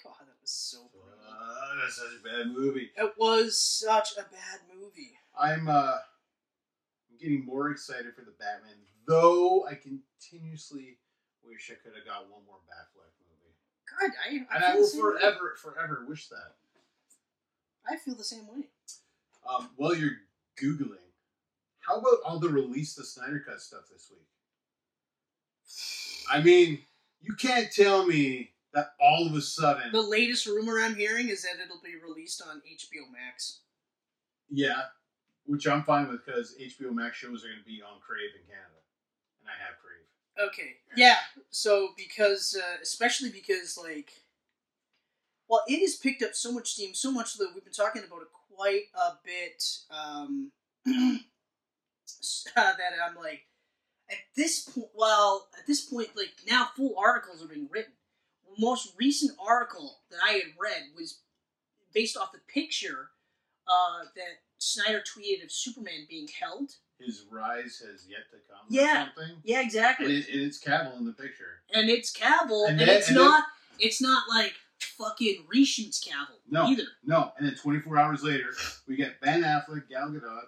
C: God, that was so bad.
B: Uh, that's such a bad movie.
C: It was such a bad movie.
B: I'm uh, I'm getting more excited for the Batman, though I continuously wish I could have got one more Batfleck movie,
C: God, I I
B: and I
C: feel, the
B: will
C: same way.
B: forever, forever wish that.
C: I feel the same way.
B: Um, while you're googling, how about all the release the Snyder Cut stuff this week? I mean, you can't tell me that all of a sudden,
C: The latest rumor I'm hearing is that it'll be released on HBO Max.
B: yeah, which I'm fine with because HBO Max shows are going to be on Crave in Canada, and I have Crave.
C: Okay. Yeah. So because, uh, especially because, like, well, it has picked up so much steam, so much that we've been talking about it quite a bit. Um, s- uh, that I'm like, at this point, well, at this point, like now, full articles are being written. The most recent article that I had read was based off the picture uh, that Snyder tweeted of Superman being held.
B: His rise has yet to come.
C: Yeah.
B: Or something.
C: Yeah, exactly.
B: And, it, and it's Cavill in the picture.
C: and it's Cavill, and,
B: And that-
C: it's
B: and
C: not it's not like fucking reshoots Cavill
B: No.
C: either.
B: No, and then 24 hours later, we get Ben Affleck, Gal Gadot,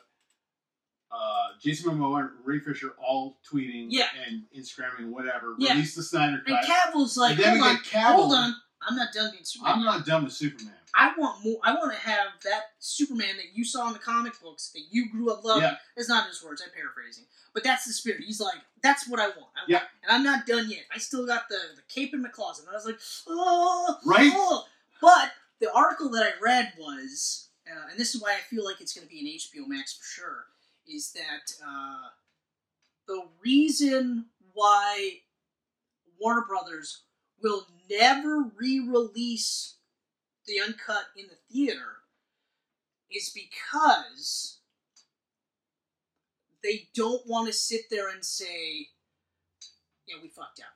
B: uh, Jason Momoa, and Ray Fisher all tweeting
C: Yeah.
B: and Instagramming whatever.
C: Yeah.
B: Release the Snyder
C: And
B: cut.
C: Cavill's like,
B: And then
C: hold
B: we
C: on,
B: get Cavill.
C: hold on, I'm not done being Superman.
B: I'm not done with Superman.
C: I want more. I want to have that Superman that you saw in the comic books that you grew up loving.
B: Yeah.
C: That's not his words. I'm paraphrasing, but that's the spirit. He's like, that's what I want. I want-
B: Yeah.
C: And I'm not done yet. I still got the the cape in my closet. And I was like, oh,
B: Right?
C: oh. But the article that I read was, uh, and this is why I feel like it's going to be an HBO Max for sure, is that uh, the reason why Warner Brothers will never re-release the uncut in the theater is because they don't want to sit there and say, "Yeah, we fucked up."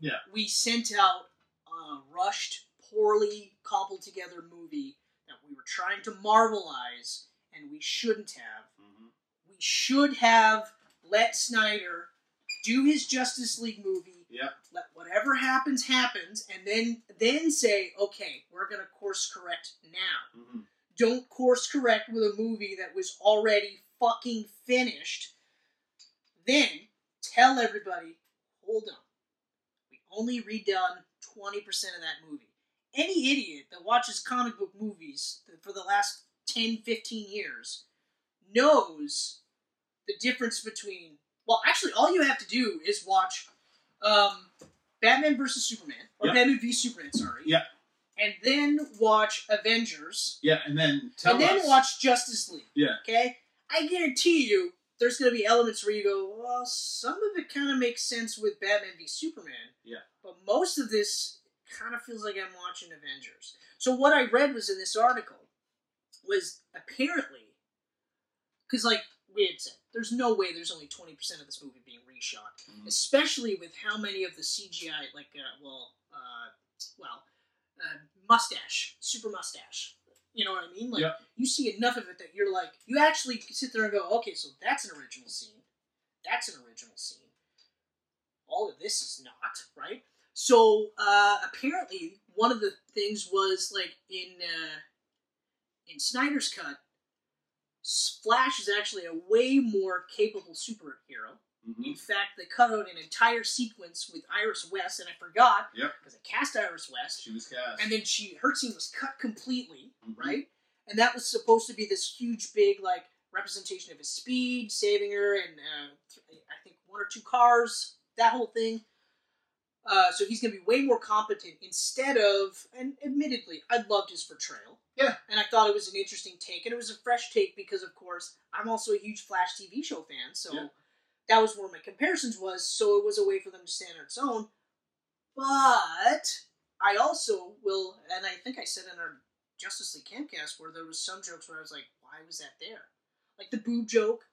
B: Yeah.
C: we sent out a rushed, poorly cobbled together movie that we were trying to marvelize, and we shouldn't have.
B: Mm-hmm.
C: We should have let Snyder do his Justice League movie
B: Yep.
C: let whatever happens happens and then then say okay we're going to course correct now
B: hmm
C: don't course correct with a movie that was already fucking finished then tell everybody hold on we only redone 20% of that movie any idiot that watches comic book movies for the last 10 15 years knows the difference between well actually all you have to do is watch um, batman versus superman or
B: Yeah.
C: batman v superman sorry
B: Yeah.
C: and then watch avengers
B: Yeah, and then tell
C: and then
B: us.
C: watch Justice League.
B: Yeah.
C: Okay? I guarantee you there's going to be elements where you go, well, some of it kind of makes sense with Batman v Superman.
B: Yeah.
C: But most of this kind of feels like I'm watching Avengers. So what I read was in this article was apparently, because like we had said, there's no way there's only 20% of this movie being reshot
B: Mhm.
C: especially with how many of the CGI, like, uh, well, uh, well, uh, mustache, super mustache. You know what I mean? Like,
B: Yep.
C: you see enough of it that you're like, you actually sit there and go, okay, so that's an original scene. That's an original scene. All of this is not, right? So, uh, apparently, one of the things was, like, in, uh, in Snyder's Cut, S- Flash is actually a way more capable superhero.
B: Mhm.
C: In fact, they cut out an entire sequence with Iris West, and I forgot
B: Yep.
C: because I cast Iris West,
B: She was cast.
C: and then she her scene was cut completely,
B: Mhm.
C: right? And that was supposed to be this huge, big like representation of his speed, saving her, and uh, th- I think one or two cars, that whole thing. Uh, so he's going to be way more competent instead of, and admittedly, I loved his portrayal.
B: Yeah.
C: And I thought it was an interesting take, and it was a fresh take because, of course, I'm also a huge Flash TV show fan, so
B: Yeah.
C: that was where my comparisons was. So it was a way for them to stand on its own. But I also will, and I think I said in our Justice League Camcast where there was some jokes where I was like, why was that there? Like the boob joke,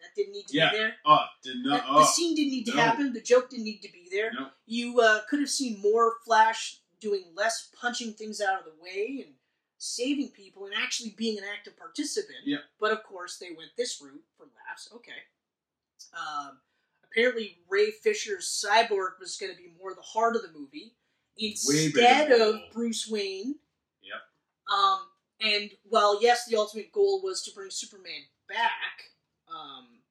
C: that didn't need to
B: Yeah.
C: be there.
B: oh, did
C: The,
B: not.
C: the
B: Oh,
C: scene didn't need to
B: no.
C: happen. The joke didn't need to be there.
B: no.
C: You uh, could have seen more Flash doing less punching things out of the way and saving people and actually being an active participant.
B: Yeah.
C: But of course, they went this route for laughs. Okay. Um, apparently, Ray Fisher's cyborg was going to be more the heart of the movie, instead
B: better.
C: of Bruce Wayne.
B: Yep.
C: Um, and while yes, the ultimate goal was to bring Superman back, um,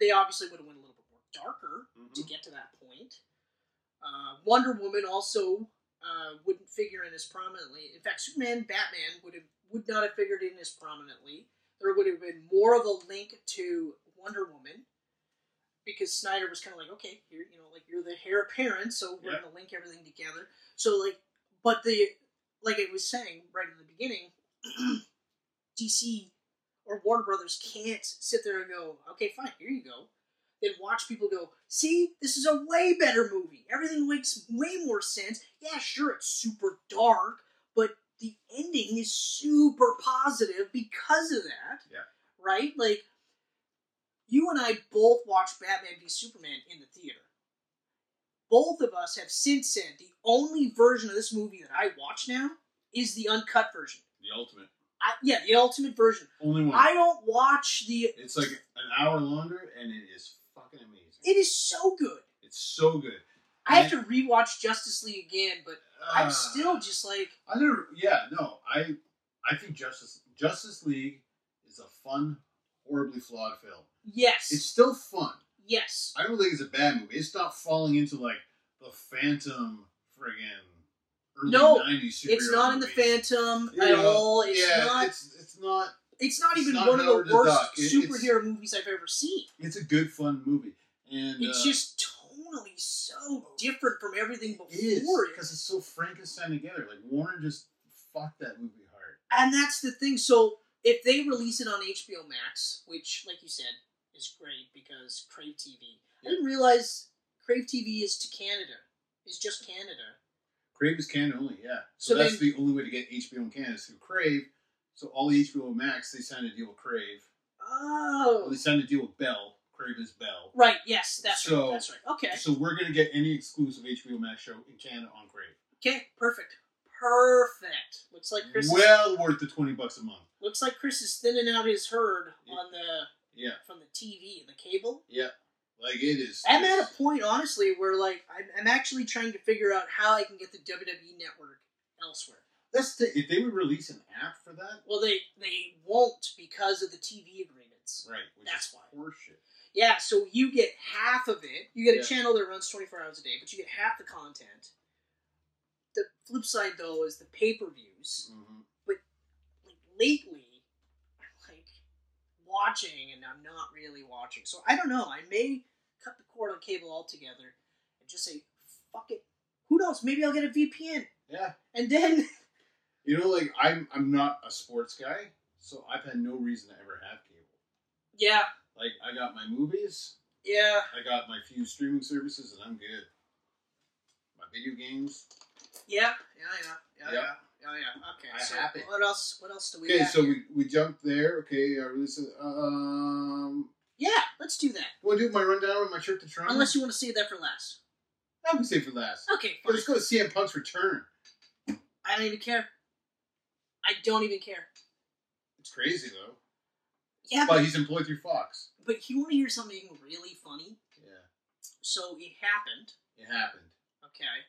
C: they obviously would have went a little bit more darker to
B: Mhm.
C: get to that point. Uh, Wonder Woman also uh, wouldn't figure in as prominently. In fact, Superman, Batman would have would not have figured in as prominently. There would have been more of a link to Wonder Woman because Snyder was kind of like, okay, you're you know like you're the heir apparent, so we're
B: Yeah.
C: gonna link everything together. So like, but the like I was saying right in the beginning, DC or Warner Brothers can't sit there and go, okay, fine, here you go. Then watch people go, see, this is a way better movie. Everything makes way more sense. Yeah, sure, it's super dark, but the ending is super positive because of that.
B: Yeah.
C: Right? Like, you and I both watched Batman v Superman in the theater. Both of us have since said the only version of this movie that I watch now is the uncut version.
B: The ultimate.
C: I, yeah, the ultimate version.
B: Only one.
C: I don't watch the.
B: It's like an hour longer, and it is fucking amazing.
C: It is so good.
B: it's so good.
C: I have to rewatch Justice League again, but
B: Ah.
C: I'm still just like,
B: I never. Yeah, no. I I think Justice Justice League is a fun, horribly flawed film.
C: yes,
B: It's still fun.
C: yes,
B: I don't think it's a bad movie. It's not falling into like the Phantom friggin' early
C: No,
B: 90s
C: it's
B: superhero
C: not in the
B: movies.
C: Phantom
B: You
C: at
B: know,
C: all. It's
B: yeah,
C: not. It's,
B: It's, it's not.
C: not
B: it's
C: even
B: not
C: one of
B: Howard
C: the
B: the
C: worst
B: Duck. It- it's-
C: superhero movies I've ever seen.
B: It's a good fun movie, and
C: It's
B: uh,
C: just tonally so different from everything before
B: it is
C: it.
B: because it's so Frankenstein together. Like Warner just fucked that movie hard.
C: And that's the thing. So if they release it on HBO Max, which, like you said, is great because Crave TV. I didn't realize Crave TV is to Canada. Is just Canada.
B: Crave is Canada only, yeah. So,
C: So
B: that's
C: then-
B: the only way to get HBO in Canada is through Crave. So all the HBO Max, they signed a deal with Crave. Well,
C: Oh.
B: they signed a deal with Bell. Crave is Bell.
C: Right. Yes. That's
B: So-
C: right. That's right. Okay.
B: So we're gonna get any exclusive HBO Max show in Canada on Crave.
C: Okay. Perfect. Perfect. Looks like Chris. is-
B: well worth the twenty bucks a month.
C: looks like Chris is thinning out his herd
B: Yeah.
C: on the
B: Yeah,
C: from the TV, the cable.
B: yeah. Like it is.
C: I'm at
B: it's-
C: a point, honestly, where like I'm, I'm actually trying to figure out how I can get the WWE network elsewhere.
B: That's the, if they would release an app for that,
C: Well, they they won't because of the TV agreements.
B: right? Which
C: That's
B: is
C: why.
B: horseshit.
C: Yeah, so you get half of it. You get
B: Yeah.
C: a channel that runs 24 hours a day, but you get half the content. The flip side, though, is the pay per views.
B: hmm
C: Like lately, I'm like watching, and I'm not really watching. So I don't know. I may cut the cord on cable altogether and just say, "Fuck it." Who knows? Maybe I'll get a VPN,
B: Yeah.
C: and then
B: You know, like I'm I'm not a sports guy, so I've had no reason to ever have cable.
C: yeah,
B: Like I got my movies.
C: yeah.
B: I got my few streaming services and I'm good. My video games.
C: Yeah, yeah, yeah, yeah,
B: Yeah.
C: yeah, yeah, yeah. Okay.
B: I
C: so
B: have it.
C: what else? What else do we?
B: Okay,
C: have
B: so
C: here?
B: we, we jumped there. Okay, I released it. Um,
C: yeah, let's do that.
B: you want to do my rundown of my trip to Toronto?
C: Unless you want to save that for last.
B: I would say for last.
C: Okay,
B: But
C: fine.
B: let's go to CM Punk's return.
C: I don't even care. I don't even care.
B: It's crazy though.
C: Yeah,
B: But
C: but,
B: he's employed through Fox.
C: but you want to hear something really funny?
B: Yeah,
C: So it happened.
B: it happened.
C: Okay.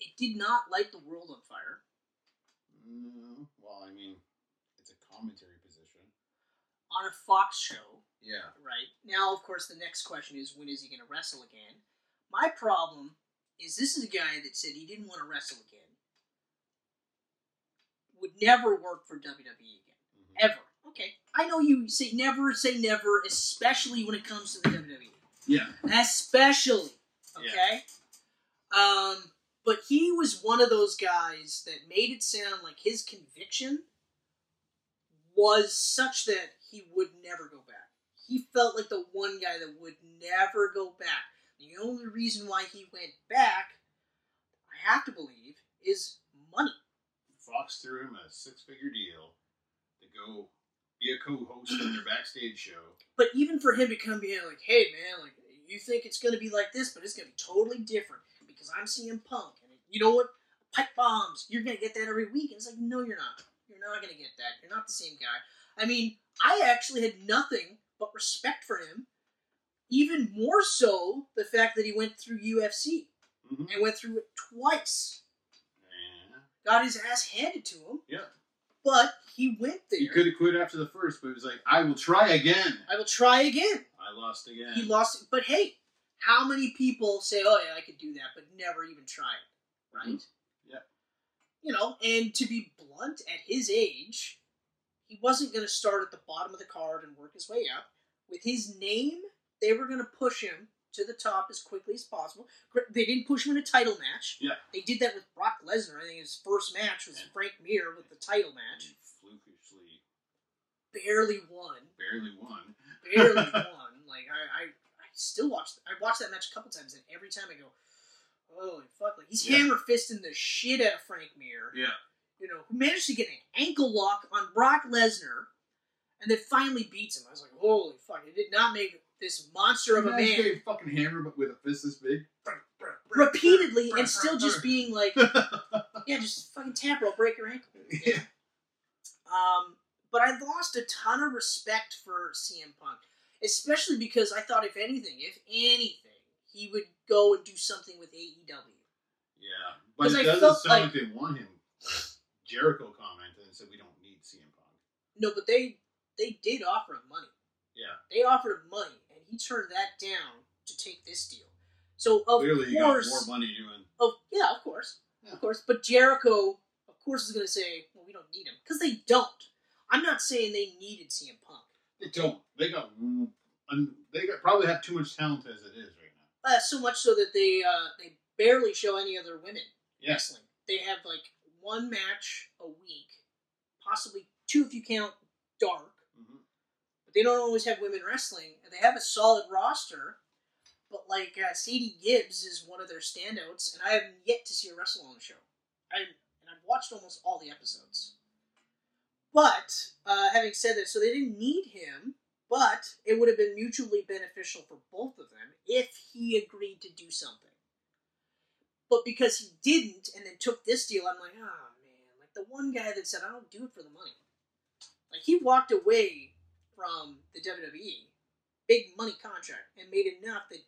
C: It did not light the world on fire.
B: Mm, well, I mean, it's a commentary position.
C: On a Fox show,
B: Yeah.
C: Right. Now, of course, the next question is when is he going to wrestle again? My problem is this is a guy that said he didn't want to wrestle again, would never work for WWE again,
B: Mhm.
C: ever. Okay. I know you say never, say never, especially when it comes to the E. WWE.
B: Yeah.
C: Especially.
B: Yeah.
C: Okay. Um, but he was one of those guys that made it sound like his conviction was such that he would never go back. He felt like the one guy that would never go back. The only reason why he went back, I have to believe, is money.
B: Fox threw him a six-figure deal to go be a co-host on their backstage show.
C: But even for him to come in like, hey man, like you think it's gonna be like this, but it's gonna be totally different because I'm seeing punk and you know what? Pipe bombs, you're gonna get that every week. And it's like, no, you're not. You're not gonna get that. You're not the same guy. I mean, I actually had nothing but respect for him. Even more so the fact that he went through UFC
B: Mhm.
C: and went through it twice. got his ass handed to him.
B: Yeah.
C: But he went there.
B: He could have quit after the first, but he was like, I will try again.
C: I will try again.
B: I lost again.
C: He lost, but hey, how many people say, "Oh yeah, I could do that," but never even try it, right?
B: Mm-hmm. Yeah.
C: You know, and to be blunt, at his age, he wasn't going to start at the bottom of the card and work his way up. With his name, they were going to push him to the top as quickly as possible. Gr- They didn't push him in a title match.
B: Yeah.
C: They did that with Brock Lesnar. I think his first match was
B: Yeah.
C: Frank Mir with the title
B: And
C: match.
B: he flukishly
C: Barely won.
B: barely won.
C: barely won. Like I, I, I still watch. I watched that match a couple times, and every time I go, "Holy fuck!" Like he's
B: Yeah.
C: hammer fisting the shit out of Frank Mir.
B: Yeah.
C: You know, who managed to get an ankle lock on Brock Lesnar, and then finally beats him. I was like, "Holy fuck!" It did not make this monster of a
B: Imagine
C: man
B: getting fucking hammer, but with a fist this big.
C: repeatedly, and still just being like, "Yeah, just fucking tap or I'll break your ankle."
B: yeah.
C: Um, but I lost a ton of respect for CM Punk, especially because I thought, if anything, if anything, he would go and do something with E AEW.
B: Yeah. But
C: 'Cause I
B: it doesn't
C: felt
B: sound like
C: like-
B: they want him. Jericho commented and said, We don't need CM Punk.
C: No, but they they did offer him money.
B: Yeah.
C: They offered him money, and he turned that down to take this deal. So of
B: Clearly, he got
C: course,
B: more money doing.
C: of yeah, of course,
B: Yeah.
C: of course. But Jericho, of course, is going to say, "Well, we don't need him," because they don't. I'm not saying they needed CM Punk.
B: They don't. They got. And they got, probably have too much talent as it is right now.
C: Uh, so much so that they uh, they barely show any other women
B: Yes.
C: wrestling. They have like one match a week, possibly two if you count dark.
B: hmm
C: But they don't always have women wrestling, and they have a solid roster. But like uh, Sadie Gibbs is one of their standouts, and I have yet to see her wrestle on the show. I and I've watched almost all the episodes. But uh, having said that, so they didn't need him, but it would have been mutually beneficial for both of them if he agreed to do something. But because he didn't, and then took this deal, I'm like, oh man, like the one guy that said I don't do it for the money, like he walked away from the WWE, big money contract, and made enough that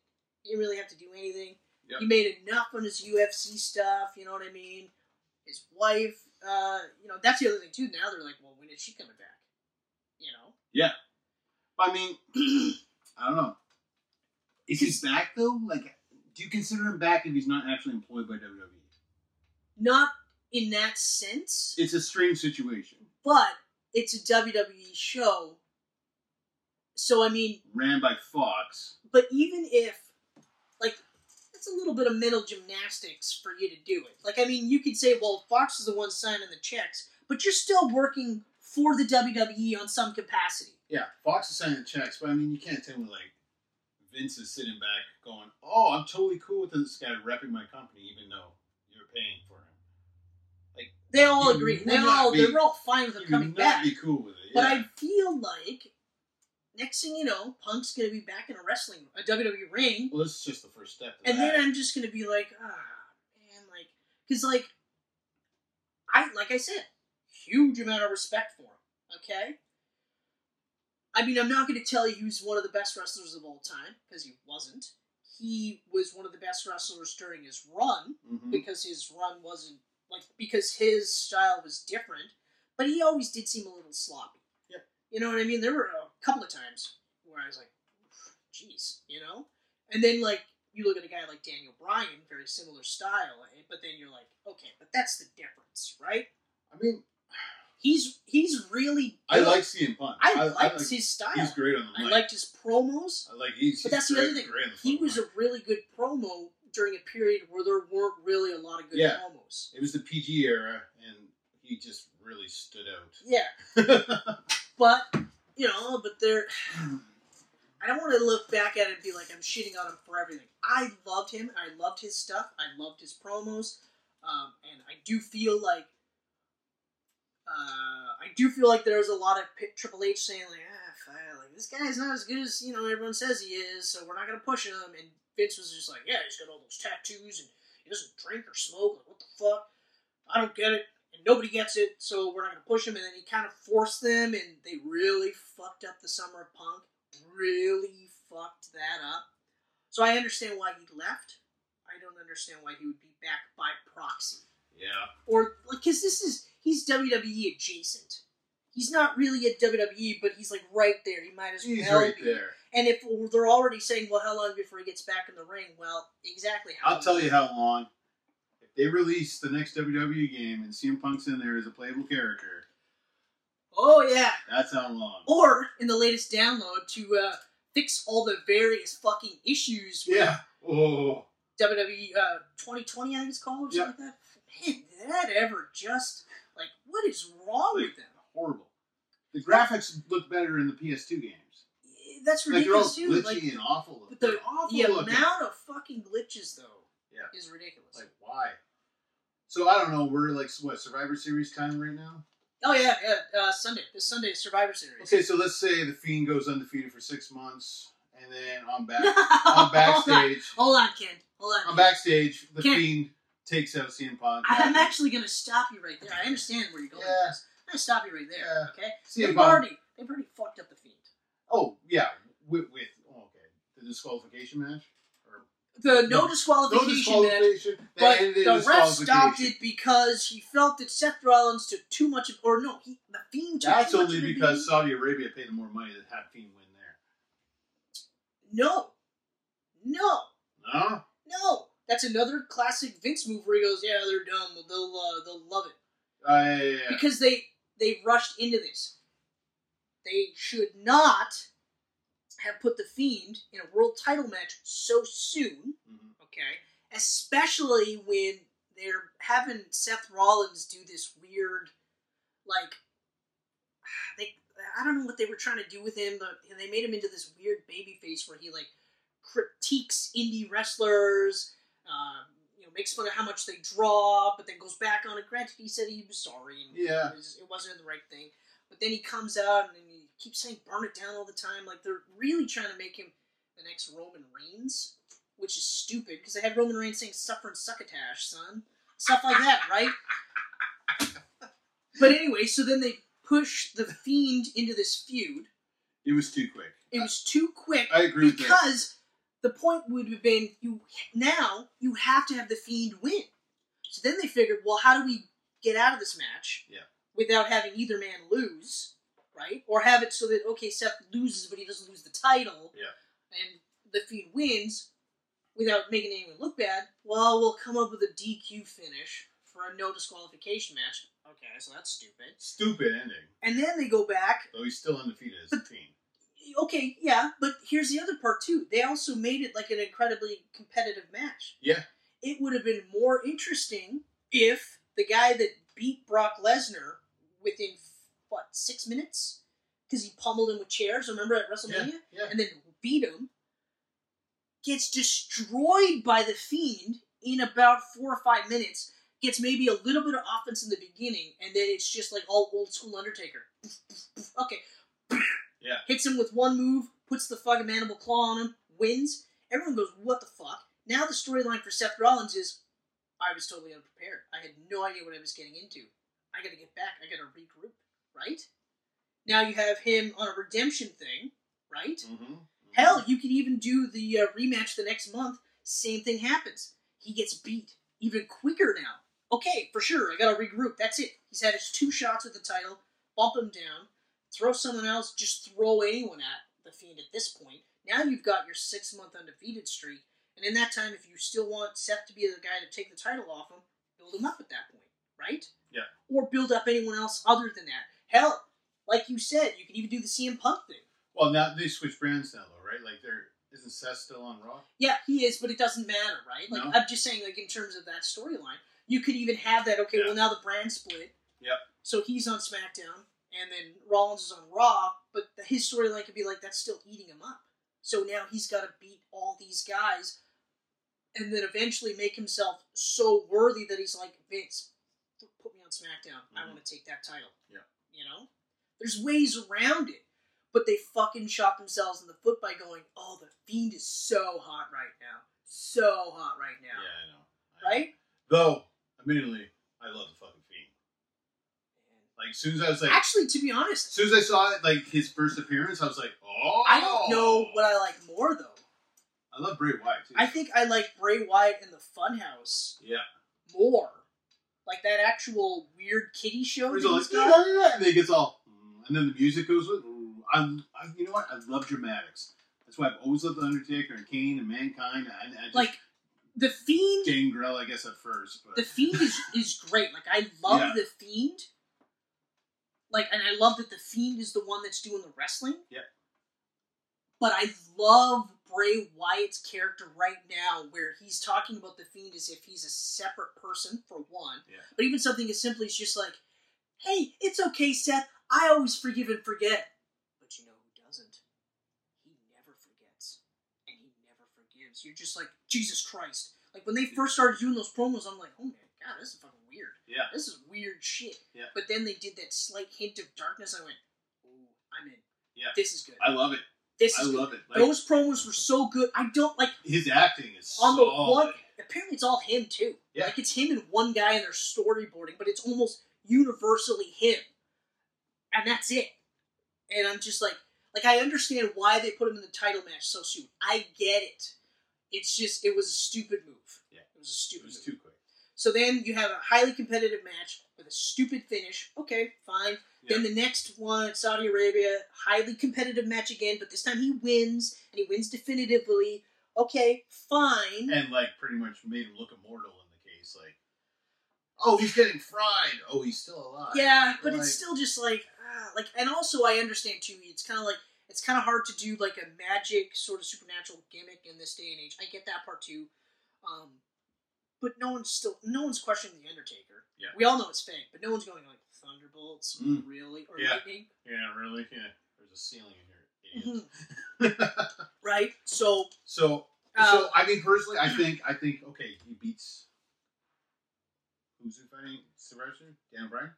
C: he didn't really have to do anything.
B: Yep.
C: He made enough on his UFC stuff, you know what I mean? His wife, uh, you know, that's the other thing too. Now they're like, well, when is she coming back? You know,
B: I mean, I don't know. Is he back though? Like, do you consider him back if he's not actually employed by E? WWE?
C: not in that sense,
B: It's a strange situation,
C: but it's a WWE show. So I mean,
B: ran by Fox.
C: but even if like that's a little bit of mental gymnastics for you to do it like i mean you could say well fox is the one signing the checks but you're still working for the wwe on some capacity
B: Yeah, Fox is signing the checks, but I mean, you can't tell me like Vince is sitting back going, "Oh, I'm totally cool with this guy repping my company, even though you're paying for him."
C: they all
B: You
C: agree
B: would
C: they
B: not
C: all
B: be-
C: they're all fine with him
B: You
C: coming
B: would not
C: back
B: be cool with it.
C: but
B: yeah.
C: i feel like next thing you know punk's gonna be back in a wrestling a wwe ring
B: well, this is just the first step. To
C: and
B: that.
C: then I'm just gonna be like, ah, man, like, because like, I like I said, huge amount of respect for him. Okay. I mean, I'm not gonna tell you he was one of the best wrestlers of all time because he wasn't. He was one of the best wrestlers during his run
B: Mhm.
C: because his run wasn't like because his style was different, but he always did seem a little sloppy.
B: Yeah.
C: You know what I mean? There were a couple of times where I was like, "Jeez," you know. And then like you look at a guy like Daniel Bryan, very similar style, eh, but then you're like, "Okay, but that's the difference, right?"
B: I mean,
C: He's he's really.
B: I
C: good.
B: like CM Punk.
C: I,
B: I
C: liked
B: like
C: his style.
B: He's great on the
C: I
B: mic.
C: liked his promos.
B: I like he's.
C: But
B: he's
C: that's the
B: great-
C: other thing.
B: great on the
C: He
B: fucking
C: was
B: mic.
C: a really good promo during a period where there weren't really a lot of good
B: Yeah.
C: promos.
B: It was the PG era, and he just really stood
C: Yeah,
B: out.
C: but you know, but there. I don't want to look back at it and be like I'm shitting on him for everything. I loved him. I loved his stuff. I loved his promos, um, and I do feel like uh, I do feel like there's a lot of P- Triple H saying like, ah, fuck, like this guy's not as good as you know everyone says he is, so we're not gonna push him. And Vince was just like, yeah, he's got all those tattoos and he doesn't drink or smoke. Like what the fuck? I don't get it. And nobody gets it, so we're not gonna push him. And then he kind of forced them, and they really fucked up the summer of punk really fucked that up. So I understand why he left. I don't understand why he would be back by proxy.
B: Yeah.
C: or like because this is he's WWE adjacent. He's not really at WWE, but he's like right there. He might as
B: He's
C: well
B: right
C: be.
B: there.
C: And if they're already saying, "Well, how long before he gets back in the ring?" Well, exactly. How
B: I'll tell you how long. If they release the next WWE game and CM Punk's in there as a playable character,
C: Oh yeah.
B: that's how long.
C: Or in the latest download to uh, fix all the various fucking issues with
B: Yeah. Oh.
C: WWE uh, 2020, I think it's called, or
B: Yeah.
C: something like that. Man, did that ever just like what is wrong with them?
B: horrible. The graphics look better in the PS2 games.
C: Eh, That's
B: Like they're all
C: ridiculous too.
B: glitchy
C: Like
B: and awful.
C: but
B: Looking.
C: the,
B: awful
C: the
B: looking.
C: amount of fucking glitches though
B: Yeah.
C: is ridiculous.
B: Like why? So I don't know. We're like what Survivor Series time right now.
C: oh yeah, yeah. Uh, Sunday, this Sunday is Survivor Series.
B: Okay, so let's say the Fiend goes undefeated for six months, and then I'm
C: No.
B: back. I'm backstage.
C: Hold on, Ken. Hold on.
B: I'm
C: Ken.
B: backstage. The
C: Can't-
B: Fiend takes out CM Punk.
C: I'm actually going to stop you right there. I understand where you're going.
B: Yeah.
C: With this. I'm going to stop you right there.
B: Yeah.
C: Okay.
B: CM
C: they've
B: Punk.
C: already they've already fucked up the fiend.
B: Oh yeah, with, with oh, okay the disqualification match.
C: The no,
B: No.
C: disqualification, match
B: that
C: But
B: ended in
C: the ref
B: disqualification.
C: stopped it because he felt that Seth Rollins took too much of, or no, he, the Fiend took
B: That's
C: too much
B: only
C: of the
B: because
C: beating.
B: Saudi Arabia paid them more money to have Fiend win there.
C: no, no,
B: No,
C: no. That's another classic Vince move where he goes, "Yeah, they're dumb. Well, they'll uh, they'll love it
B: Uh, yeah, yeah, yeah.
C: because they they rushed into this. They should not have put the Fiend in a world title match so soon.
B: Mhm.
C: Okay, especially when they're having Seth Rollins do this weird, like, they I don't know what they were trying to do with him, but they made him into this weird baby face where he like critiques indie wrestlers, uh, you know, makes fun of how much they draw, but then goes back on it. Granted, he said he was sorry, and
B: Yeah.
C: it, was, it wasn't the right thing. But then he comes out and he keeps saying "burn it down" all the time. Like they're really trying to make him the next Roman Reigns, which is stupid because they had Roman Reigns saying "suffer and succotash, son," stuff like that, right? but anyway, so then they push the Fiend into this feud.
B: It was too quick.
C: It was too quick
B: I agree with that.
C: because the point would have been you now you have to have the Fiend win. So then they figured, well, how do we get out of this match
B: Yeah.
C: without having either man lose, right? Or have it so that okay, Seth loses, but he doesn't lose the title,
B: Yeah.
C: and the Fiend wins without making anyone look bad. Well, we'll come up with a DQ finish for a no disqualification match. Okay, so that's stupid.
B: Stupid ending.
C: And then they go back
B: Though he's still undefeated as a team.
C: okay, yeah, but here's the other part too. They also made it like an incredibly competitive match.
B: Yeah.
C: It would have been more interesting if the guy that beat Brock Lesnar within what six minutes because he pummeled him with chairs. Remember at WrestleMania,
B: yeah.
C: and then beat him. Gets destroyed by the Fiend in about four or five minutes. Gets maybe a little bit of offense in the beginning, and then it's just like all old school Undertaker. okay.
B: Yeah.
C: Hits him with one move, puts the fucking mandible claw on him, wins. Everyone goes, "What the fuck?" Now the storyline for Seth Rollins is, I was totally unprepared. I had no idea what I was getting into. I got to get back. I got to regroup. Right. Now you have him on a redemption thing, right?
B: Mm-hmm.
C: Hell, you could even do the uh, rematch the next month. Same thing happens. He gets beat even quicker now. Okay, for sure. I gotta regroup. That's it. He's had his two shots at the title. Bump him down. Throw someone else. Just throw anyone at the Fiend at this point. Now you've got your six month undefeated streak. And in that time, if you still want Seth to be the guy to take the title off him, build him up at that point, right?
B: Yeah.
C: Or build up anyone else other than that. Hell, like you said, you could even do the CM Punk thing.
B: Well, now they switch brands now, though, right? Like, there isn't Seth still on Raw?
C: Yeah, he is, but it doesn't matter, right? Like
B: No.
C: I'm just saying, like in terms of that storyline, you could even have that. Okay,
B: Yeah.
C: well now the brand split.
B: Yep.
C: So he's on SmackDown, and then Rollins is on Raw, but the, his storyline could be like that's still eating him up. So now he's got to beat all these guys, and then eventually make himself so worthy that he's like Vince, th- put me on SmackDown. I
B: Mhm.
C: want to take that title.
B: Yeah.
C: You know, there's ways around it. But they fucking shot themselves in the foot by going, oh, the Fiend is so hot right now. So hot right
B: Yeah,
C: now.
B: I know. I know.
C: Right?
B: Though, admittedly, I love the fucking Fiend. Like, as soon as I was like, as
C: Actually, to be honest,
B: soon as I saw it, like his first appearance, I was like, oh,
C: I don't know what I like more, though.
B: I love Bray Wyatt too.
C: I think I like Bray Wyatt in the Funhouse
B: yeah,
C: more Like that actual weird kitty show.
B: Where he's
C: that
B: all
C: he's
B: like, "Ah,
C: got?
B: ah, ah," and then it gets all, "Mm," and then the music goes with. "Mm." I, I, you know what? I love dramatics. That's why I've always loved the Undertaker and Kane and Mankind. I, I just,
C: Like the fiend.
B: Gangrel, I guess at first, but
C: The fiend is, is great. Like I love
B: Yeah.
C: the fiend. Like and I love that the fiend is the one that's doing the wrestling.
B: Yeah.
C: But I love Bray Wyatt's character right now, where he's talking about the fiend as if he's a separate person for one.
B: Yeah.
C: But even something as simple as just like, "Hey, it's okay, Seth. I always forgive and forget." But you know who doesn't? He never forgets, and he never forgives. You're just like Jesus Christ. Like when they first started doing those promos, I'm like, "Oh my god, this is fucking weird.
B: yeah,
C: This is weird shit."
B: Yeah.
C: But then they did that slight hint of darkness. I went, "Ooh, I'm in.
B: Yeah.
C: This is good.
B: I love it.
C: this
B: I
C: is good."
B: love it. Like
C: Those promos were so good. I don't like
B: his acting is
C: on the one.
B: solid.
C: Apparently, it's all him too.
B: Yeah.
C: Like it's him and one guy in their storyboarding, but it's almost universally him, and that's it. And I'm just like, like I understand why they put him in the title match so soon. I get it. It's just it was a stupid move.
B: Yeah.
C: It was a stupid.
B: It
C: move.
B: was too quick.
C: So then you have a highly competitive match with a stupid finish. Okay, fine. Then the next one, Saudi Arabia, highly competitive match again, but this time he wins, and he wins definitively. Okay, fine.
B: And like pretty much made him look immortal in the case. Like, oh, he's getting fried. Oh, he's still alive.
C: yeah, but
B: like-
C: it's still just like, ah, like, and also I understand too. It's kind of like it's kind of hard to do like a magic sort of supernatural gimmick in this day and age. I get that part too, um, but no one's still no one's questioning the Undertaker.
B: Yeah.
C: we all know it's fake, but no one's going like thunderbolts,
B: Mm.
C: really, or
B: Yeah.
C: lightning.
B: Yeah, really. Yeah, there's a ceiling in here.
C: Mhm.
B: idiot.
C: Right. So,
B: so
C: uh,
B: so I mean, personally, I think I think okay, he beats who's he fighting? Sebastian Dan Bryan.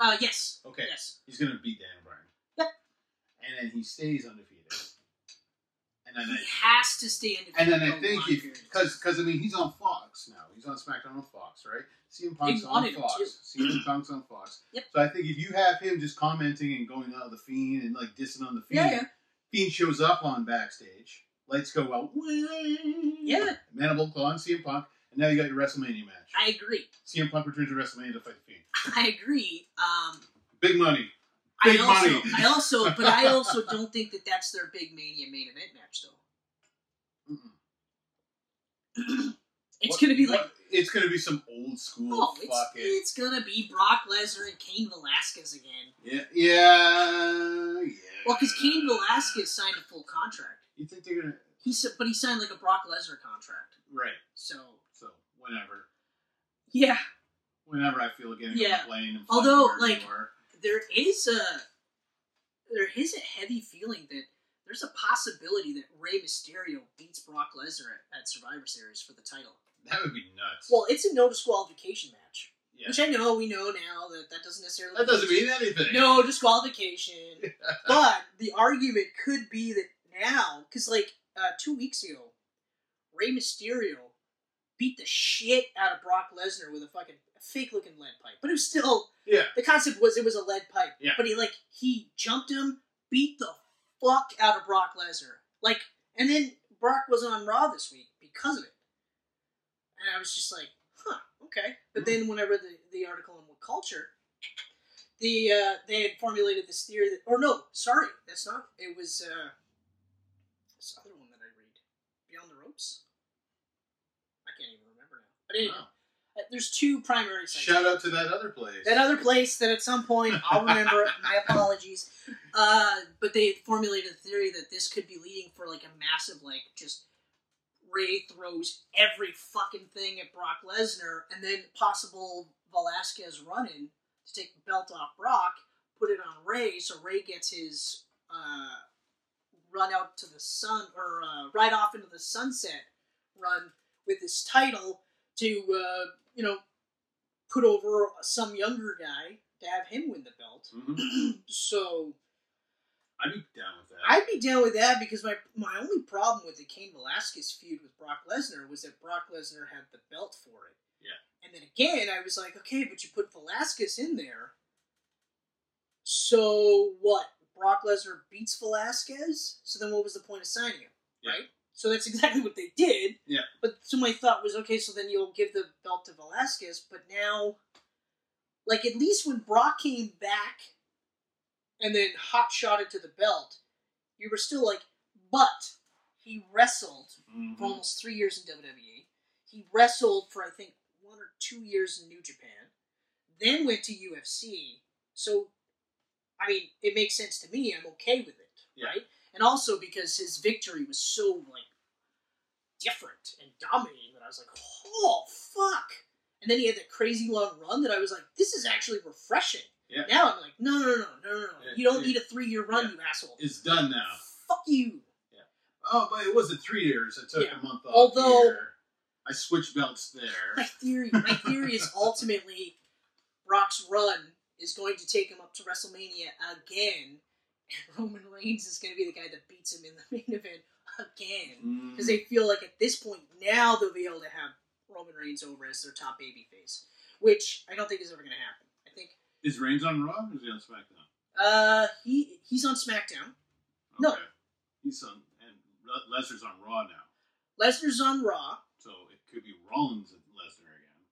C: uh, yes,
B: Okay,
C: yes,
B: he's gonna beat Dan Bryan.
C: Yep.
B: And then he stays undefeated. And then
C: he
B: I
C: has to stay in.
B: and then I think he because because I mean he's on Fox now. He's on SmackDown on Fox, right? CM Punk's
C: They
B: on
C: wanted him
B: Fox. CM Punk's on Fox.
C: Yep.
B: So I think if you have him just commenting and going out the fiend and like dissing on the fiend,
C: yeah, yeah,
B: Fiend shows up on backstage. Lights go out. Yeah.
C: yeah.
B: Manable Claw and CM Punk. And now you got your WrestleMania match.
C: I agree.
B: CM Punk returns to WrestleMania to fight the Fiend.
C: I agree. Um,
B: Big money.
C: I
B: Big
C: also,
B: money.
C: I also, but I also don't think that that's their big mania main event match though.
B: Mm-mm.
C: It's
B: What-
C: gonna be like,
B: what- it's gonna be some old school
C: oh, it's
B: fucking
C: it's gonna be Brock Lesnar and Kane Velasquez again.
B: yeah yeah yeah.
C: Well, because Kane Velasquez signed a full contract.
B: You think they're gonna
C: He said, but he signed like a Brock Lesnar contract.
B: right?
C: So
B: So whenever,
C: yeah,
B: whenever I feel again,
C: Yeah.
B: I'm playing. And
C: Although,
B: fucking wherever
C: like-
B: you are.
C: there is a there is a heavy feeling that there's a possibility that Rey Mysterio beats Brock Lesnar at, at Survivor Series for the title.
B: that would be nuts.
C: Well, it's a no disqualification match,
B: yeah.
C: which I know we know now that that doesn't necessarily
B: that doesn't mean anything.
C: no disqualification. but the argument could be that now, because like uh, two weeks ago, Rey Mysterio beat the shit out of Brock Lesnar with a fucking fake looking lead pipe, but it was still
B: Yeah.
C: The concept was it was a lead pipe,
B: Yeah.
C: but he like he jumped him, beat the fuck out of Brock Lesnar, like, and then Brock wasn't on Raw this week because of it, and I was just like, huh, okay.
B: Hmm.
C: But then when I read the, the article on What Culture, the uh, they had formulated this theory that, or no, sorry, that's not. It was uh, this other one that I read, Beyond the Ropes. I can't even remember now. But anyway,
B: Wow.
C: uh, there's two primary sites.
B: Oh. Shout out to that other place.
C: That other place that at some point I'll remember. it, my apologies. Uh, but they had formulated a theory that this could be leading for like a massive, like just Ray throws every fucking thing at Brock Lesnar, and then possible Velasquez running to take the belt off Brock, put it on Ray, so Ray gets his uh, run out to the sun or uh, ride off into the sunset run with his title to uh, you know put over some younger guy to have him win the belt.
B: Mhm.
C: So
B: I'd be down with that.
C: I'd be down with that because my my only problem with the Kane Velasquez feud with Brock Lesnar was that Brock Lesnar had the belt for it.
B: Yeah.
C: And then again, I was like, okay, but you put Velasquez in there. So what? Brock Lesnar beats Velasquez. So then, what was the point of signing him?
B: Yeah.
C: Right. So that's exactly what they did.
B: Yeah.
C: But so my thought was, okay, so then you'll give the belt to Velasquez, but now, like at least when Brock came back, and then hot shot it to the belt, you were still like, but he wrestled
B: Mhm.
C: for almost three years in WWE. He wrestled for I think one or two years in New Japan, then went to UFC. So, I mean, it makes sense to me. I'm okay with it,
B: Yeah.
C: right? And also because his victory was so like different and dominating that I was like, oh fuck! And then he had that crazy long run that I was like, this is actually refreshing.
B: Yeah.
C: Now I'm like, no, no, no, no, no, no.
B: Yeah,
C: you don't
B: yeah.
C: need a three year run,
B: Yeah.
C: you asshole.
B: It's done now.
C: Fuck you.
B: Oh, but it wasn't three years. It took
C: Yeah.
B: a month off.
C: Although-
B: here. I switched belts
C: my
B: there.
C: theory my theory is ultimately Brock's run is going to take him up to WrestleMania again, and Roman Reigns is going to be the guy that beats him in the main event again
B: Mm-hmm.
C: because they feel like at this point now they'll be able to have Roman Reigns over as their top babyface, which I don't think is ever going to happen. I think
B: Is Reigns on Raw or is he on SmackDown?
C: uh, he he's on SmackDown. No.
B: Okay. He's on, and Le- Lesnar's on Raw now.
C: Lesnar's on Raw,
B: So it could be Rollins and Lesnar again.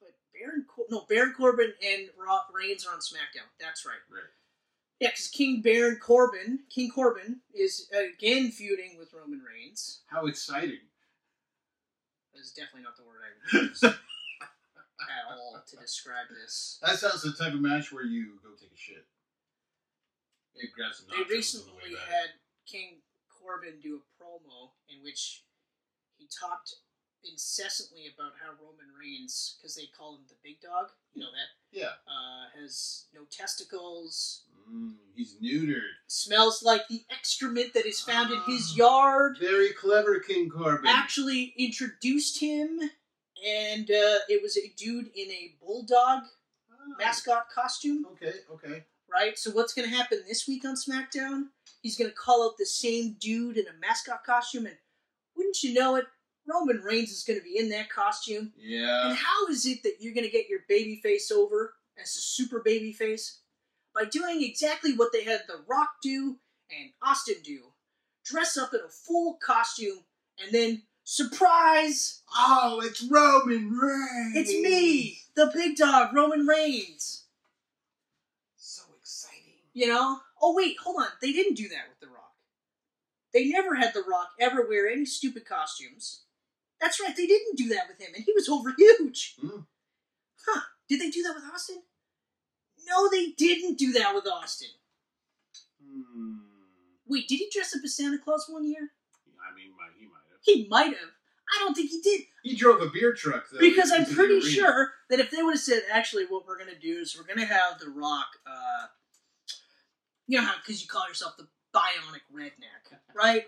C: but Baron Cor- no Baron Corbin and Raw Reigns are on SmackDown. That's right.
B: Right.
C: Yeah, because King Baron Corbin, King Corbin, is again feuding with Roman Reigns.
B: How exciting.
C: That is definitely not the word I would use at all to describe this.
B: That sounds the type of match where you go take a shit. Maybe grab some nachos on the
C: They
B: way
C: recently
B: back.
C: had King Corbin do a promo in which he talked incessantly about how Roman Reigns, because they call him the big dog, you know, that
B: Yeah.
C: uh, has no testicles,
B: Mm, he's neutered.
C: smells like the excrement that is found in his
B: Ah.
C: yard.
B: Very clever, King Corbin.
C: actually introduced him, and uh, it was a dude in a bulldog
B: Oh,
C: mascot costume,
B: Okay, okay.
C: right? So what's going to happen this week on SmackDown? He's going to call out the same dude in a mascot costume, and wouldn't you know it, Roman Reigns is going to be in that costume.
B: Yeah.
C: and how is it that you're going to get your baby face over as a super baby face? By doing exactly what they had The Rock do and Austin do dress up in a full costume and then, surprise,
B: Oh, it's Roman Reigns.
C: it's me, the big dog, Roman Reigns.
B: So exciting.
C: You know? Oh, wait, hold on. They didn't do that with The Rock. They never had The Rock ever wear any stupid costumes. That's right, they didn't do that with him, and he was over huge.
B: Hmm.
C: Huh. Did they do that with Austin? No, they didn't do that with Austin.
B: Hmm.
C: Wait, did he dress up as Santa Claus one year?
B: I mean, my, he might have.
C: He might have. I don't think he did.
B: He drove a beer truck, though.
C: because
B: into
C: I'm
B: the
C: pretty
B: arena.
C: sure that if they would have said, actually, what we're gonna do is we're gonna have The Rock, uh, you know, because you call yourself the Bionic Redneck, right?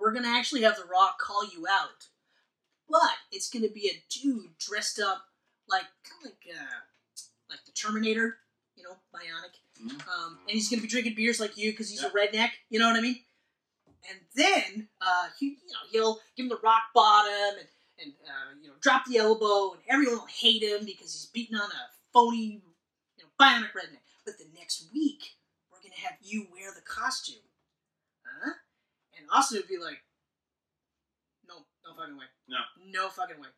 C: we're gonna actually have The Rock call you out, but it's gonna be a dude dressed up like kind of like uh, like the Terminator, you know, Bionic,
B: Mhm.
C: um, and he's gonna be drinking beers like you because he's a redneck. You know what I mean? And then uh, he, you know, he'll give him the rock bottom and and uh, you know drop the elbow, and everyone will hate him because he's beating on a phony, you know, bionic redneck. But the next week, we're gonna have you wear the costume, huh? And Austin would be like, "No, no fucking way.
B: No.
C: no fucking way.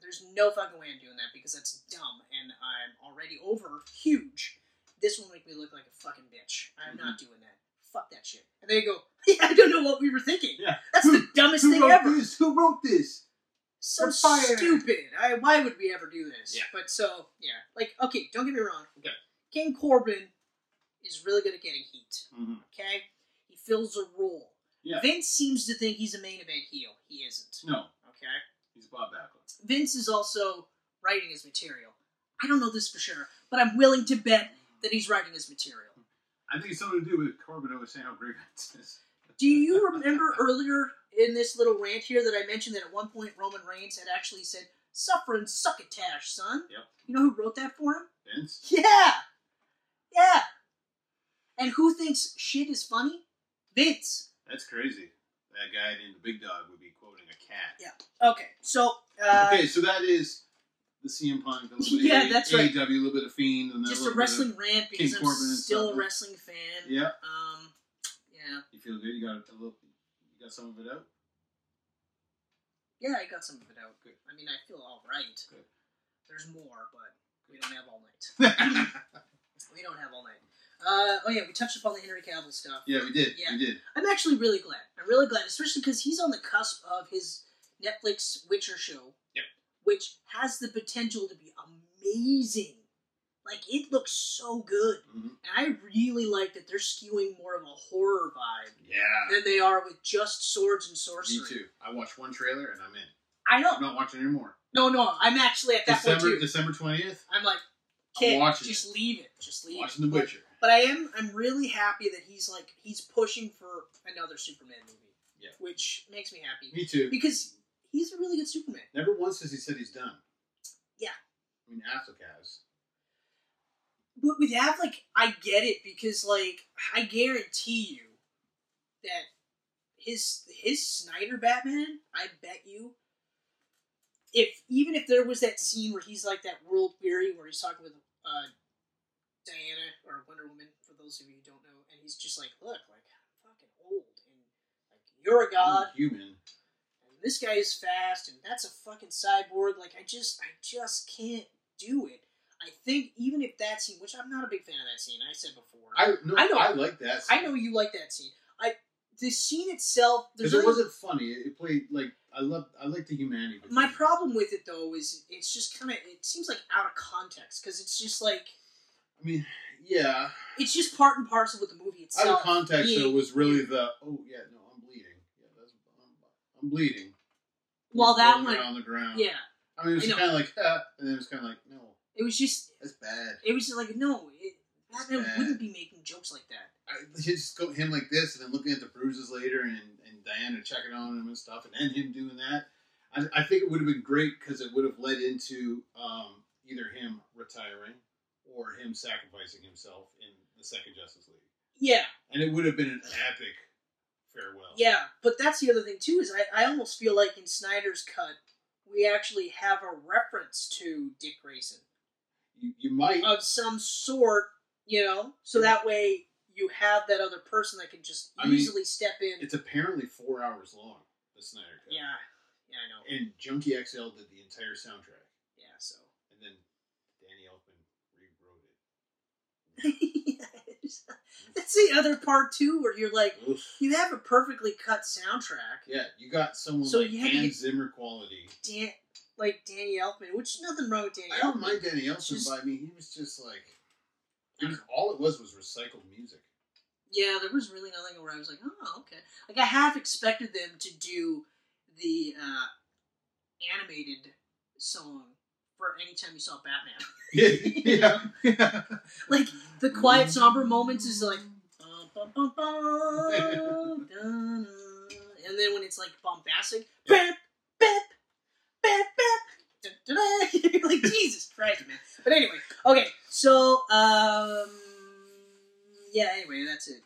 C: There's no fucking way I'm doing that because that's dumb, and I'm already over huge. This will make me look like a fucking bitch. I'm not
B: Mm-hmm.
C: doing that. Fuck that shit." And they go, "Yeah, I don't know what we were thinking.
B: Yeah.
C: that's the dumbest
B: Who
C: thing
B: wrote
C: ever."
B: this? Who wrote this?
C: so
B: We're fired.
C: stupid. I, why would we ever do this?
B: Yeah.
C: But so yeah, like okay, don't get me wrong.
B: Okay.
C: King Corbin is really good at getting heat.
B: Mm-hmm.
C: Okay, he fills a role.
B: Yeah.
C: Vince seems to think he's a main event heel. He isn't.
B: No,
C: Okay.
B: he's Bob Backlund.
C: Vince is also writing his material. I don't know this for sure, but I'm willing to bet that he's writing his material.
B: I think it's something to do with Corbin always saying how great Vince is.
C: Do you remember earlier in this little rant here that I mentioned that at one point Roman Reigns had actually said, "Suffer and succotash, son"?
B: Yep.
C: You know who wrote that for him?
B: Vince?
C: Yeah. Yeah. And who thinks shit is funny? Vince.
B: That's crazy. That guy named the Big Dog would be quoting a cat.
C: Yeah. Okay. So, uh,
B: okay, so that is the CM Punk, a little bit
C: Yeah,
B: of
C: that's
B: AEW,
C: right.
B: a little bit of Fiend, and then
C: just a
B: little bit of-
C: wrestling rant because
B: King
C: I'm
B: Corbin and
C: still a
B: something.
C: wrestling fan.
B: yeah,
C: Um, yeah.
B: you feel good. You got a little. You got some of it out?
C: Yeah, I got some of it out. Good. I mean, I feel all right.
B: Good.
C: There's more, but we don't have all night.
B: yeah,
C: We don't have all night. Uh, oh yeah, we touched upon the Henry Cavill stuff.
B: we did.
C: Yeah.
B: We did.
C: I'm actually really glad. I'm really glad, especially because he's on the cusp of his Netflix Witcher show,
B: Yep.
C: which has the potential to be amazing. Like it looks so good,
B: Mhm.
C: and I really like that they're skewing more of a horror vibe
B: Yeah.
C: than they are with just swords and sorcery.
B: Me too. I watched one trailer and I'm in.
C: I know.
B: I'm not watching anymore.
C: No, no, I'm actually at that
B: December
C: point too.
B: December twentieth.
C: I'm like,
B: I'm
C: kid,
B: watching
C: just leave it. Just leave
B: Watching
C: it.
B: The
C: But-
B: Witcher.
C: But I am I'm really happy that he's like he's pushing for another Superman movie.
B: Yeah.
C: Which makes me happy.
B: Me too.
C: Because he's a really good Superman.
B: Never once has he said he's done.
C: Yeah.
B: I mean, Affleck has.
C: But with that, like, I get it because like I guarantee you that his his Snyder Batman, I bet you if even if there was that scene where he's like that world weary where he's talking with uh Diana or Wonder Woman, for those of you who don't know, and he's just like, Look, like I'm fucking old and like you're a god
B: I'm a human.
C: and this guy is fast and that's a fucking cyborg like i just i just can't do it i think even if that scene which i'm not a big fan of that scene i said before i,
B: I no,
C: I
B: I,
C: know.
B: like that.
C: know you like that scene i the scene itself
B: because
C: there's
B: it
C: only-
B: wasn't funny. It it played like I love. I like the humanity. of it.
C: my problem with it though is it's just kind of it seems like out of context because it's just like
B: I mean, yeah.
C: it's just part and parcel with the movie itself
B: Out of context,
C: being-
B: though, was really the oh yeah no I'm bleeding yeah that's I'm, I'm bleeding.
C: Well, that
B: Rolling
C: one-
B: around on the ground.
C: yeah
B: I mean, it was
C: I know.
B: kind of like ah, and then it was kind of like no,
C: it was just
B: that's bad.
C: it was just like no it,
B: It's
C: Batman
B: bad.
C: wouldn't be making jokes like that
B: I, just go him like this, and then looking at the bruises later, and, and Diana checking on him and stuff, and then him doing that. I, I think it would have been great because it would have led into um, either him retiring or him sacrificing himself in the second Justice League,
C: yeah
B: and it would have been an epic farewell.
C: Yeah, but that's the other thing too is I, I almost feel like in Snyder's cut we actually have a reference to Dick Grayson
B: you, you might.
C: of some sort, you know, so that way you have that other person that can just
B: I mean,
C: easily step in.
B: It's apparently four hours long. The Snyder Cut.
C: Yeah, yeah, I know.
B: And Junkie XL did the entire soundtrack,
C: Yeah, so
B: and then Danny Elfman rewrote it.
C: that's the other part too, where you're like
B: Oof.
C: you have a perfectly cut soundtrack.
B: Yeah, you got someone
C: So
B: like
C: you had to
B: Hans
C: get-
B: Zimmer quality.
C: Dan, like Danny Elfman, which is nothing wrong with Danny
B: I don't
C: Elfman.
B: mind Danny Elfman,
C: Just-
B: but I mean, he was just like, it was, all it was was recycled music.
C: Yeah, there was really nothing where I was like, oh, okay. Like I half expected them to do the uh, animated song for any time you saw Batman.
B: yeah, yeah.
C: like the quiet, somber moments is like, "Bum, bum, bum, bum, dun, dun." and then when it's like bombastic, bap, bap, bap, bap, dun, dun, dun. You're like Jesus Christ, man. But anyway, okay, so um, yeah. Anyway, that's it.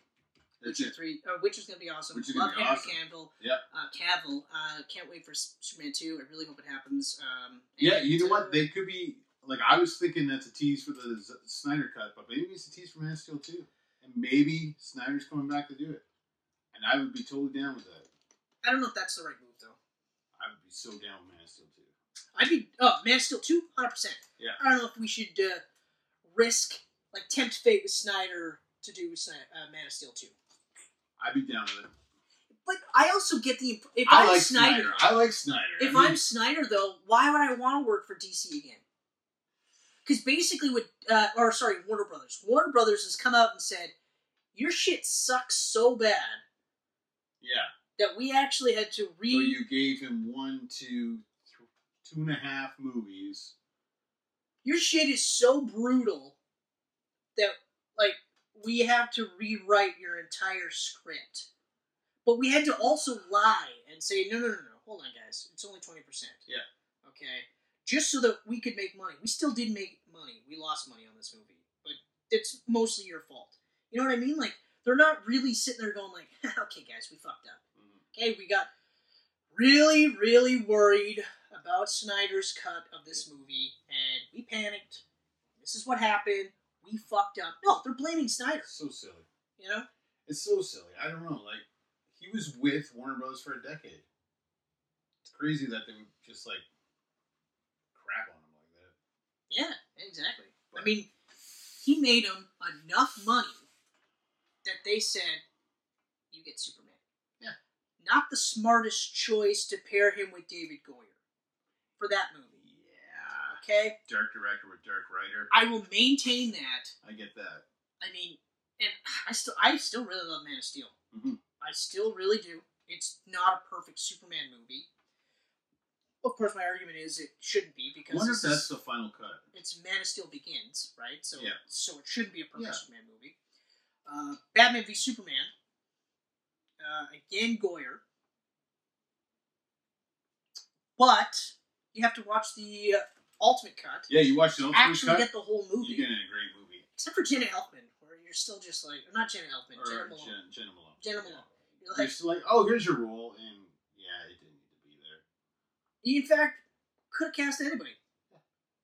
B: That's
C: Witcher
B: it.
C: three. Uh, Witcher's gonna be awesome.
B: Witcher's
C: Love
B: gonna be
C: Henry
B: awesome.
C: Cavill.
B: Yep.
C: Uh, Cavill. Uh, can't wait for S- Superman two. I really hope it happens. Um,
B: Yeah,
C: and,
B: you know
C: uh,
B: what? They could be like I was thinking that's a tease for the Z- Snyder cut, but maybe it's a tease for Man of Steel too, and maybe Snyder's coming back to do it, and I would be totally down with that.
C: I don't know if that's the right move though.
B: I would be so down with Man of Steel too.
C: I'd be oh Man of Steel two hundred percent.
B: Yeah.
C: I don't know if we should uh, risk like tempt fate with Snyder to do with Snyder, uh, Man of Steel two.
B: I'd be down with it.
C: But I also get the imp- if
B: I
C: am
B: like Snyder.
C: Snyder,
B: I like Snyder.
C: if
B: I mean,
C: I'm Snyder though, why would I want to work for DC again? Because basically, what uh, or sorry, Warner Brothers. Warner Brothers has come out and said your shit sucks so bad
B: yeah.
C: that we actually had to re.
B: So you gave him one, two, th- two and a half movies.
C: your shit is so brutal that like we have to rewrite your entire script. But we had to also lie and say, no, no, no, no, hold on, guys, it's only twenty percent.
B: Yeah.
C: Okay. Just so that we could make money. We still did make money. We lost money on this movie, but it's mostly your fault. You know what I mean? Like they're not really sitting there going like, okay, guys, we fucked up.
B: Mm-hmm.
C: Okay, we got really, really worried about Snyder's cut of this movie, and we panicked. This is what happened. We fucked up. No, they're blaming Snyder.
B: So silly.
C: You know?
B: It's so silly. I don't know. Like He was with Warner Brothers for a decade. It's crazy that they would just like crap on him like that.
C: Yeah, exactly. I mean, he made them enough money that they said, "You get Superman."
B: Yeah.
C: Not the smartest choice to pair him with David Goyer for that movie.
B: Yeah.
C: Okay,
B: Dark director with dark writer.
C: I will maintain that.
B: I get that.
C: I mean, and I still, I still really love Man of Steel.
B: Mhm.
C: I still really do. It's not a perfect Superman movie. Of course, my argument is it shouldn't be
B: I
C: because
B: wonder if
C: this
B: that's
C: is-
B: the final cut.
C: it's Man of Steel begins, right? So
B: Yeah.
C: so it shouldn't be a perfect
B: Yeah.
C: Superman movie. Uh, Batman v Superman. Uh, again, Goyer. But you have to watch the uh, ultimate cut.
B: Yeah, you watched the ultimate
C: actually,
B: cut.
C: get the whole movie,
B: you get a great movie.
C: except for Jenna Elfman, where you're still just like, or not Jenna Elfman, Jenna
B: Or
C: Malone.
B: Jen, Jenna Malone.
C: Jenna
B: Yeah.
C: Malone. You're
B: You're
C: like,
B: still like, oh, here's your role, and yeah, it didn't need to be there.
C: you, in fact, could have cast anybody.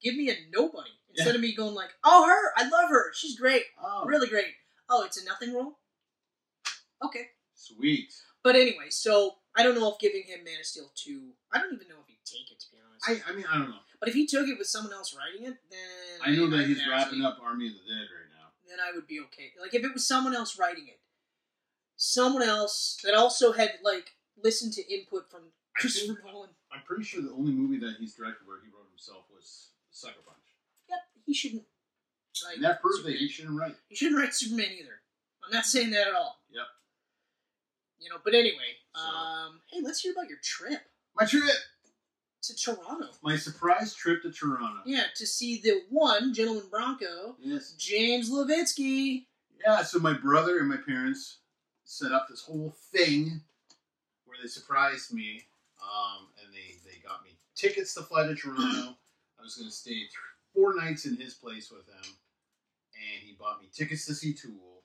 C: Give me a nobody instead of me going like, oh, her, I love her, she's great.
B: Oh,
C: Really great. Oh, it's a nothing role? Okay.
B: Oh, Sweet.
C: But anyway, so I don't know if giving him Man of Steel 2, I don't even know if he'd take it, to be honest.
B: I, I mean, I don't know.
C: but if he took it with someone else writing it, then.
B: I know that he's
C: I'd actually-
B: wrapping up Army of the Dead right now.
C: Then I would be okay. Like, if it was someone else writing it, someone else that also had, like, listened to input from
B: I
C: Christopher
B: think-
C: Nolan,
B: I'm pretty sure the only movie that he's directed where he wrote himself was Sucker Punch.
C: yep, he shouldn't. Like,
B: And that proves that
C: Superman.
B: he shouldn't write.
C: You shouldn't write Superman either. I'm not saying that at all.
B: Yep.
C: You know, but anyway,
B: So-
C: um, hey, let's hear about your trip
B: My trip!
C: to Toronto.
B: My surprise trip to Toronto.
C: Yeah, to see the one gentleman Bronco,
B: Yes.
C: James Levitsky.
B: Yeah, so my brother and my parents set up this whole thing where they surprised me um, and they, they got me tickets to fly to Toronto. I was going to stay th- four nights in his place with him, and he bought me tickets to see Tool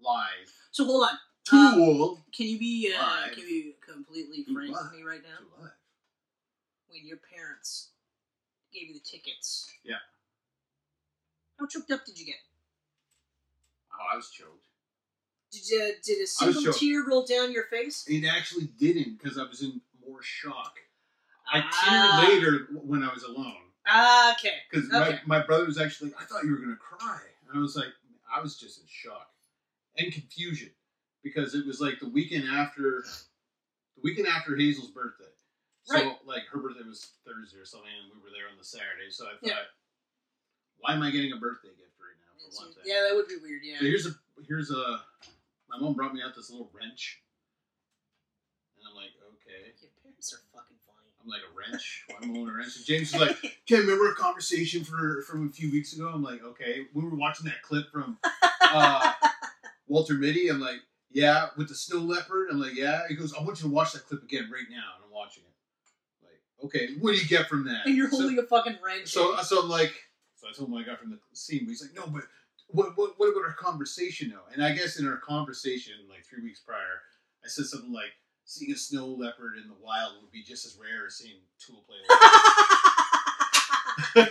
B: live.
C: So hold on, Um,
B: Tool!
C: can you be uh,
B: Live.
C: can you be completely
B: Be
C: frank
B: live.
C: with me right now?
B: Tool live.
C: When your parents gave you the tickets,
B: Yeah.
C: how choked up did you get?
B: Oh, I was choked.
C: Did uh, did a single
B: choked.
C: tear roll down your face?
B: It actually didn't because I was in more shock. I
C: Ah.
B: teared later when I was alone
C: Ah, okay,
B: because
C: Okay.
B: my, my brother was actually like, I thought you were going to cry. And I was like, I was just in shock and confusion because it was like the weekend after the weekend after Hazel's birthday. So
C: Right.
B: like her birthday was Thursday or something and we were there on the Saturday. So I thought,
C: Yeah.
B: why am I getting a birthday gift right now for
C: It's-
B: one thing?
C: yeah, that would be weird.
B: So
C: Yeah,
B: here's a here's a my mom brought me out this little wrench. And I'm like, okay.
C: your parents are fucking funny.
B: I'm like a wrench. Why am I holding a wrench? And James is like, okay, remember a conversation for from a few weeks ago? I'm like, okay. We were watching that clip from uh, Walter Mitty. I'm like, yeah, with the snow leopard. I'm like, yeah. He goes, I want you to watch that clip again right now. And I'm watching it. Like, okay, what do you get from that?
C: And you're
B: So-
C: holding a fucking wrench.
B: so, uh, so I'm like, so I told him what I got from the scene. But he's like, no, but what, what, what about our conversation though? And I guess in our conversation, like three weeks prior, I said something like, seeing a snow leopard in the wild would be just as rare as seeing Tool play. live.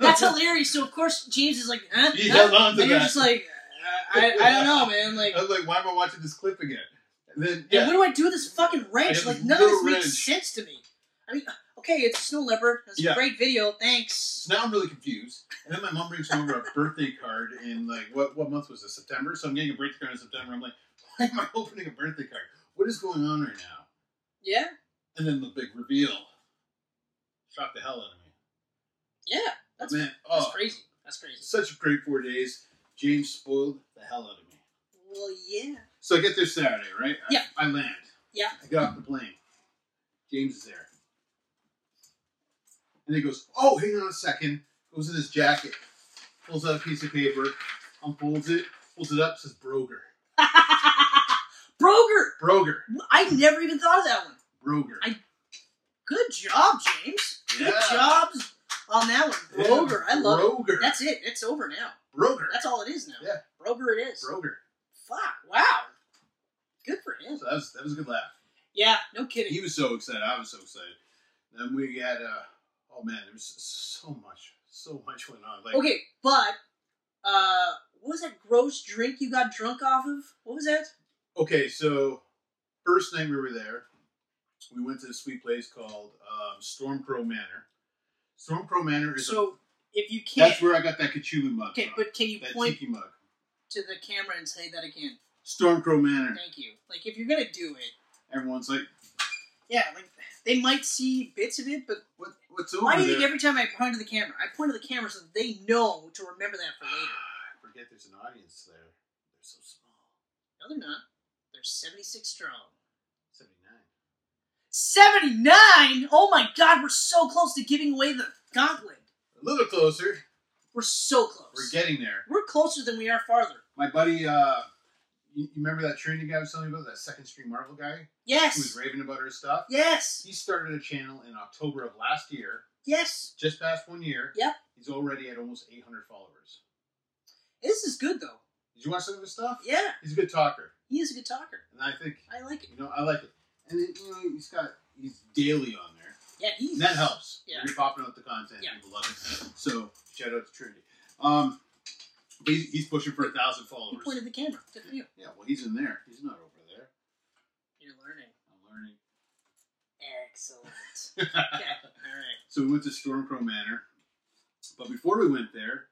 C: That's hilarious. So of course James is like, huh?
B: He
C: Huh?
B: held on to
C: and you're
B: that.
C: just like, uh, I, I don't know, man. Like,
B: I was like, why am I watching this clip again? And then
C: and
B: yeah,
C: what do I do with this fucking
B: I
C: wrench?
B: have
C: Like,
B: this
C: none of this
B: little
C: makes
B: wrench.
C: sense to me. I mean, uh, okay, it's Snow Leopard. That's a
B: Yeah.
C: great video. Thanks.
B: So now I'm really confused. And then my mom brings me over a birthday card in like what what month was this? September. So I'm getting a birthday card in September. I'm like, why am I opening a birthday card? What is going on right now?
C: Yeah,
B: And then the big reveal. Shocked the hell out of me.
C: yeah. That's
B: Man,
C: that's
B: oh,
C: crazy. That's crazy.
B: such a great four days. James spoiled the hell out of me.
C: Well, yeah.
B: So I get there Saturday, right? I-
C: Yeah.
B: I, land.
C: Yeah.
B: I get off the plane. James is there. And he goes, Oh, hang on a second. Goes in his jacket, pulls out a piece of paper, unfolds it, pulls it up, says Broger.
C: Broger.
B: Broger.
C: I never even thought of that one.
B: Broger.
C: I- Good job, James. Good
B: Yeah.
C: jobs on that one.
B: Yeah,
C: Broger. I love it.
B: Broger.
C: That's it. It's over now.
B: Broger.
C: That's all it is now.
B: Yeah.
C: Broger it is.
B: Broger.
C: Fuck. Wow. Good for him.
B: So that was, that was a good laugh.
C: Yeah, no kidding.
B: He was so excited. I was so excited. Then we had, uh, oh man, there was so much, so much went on. Like,
C: okay, but uh what was that gross drink you got drunk off of? What was that?
B: Okay, so first night we were there, we went to a sweet place called um, Stormcrow Manor. Stormcrow Manor is a-
C: So if you can't,
B: that's where I got that Cthulhu mug.
C: okay,
B: from,
C: but can you
B: that
C: point
B: tiki mug.
C: to the camera and say that again?
B: Stormcrow Manor.
C: Thank you. Like if you're gonna do it,
B: Everyone's like,
C: yeah, like they might see bits of it, but
B: what, what's over
C: why do you
B: there?
C: think every time I point to the camera, I point to the camera so that they know to remember that for later?
B: I forget there's an audience there. They're so small.
C: No, they're not. They're 76 strong.
B: 79.
C: 79? Oh my god, we're so close to giving away the gauntlet.
B: A little closer.
C: We're so close.
B: We're getting there.
C: We're closer than we are farther.
B: My buddy, uh, you, you remember that Trinity guy I was telling you about, that second stream Marvel guy who was
C: Yes.
B: raving about her stuff?
C: Yes.
B: He started a channel in October of last year,
C: Yes.
B: just past one year.
C: Yep.
B: He's already at almost 800 followers.
C: This is good though.
B: Did you watch some of his stuff?
C: Yeah.
B: He's a good talker,
C: He is a good talker.
B: and I think
C: I like it.
B: you know I like it. And then, you know he's got he's daily on there.
C: Yeah, he's
B: And that helps.
C: Yeah.
B: You're popping out the content.
C: Yeah.
B: People love it. So shout out to Trinity. Um, but he's, he's pushing for a thousand
C: He
B: followers.
C: pointed the camera. Good for you.
B: Yeah, well, he's in there. He's not over there.
C: You're learning.
B: I'm learning.
C: Excellent. okay. All
B: So we went to Stormcrow Manor, but before we went there,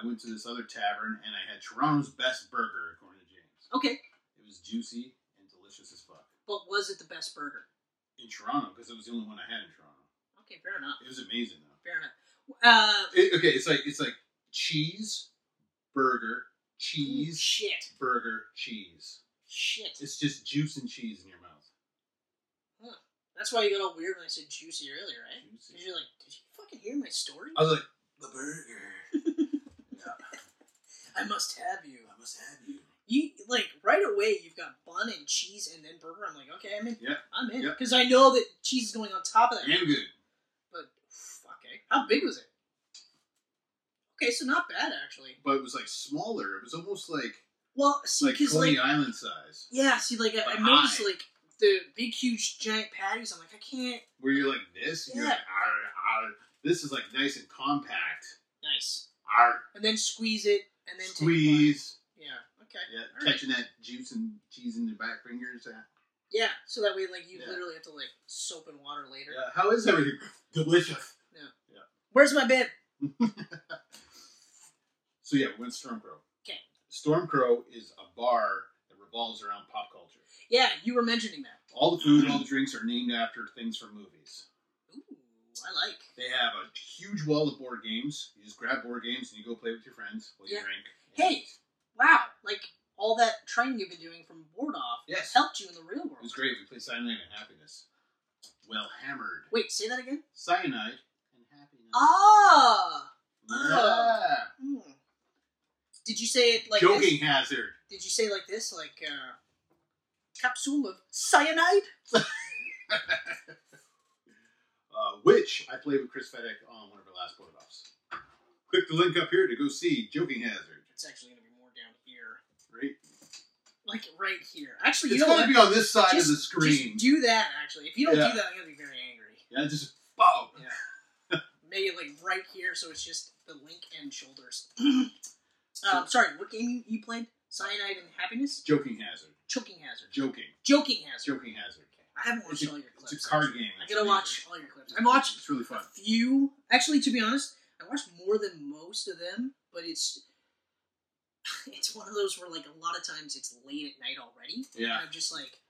B: I went to this other tavern and I had Toronto's best burger, according to James.
C: right. Okay.
B: It was juicy and delicious as fuck
C: But was it the best burger?
B: in Toronto because it was the only one I had in Toronto.
C: Okay, fair enough.
B: It was amazing though.
C: Fair enough. Uh,
B: It- okay, it's like it's like cheese, burger, cheese,
C: shit.
B: burger, cheese.
C: Shit.
B: It's just juice and cheese in your mouth.
C: That's why you got all weird when I said juicy earlier, right? Because
B: Juicy. Oh.
C: you're like, did you fucking hear my story?
B: I was like, the burger.
C: I must have you.
B: I must have you.
C: You like right away. You've got bun and cheese, and then burger. I'm like, okay, I'm in.
B: Yeah.
C: I'm in
B: Yeah.
C: because I know that cheese is going on top of that.
B: And good.
C: But fuck, eh? How big was it? Okay, so not bad actually.
B: But it was like smaller. It was almost like
C: Well, see,
B: like
C: because
B: Coney
C: like,
B: Island size.
C: yeah, see, like I, I
B: But
C: noticed
B: high.
C: like the big, huge, giant patties. I'm like, I can't.
B: Where you're like this, and you're
C: Yeah.
B: like, "Arr, arr." this is like nice and compact.
C: Nice.
B: Arr,
C: And then squeeze it, and then take a bite.
B: squeeze.
C: Yeah. Okay.
B: Yeah,
C: All right.
B: catching that juice and cheese in your back fingers. Yeah.
C: Yeah. So that way, like, you
B: Yeah.
C: literally have to like soap and water later.
B: Yeah, How is everything? Delicious.
C: Where's my bib?
B: So yeah, we went to Stormcrow.
C: Okay.
B: Stormcrow is a bar that revolves around pop culture.
C: Yeah, you were mentioning that.
B: All the food, and all the drinks are named after things from movies.
C: Ooh, I like.
B: They have a huge wall of board games. You just grab board games and you go play with your friends while you
C: Yeah.
B: drink.
C: Hey, wow! Like all that training you've been doing from board off
B: Yes.
C: helped you in the real
B: It
C: world.
B: was great. We played Cyanide and Happiness. Well hammered.
C: Wait, say that again.
B: Cyanide and Happiness.
C: Oh. Ah.
B: yeah.
C: Hmm. Did you say it like
B: Joking
C: This?
B: hazard.
C: Did you say it like this? Like uh, capsule of cyanide?
B: Uh, which I played with Chris Fedek on one of our last board offs. Click the link up here to go see Joking Hazard.
C: It's actually gonna be more down here,
B: Right?
C: like right here. Actually, you
B: it's
C: know
B: going
C: what?
B: to be on this side
C: Just-
B: of the screen.
C: Just do that. Actually, if you don't
B: Yeah.
C: do that, I'm gonna be very angry.
B: yeah, just boom.
C: Yeah. Maybe like right here, so it's just the link and shoulders. um, sorry, what game you, you played? Cyanide and Happiness?
B: Joking Hazard.
C: Choking Hazard.
B: Joking.
C: Joking Hazard.
B: Joking Hazard.
C: I haven't
B: It's
C: watched
B: a,
C: all your
B: it's
C: clips.
B: a card game.
C: I
B: It's
C: gotta
B: amazing.
C: watch all your clips. I watched
B: It's really
C: a
B: fun.
C: few. Actually, to be honest, I watched more than most of them, but it's it's one of those where like a lot of times it's late at night already,
B: Yeah,
C: and I'm just like,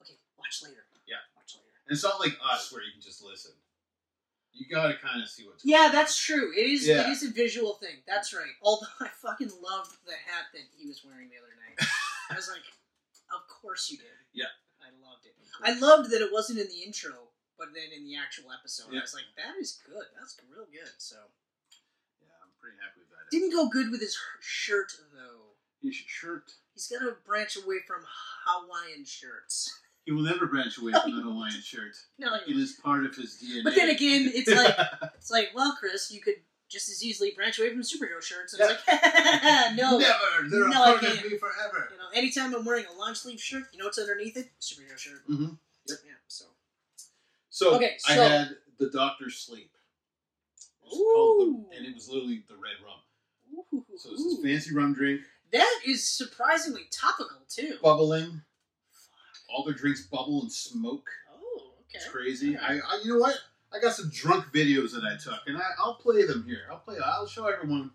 C: okay, watch later.
B: Yeah.
C: watch later.
B: and it's not like us where you can just listen. You gotta kind of see what's.
C: Yeah,
B: going
C: that's true. It is.
B: Yeah.
C: It is a visual thing. That's right. Although I fucking loved the hat that he was wearing the other night. I was like, of course you did.
B: Yeah.
C: I loved it. I loved that it wasn't in the intro, but then in the actual episode,
B: Yeah.
C: I was like, that is good. That's real good. So
B: on. Yeah, I'm pretty happy with that.
C: didn't go good with his shirt though.
B: He should shirt.
C: He's got to branch away from Hawaiian shirts.
B: He will never branch away from the Hawaiian shirt.
C: No,
B: It is part of his DNA.
C: but then again, it's like it's like, well, Chris, you could just as easily branch away from superhero shirts. And it's like, no,
B: never. They're
C: No, I
B: a part of
C: can't.
B: me forever.
C: You know, anytime I'm wearing a long sleeve shirt, you know what's underneath it? Superhero shirt.
B: hmm
C: Yeah. So.
B: So
C: Okay,
B: I
C: so-
B: had the Doctor Sleep. It was called
C: Ooh.
B: the, and it was literally the red rum.
C: Ooh.
B: So it's this fancy rum drink,
C: That is surprisingly topical too.
B: bubbling. all their drinks bubble and smoke.
C: Oh, okay.
B: It's crazy. I, I, you know what? I got some drunk videos that I took, and I, I'll play them here. I'll play. I'll show everyone.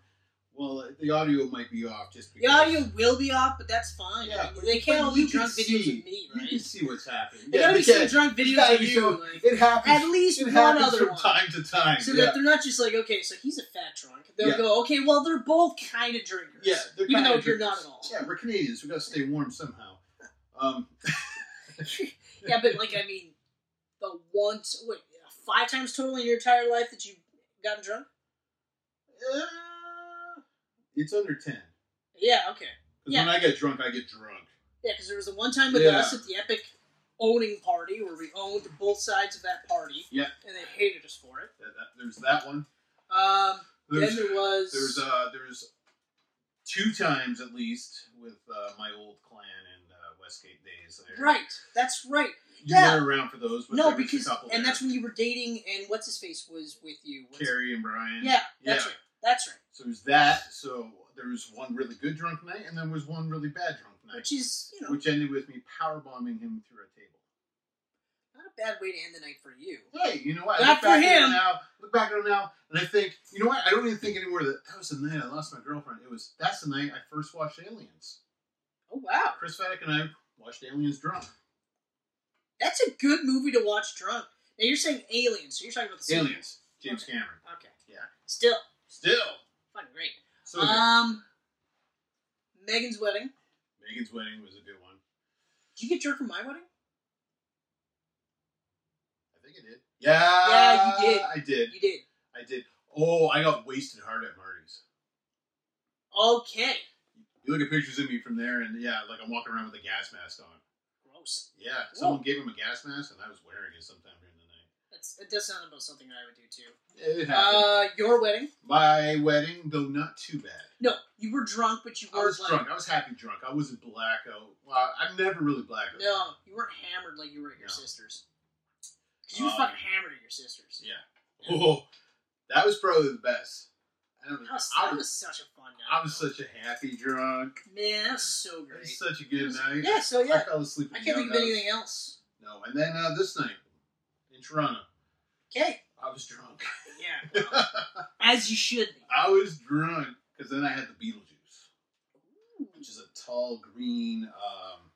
B: Well, the audio might be off just
C: The
B: because.
C: audio will be off, but that's fine.
B: Yeah,
C: I mean,
B: but-
C: they can't
B: but
C: all be
B: you can
C: drunk videos
B: see-
C: with me,
B: You can
C: right?
B: see what's happening.
C: There gotta be some
B: because
C: drunk
B: it's
C: videos
B: gotta
C: of
B: be
C: you,
B: some-
C: like,
B: It happens.
C: at least
B: it
C: one
B: happens
C: other
B: from
C: one.
B: time to time.
C: so
B: yeah.
C: that they're not just like, okay, so he's a fat drunk. They'll
B: Yeah.
C: go, okay, well, they're both kind of drinkers.
B: yeah, they're
C: even
B: kinda
C: though you're not
B: drinkers.
C: at all.
B: Yeah, we're Canadians. We gotta stay warm somehow. Um,
C: yeah, but like I mean, the once what five times total in your entire life that you gotten drunk?
B: uh, it's under ten.
C: Yeah, okay.
B: Because
C: Yeah.
B: when I get drunk, I get drunk.
C: Yeah, because there was the one time with
B: Yeah.
C: us at the epic owning party where we owned both sides of that party.
B: Yeah.
C: and they hated us for it.
B: That, that, there's that one.
C: Um,
B: There's,
C: then there was
B: there's uh, there's two times at least with uh, my old clan and uh, Westgate days. There.
C: right. That's right.
B: You
C: yeah.
B: weren't around for those, but
C: no,
B: there was
C: because
B: a couple
C: and
B: there.
C: that's when you were dating and what's his face was with you. What's-
B: Carrie and Brian.
C: Yeah, that's
B: Yeah.
C: right. That's right.
B: So there's that. So there was one really good drunk night, and there was one really bad drunk night,
C: Which is you know
B: which ended with me power bombing him through a table.
C: not a bad way to end the night for you.
B: Hey, you know what?
C: Not
B: I look back
C: for
B: at it
C: him.
B: Now look back at it now, and I think, you know what? I don't even think anymore that that was the night I lost my girlfriend. It was that's the night I first watched Aliens.
C: Oh wow,
B: Chris Fedek and I watched Aliens drunk.
C: that's a good movie to watch drunk. Now you're saying aliens, so you're talking about the sequel.
B: Aliens, James
C: Okay.
B: Cameron.
C: Okay.
B: Yeah.
C: Still
B: Still,
C: fucking great.
B: so good.
C: Um, Megan's wedding.
B: Megan's wedding was a good one.
C: Did you get drunk from my wedding?
B: I think I did. Yeah,
C: Yeah, you did.
B: I did.
C: You did.
B: I did. Oh, I got wasted hard at Marty's.
C: Okay.
B: You look at pictures of me from there, and yeah, like I'm walking around with a gas mask on.
C: Gross.
B: Yeah,
C: Cool.
B: someone gave him a gas mask, and I was wearing it sometime during the night.
C: That's that does sound about something I would do too.
B: It happened.
C: Uh, your wedding?
B: My wedding, though not too bad.
C: No, you were drunk, but you
B: I
C: were
B: was
C: like
B: drunk. I was happy drunk. I wasn't blackout. Well, I'm never really blackout.
C: no, you weren't hammered like you were at your
B: No.
C: sister's. Cause you were
B: Um,
C: fucking hammered at your sister's.
B: Yeah. Oh, that was probably the best. I don't know.
C: That was,
B: I
C: that
B: was,
C: was such a fun night.
B: I was
C: though.
B: such a happy drunk.
C: man, that was so
B: It
C: great.
B: was such a good night.
C: yeah, so
B: I
C: yeah,
B: fell asleep.
C: I
B: at
C: can't
B: the
C: think of
B: outhouse.
C: anything else.
B: No, and then uh, this night in Toronto,
C: Okay.
B: I was drunk.
C: Yeah. well, as you should be.
B: I was drunk because then I had the Beetlejuice.
C: Ooh.
B: which is a tall green. Um,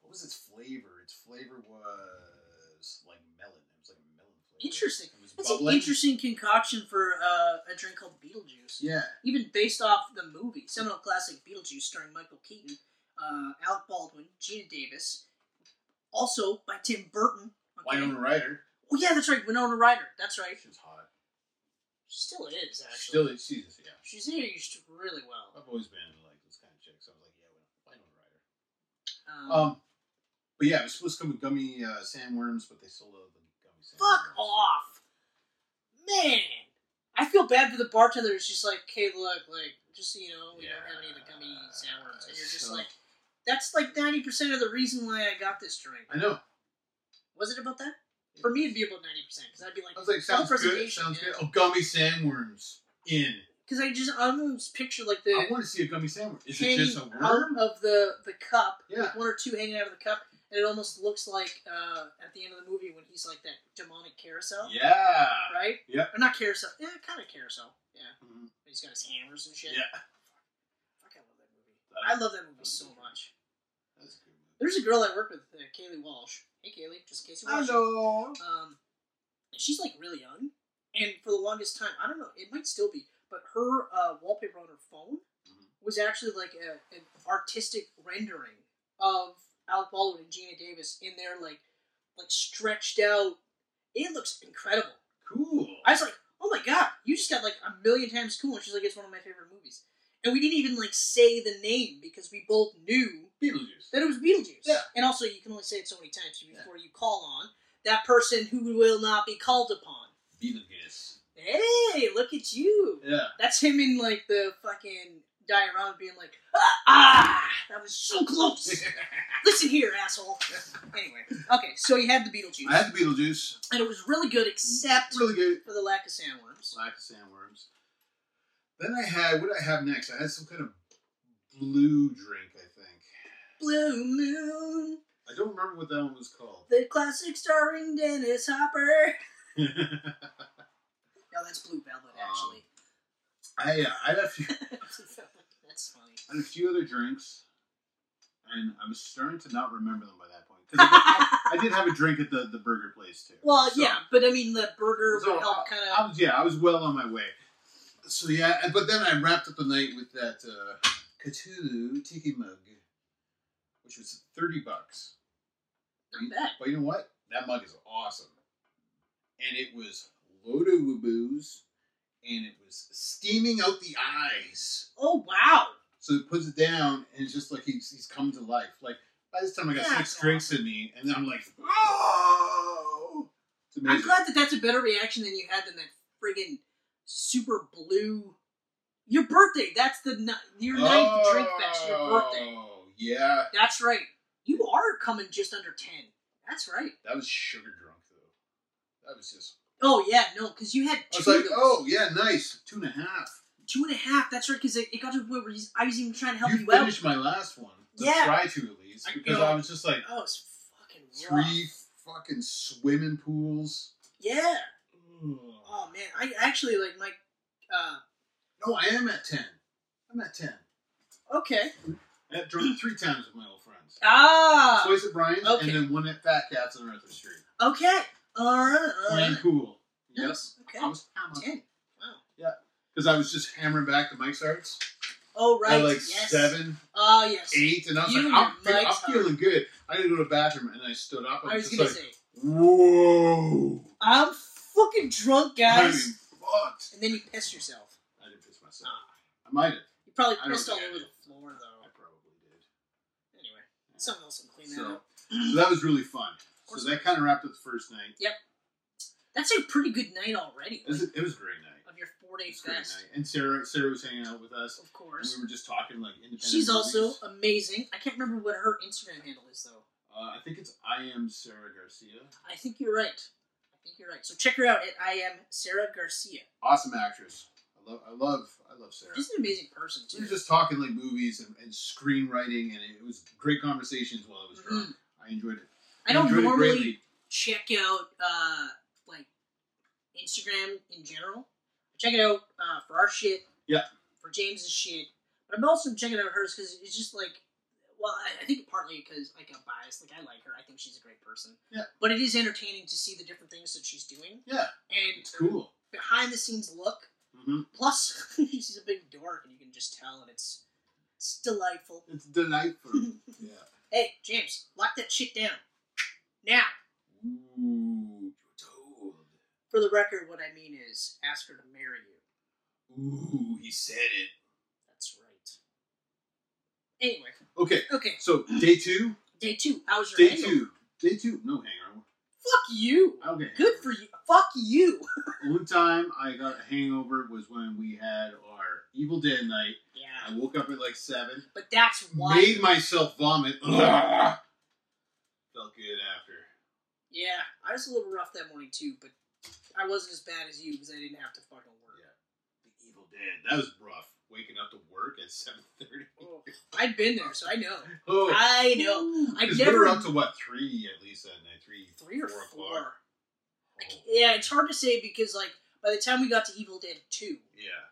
B: what was its flavor? Its flavor was like melon. It was like a melon flavor.
C: Interesting.
B: It was
C: That's
B: bubbling.
C: an interesting concoction for uh, a drink called Beetlejuice.
B: Yeah,
C: Even based off the movie, seminal classic Beetlejuice starring Michael Keaton, uh, Alec Baldwin, Gina Davis, also by Tim Burton. Okay.
B: Winona Ryder.
C: Oh yeah, that's right, Winona Ryder. That's right. She
B: She's hot.
C: still is actually.
B: Still, is- she's yeah.
C: She's aged really well.
B: I've always been like this kind of chick, so I was like, yeah, Winona Ryder.
C: Um,
B: Um, but yeah, it was supposed to come with gummy uh, sandworms, but they sold out the gummy sandworms.
C: fuck off, man. I feel bad for the bartender. It's just like, hey, look, like, just so you know, we don't have any of the gummy
B: Yeah,
C: sandworms, and you're just
B: so-
C: like, that's like ninety percent of the reason why I got this drink.
B: I know.
C: Was it about that? For me, it'd be about ninety percent because I'd be like,
B: I was like,
C: Some
B: sounds good.
C: presentation,
B: Sounds
C: yeah.
B: good. Oh, gummy sandworms in.
C: because I just I almost picture like
B: I
C: the
B: want to see a gummy sandwich. Is it
C: hanging
B: just a
C: out
B: worm?
C: of the the cup,
B: Yeah.
C: one or two hanging out of the cup, and it almost looks like uh, at the end of the movie when he's like that demonic carousel,
B: Yeah.
C: right?
B: Yeah.
C: or not carousel, yeah, kind of carousel, yeah.
B: Mhm.
C: He's got his hammers and shit.
B: Yeah.
C: Fuck, I love that movie. I love that movie so much.
B: That's a good movie.
C: There's a girl I work with, uh, Kaylee Walsh. Hey, Kaylee, just in case you watch.
B: Hello.
C: Um, and she's like really young, and for the longest time, I don't know, it might still be, but her uh, wallpaper on her phone
B: Mhm.
C: was actually like a, an artistic rendering of Alec Baldwin and Gina Davis in their like like stretched out. It looks incredible.
B: Cool.
C: I was like, oh my god, you just got like a million times cool. And she's like, it's one of my favorite movies. And we didn't even like say the name because we both knew
B: Beetlejuice.
C: that it was Beetlejuice.
B: Yeah.
C: And also, you can only say it so many times before you call on that person who will not be called upon.
B: Beetlejuice.
C: Hey, look at you.
B: Yeah.
C: That's him in like the fucking diorama being like, ah, ah that was so close. Listen here, asshole. Anyway, okay, so you had the Beetlejuice,
B: I had the Beetlejuice.
C: and it was really good, except
B: It's really good.
C: for the lack of sandworms.
B: Lack of sandworms. Then I had what did I have next? I had some kind of blue drink, I think.
C: Blue moon,
B: I don't remember what that one was called.
C: The classic starring Dennis Hopper. No, that's Blue
B: Um.
C: Velvet, actually.
B: I uh, I had a few
C: that's funny.
B: I had a few other drinks, and I'm starting to not remember them by that point because I, did- I did have a drink at the, the burger place too.
C: Well,
B: So-
C: yeah, but I mean, the burger
B: So, uh,
C: would help kind
B: I
C: of.
B: was, yeah, I was well on my way. So yeah, and- but then I wrapped up the night with that uh, Cthulhu tiki mug, which was thirty bucks.
C: Not bad.
B: But you know what? That mug is awesome, and it was loaded with booze, and it was steaming out the eyes.
C: Oh, wow.
B: So he puts it down, and it's just like he's he's come to life. Like by this time, I got
C: Yeah,
B: six
C: it's
B: drinks in me, and I'm like, oh, it's amazing.
C: I'm glad that that's a better reaction than you had than that friggin' super blue. Your birthday. That's the ni- your ninth drink fest. Your birthday.
B: Oh, Yeah,
C: That's right. You are coming just under ten. That's right.
B: That was sugar drunk though. That was just.
C: Oh yeah, no, because you had
B: I
C: two.
B: was like,
C: of those.
B: oh yeah, nice two and a half.
C: Two and a half. That's right, because it, it got to the point where he's, I was even trying to help
B: you
C: you,
B: finished my last one. The
C: Yeah.
B: Try to at least
C: I
B: because
C: know.
B: I was just like
C: out. Oh, it's fucking rough.
B: three fucking swimming pools.
C: Yeah.
B: No,
C: Oh man, I actually like my. Uh,
B: I am at ten. I'm at ten.
C: okay.
B: I have drunk three times with my old friends.
C: Ah.
B: Twice at Brian's
C: okay.
B: and then one at Fat Cats on Arthur Street.
C: Okay. All right. All
B: Playing
C: right.
B: pool.
C: Nice.
B: Yep.
C: Okay.
B: I was hammered
C: Ten. Wow.
B: because I was just hammering back the Mike's Arts
C: Oh right.
B: at like
C: yes.
B: seven,
C: Oh yes.
B: eight, and I was
C: You
B: like,
C: were
B: I'm, fe- I'm
C: Mike's
B: feeling good. I didn't go to the bathroom, and I stood up.
C: I was
B: just
C: gonna
B: like,
C: say,
B: Whoa!
C: I'm fucking drunk,
B: I
C: guys.
B: mean, fucked.
C: And then you piss yourself.
B: I didn't piss myself. I might have.
C: You probably
B: I don't
C: pissed all
B: think I
C: over
B: did.
C: the floor,
B: I
C: though.
B: probably did.
C: Anyway, someone else can clean that
B: So,
C: up.
B: so that was really fun. So
C: course.
B: that kind of wrapped up the first night.
C: That's a pretty good night already.
B: It was a, it was a great night.
C: of your four
B: It
C: day
B: was a great
C: fest,
B: night. And Sarah Sarah was hanging out with us,
C: of
B: and
C: course.
B: we were just talking like independent.
C: She's also
B: movies.
C: amazing. I can't remember what her Instagram handle is though.
B: Uh, I think it's I am Sarah Garcia.
C: I think you're right. I think you're right. So check her out at I am Sarah Garcia.
B: Awesome actress. I love I love I love Sarah.
C: She's an amazing person
B: we were
C: too.
B: just talking like movies and, and screenwriting, and it was great conversations while I was drunk. I enjoyed it.
C: Mm-hmm. I don't
B: enjoyed
C: normally
B: it greatly.
C: check out uh, like Instagram in general. Check it out uh, for our shit.
B: Yeah.
C: For James's shit, but I'm also checking out hers because it's just like, well, I, I think partly because like I'm biased. Like I like her. I think she's a great person.
B: Yeah.
C: But it is entertaining to see the different things that she's doing
B: Yeah,
C: and
B: it's cool.
C: behind the scenes look.
B: hmm
C: Plus, she's a big dork, and you can just tell, and it's it's delightful.
B: It's delightful. yeah.
C: Hey, James, lock that shit down now.
B: Ooh, told.
C: For the record, what I mean is, ask her to marry you.
B: Ooh, he said it.
C: That's right. Anyway,
B: Okay,
C: okay.
B: so day two.
C: Day two. How was your
B: Day
C: hangover?
B: two. Day two. No hangover.
C: Fuck you.
B: I don't get
C: Good for you. Fuck you.
B: hangovers. One time I got a hangover was when we had our Evil Dead night.
C: Yeah.
B: I woke up at like seven,
C: But that's why.
B: made myself vomit. Ugh. Felt good after.
C: Yeah, I was a little rough that morning too, but I wasn't as bad as you because I didn't have to fucking work.
B: Yeah. The Evil Dead. That was rough. Waking up to work at seven thirty.
C: I've been there, so I know.
B: Oh,
C: I know. I've
B: 'Cause
C: never-
B: We were up to what three at least that night. Three,
C: Three or
B: four
C: four.
B: o'clock.
C: I ca- Yeah, it's hard to say because like by the time we got to Evil Dead Two,
B: Yeah.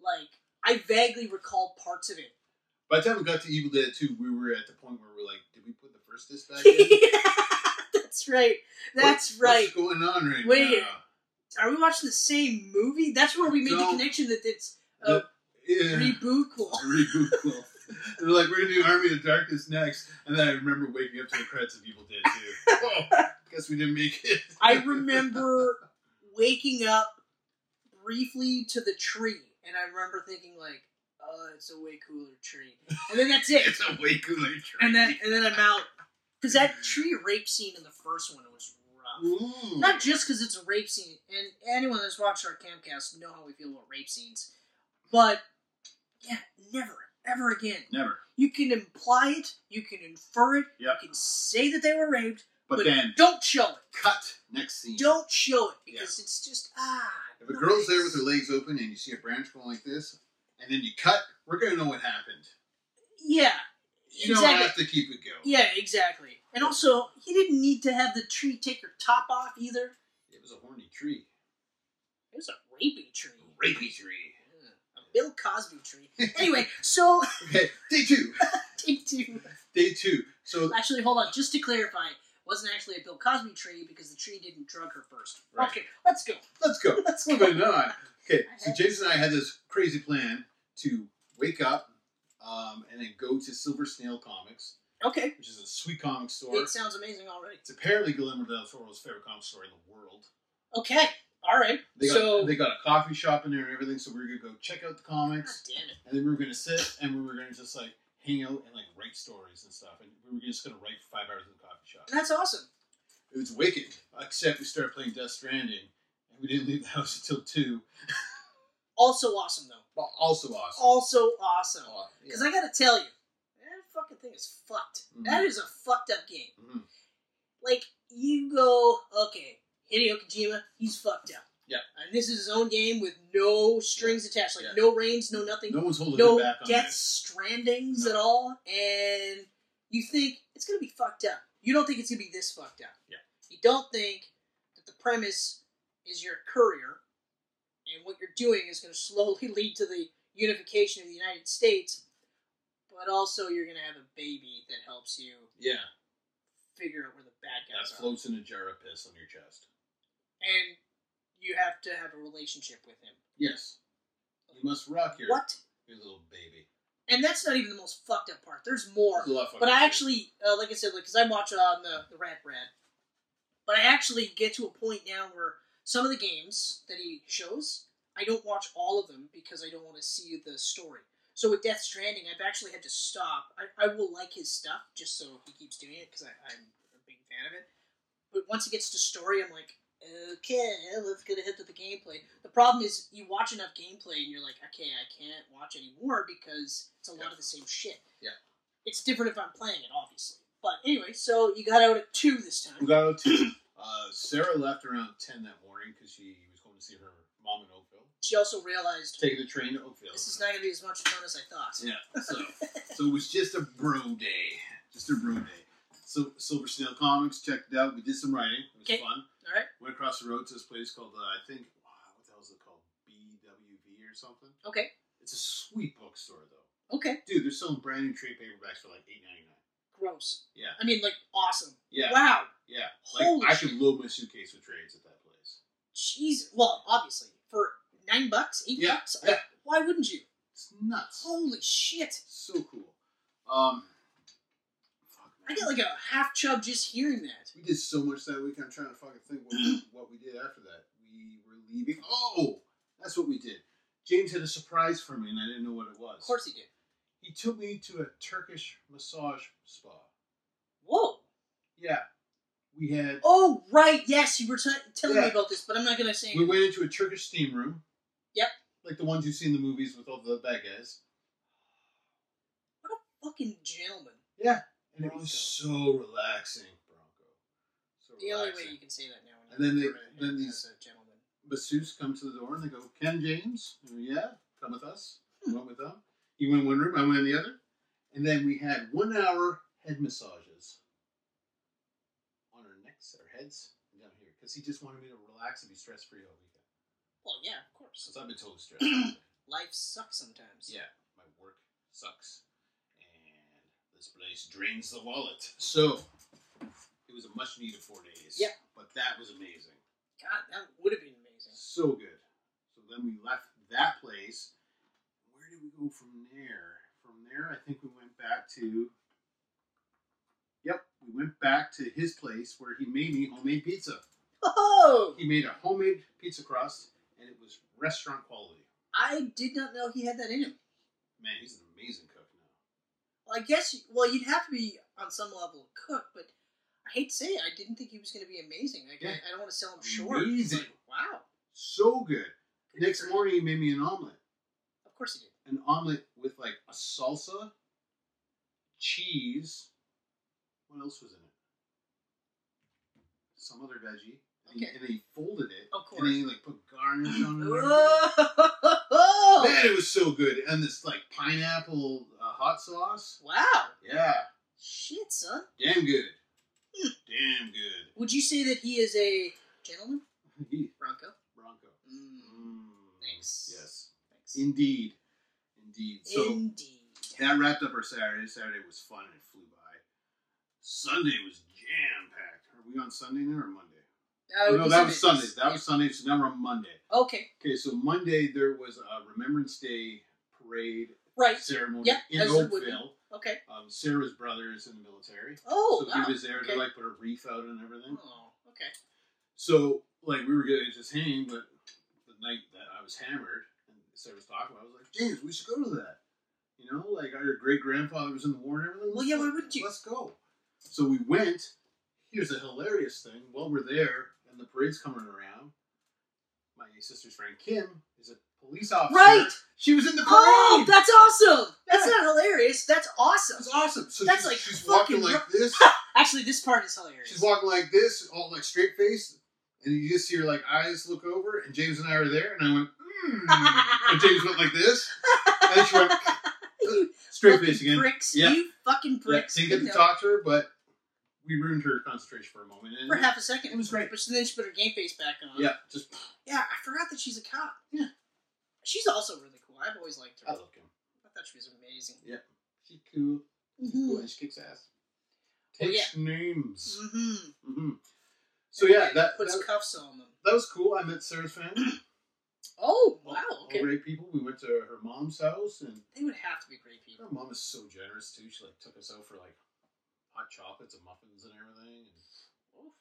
C: like I vaguely recall parts of it.
B: By the time we got to Evil Dead 2, we were at the point where we are like, did we put the first disc back in?
C: that's right. That's
B: What-
C: right.
B: What's going on right
C: Wait.
B: now?
C: Are we watching the same movie? That's where we made
B: No.
C: the connection that it's
B: The- Yeah.
C: reboot cool.
B: Reboot. Cool. They're like, we're going to do Army of Darkness next. And then I remember waking up to the credits of Evil Dead 2. oh, guess we didn't make it.
C: I remember waking up briefly to the tree, and I remember thinking like, "Oh, it's a way cooler tree," and then that's it.
B: it's a way cooler tree.
C: and then and then I'm out because that tree rape scene in the first one was rough.
B: Ooh.
C: Not just because it's a rape scene, and anyone that's watched our campcast know how we feel about rape scenes. But yeah, never, ever again.
B: Never.
C: You can imply it, you can infer it,
B: Yep.
C: you can say that they were raped,
B: But then,
C: don't show it.
B: cut. Next scene.
C: Don't show it because it's just ah.
B: If a girl's there
C: nice.
B: with her legs open and you see a branch going like this, and then you cut, we're going to know what happened.
C: yeah,
B: You don't
C: Exactly.
B: have to keep it going.
C: Yeah, exactly. And also, he didn't need to have the tree take her top off either.
B: It was a horny tree.
C: It was a rapey tree.
B: Rapey tree.
C: Yeah, A Bill Cosby tree. Anyway, so
B: Okay, day two.
C: take two.
B: Day two. So
C: Actually, hold on. Just to clarify, it wasn't actually a Bill Cosby tree because the tree didn't drug her first.
B: Right.
C: Okay, let's go.
B: let's go.
C: Let's go.
B: Moving on. Okay, so Jason and I had this crazy plan to wake up um, and then go to Silver Snail Comics,
C: Okay.
B: which is a sweet comic store.
C: It sounds amazing already.
B: It's apparently Guillermo del Toro's favorite comic store in the world.
C: Okay. All right.
B: They got,
C: so,
B: they got a coffee shop in there and everything, so we were gonna go check out the
C: God
B: comics,
C: damn it.
B: and then we were gonna sit and we were gonna just like hang out and like write stories and stuff, and we were just gonna write for five hours in the coffee shop.
C: That's awesome.
B: It was wicked, except we started playing Death Stranding, and we didn't leave the house until two.
C: Also awesome, though.
B: But also awesome.
C: Also awesome.
B: Aw, Oh, yeah.
C: Because I gotta tell you, that fucking thing is fucked.
B: Mhm.
C: That is a fucked up game.
B: Mhm.
C: Like, you go, okay, Hideo Kojima, he's fucked up.
B: Yeah.
C: And this is his own game with no strings attached, like
B: Yeah.
C: no reins, no nothing,
B: No one's holding
C: no
B: it back on
C: death
B: this.
C: strandings
B: No.
C: at all, and you think it's gonna be fucked up. You don't think it's gonna be this fucked up.
B: Yeah.
C: You don't think that the premise is you're a courier, and what you're doing is gonna slowly lead to the unification of the United States, but also you're gonna have a baby that helps you
B: Yeah,
C: figure out where the bad guys
B: that
C: are,
B: floats in a jar of piss on your chest.
C: and you have to have a relationship with him.
B: Yes, you must rock your,
C: What?
B: your little baby.
C: And that's not even the most fucked up part. There's more.
B: It's a lot of
C: But
B: fucking
C: I
B: shit.
C: actually, uh, like I said, because I watch on the the Rant Rad, but I actually get to a point now where some of the games that he shows, I don't watch all of them because I don't want to see the story. So with Death Stranding, I've actually had to stop. I, I will like his stuff just so he keeps doing it because I'm a big fan of it. But once it gets to story, I'm like, okay, let's get ahead to the gameplay. The problem is you watch enough gameplay and you're like, okay, I can't watch anymore because it's a lot
B: Yeah.
C: of the same shit it's different if I'm playing it, obviously. But anyway, so you got out at two this
B: We
C: time.
B: got out to. Uh, Sarah left around 10 that morning because she was going to see her mom in Oakville.
C: She also realized
B: Taking the train to Oakville.
C: this is not going to be as much fun as I thought.
B: yeah, so, so it was just a bro day. Just a bro day. So, Silver Snail Comics, checked it out. We did some writing. It was
C: Okay.
B: fun.
C: All right.
B: Went across the road to this place called, uh, I think, wow, what the hell is it called? BWV or something?
C: Okay.
B: It's a sweet bookstore, though.
C: Okay.
B: Dude, they're selling brand new trade paperbacks for like eight ninety nine.
C: Gross.
B: Yeah.
C: I mean, like, awesome.
B: Yeah.
C: Wow.
B: Yeah.
C: Holy
B: Like, I
C: shit.
B: could load my suitcase with trades at that place.
C: Jesus. Well, obviously, for nine bucks, eight
B: Yeah,
C: bucks,
B: yeah.
C: why wouldn't you?
B: It's nuts.
C: Holy shit.
B: So cool. Um, fuck,
C: I
B: man.
C: get like a half chub just hearing that.
B: we did so much that week. I'm trying to fucking think what we, what we did after that. We were leaving. Oh, that's what we did. James had a surprise for me, and I didn't know what it was.
C: Of course he did.
B: He took me to a Turkish massage spa.
C: Whoa.
B: Yeah. We had.
C: Oh, right. Yes, you were t- telling me
B: Yeah.
C: about this, but I'm not going to say
B: We
C: anything.
B: went into a Turkish steam room.
C: Yep.
B: Like the ones you see in the movies with all the bad guys.
C: Fucking gentleman.
B: And it was so relaxing, Bronco. So
C: The only way
B: relaxing.
C: you can say that now.
B: And then they-
C: You're a-
B: then these-
C: as a gentleman.
B: masseuse comes to the door and they go, Ken James? And we, yeah, come with us. I went with them. He went in one room, I went in the other. And then we had one hour head massages on our necks, our heads, and down here. Because he just wanted me to relax and be stress free all weekend.
C: Well, yeah, of course.
B: Because I've been totally stressed. out.
C: Life sucks sometimes.
B: yeah, my work sucks. And this place drains the wallet. So it was a much needed four days.
C: Yeah.
B: But that was amazing.
C: God, that would have been amazing.
B: So good. So then we left that place. Where did we go from there? From there, I think we went back to. Yep, we went back to his place where he made me homemade pizza.
C: Oh!
B: He made a homemade pizza crust, and it was restaurant quality.
C: I did not know he had that in him.
B: Man, he's an amazing cook now.
C: Well, I guess, you- well, you'd have to be on some level a cook, but I hate to say it, I didn't think he was going to be amazing. Like,
B: Yeah.
C: I, I don't want to sell him short.
B: Amazing.
C: Like, wow.
B: So good.
C: Good for
B: Next
C: him.
B: morning, he made me an omelet.
C: Of course he did.
B: An omelet with like a salsa, cheese. What else was in it? Some other veggie. And,
C: Okay.
B: he, and he folded it.
C: Of
B: And then
C: course.
B: he like put garnish on it.
C: Oh!
B: Man, it was so good. And this like pineapple uh, hot sauce.
C: Wow.
B: Yeah,
C: Shit, son.
B: damn good. Damn good.
C: Would you say that he is a gentleman?
B: He-
C: Bronco.
B: Bronco.
C: Mm,
B: Mm.
C: Thanks.
B: Yes.
C: thanks.
B: Indeed. Indeed. So
C: Indeed.
B: that wrapped up our Saturday. Saturday was fun and it flew by. Sunday was jam packed. Are we on Sunday now or Monday?
C: Uh,
B: no, that was Sunday. That
C: Yeah.
B: was Sunday. So now we're on Monday.
C: Okay.
B: Okay, so Monday there was a Remembrance Day parade
C: Right.
B: ceremony
C: Yep,
B: in
C: as there would be.
B: Oakville.
C: Okay.
B: Um, Sarah's brother is in the military.
C: Oh.
B: so
C: wow.
B: he was there.
C: okay.
B: They like put a wreath out and everything.
C: Oh, okay.
B: So like we were gonna just hang, but the night that I was hammered and Sarah was talking about, it, I was like, James, we should go to that. You know, like our great grandfather was in the war and everything.
C: Well, yeah, why wouldn't you?
B: Let's go. So we went. Here's a hilarious thing. While we're there and the parade's coming around, my sister's friend Kim is a police officer.
C: Right.
B: She was in the parade.
C: Oh, that's awesome. That's
B: Yeah.
C: not hilarious. That's awesome.
B: That's awesome. So
C: That's
B: she's,
C: like
B: she's
C: fucking
B: walking like this.
C: Actually, this part is hilarious.
B: She's walking like this, all like straight face, and you just see her like eyes look over, and James and I are there, and I went, mm. and James went like this, and she went
C: You
B: straight
C: fucking
B: face again.
C: Pricks.
B: Yeah.
C: You fucking
B: Yeah,
C: pricks.
B: didn't get
C: You
B: to
C: know,
B: talk to her, but we ruined her concentration for a moment. And
C: for half a second.
B: It was great.
C: But then she put her game face back on.
B: Yeah, just
C: Yeah, I forgot that she's a cop.
B: Yeah.
C: She's also really cool. I've always liked her.
B: I
C: I
B: love Kim.
C: thought she was amazing.
B: She's cool. She's cool,
C: Mm-hmm.
B: and she kicks ass.
C: Well,
B: Takes names.
C: Mm-hmm.
B: hmm So yeah, that that,
C: puts
B: was-
C: cuffs on them.
B: that was cool. I met Sarah's family.
C: Oh wow!
B: All
C: Okay,
B: great people. We went to her mom's house and.
C: they would have to be great people.
B: Her mom is so generous too. She like took us out for like hot chocolates and muffins and everything. And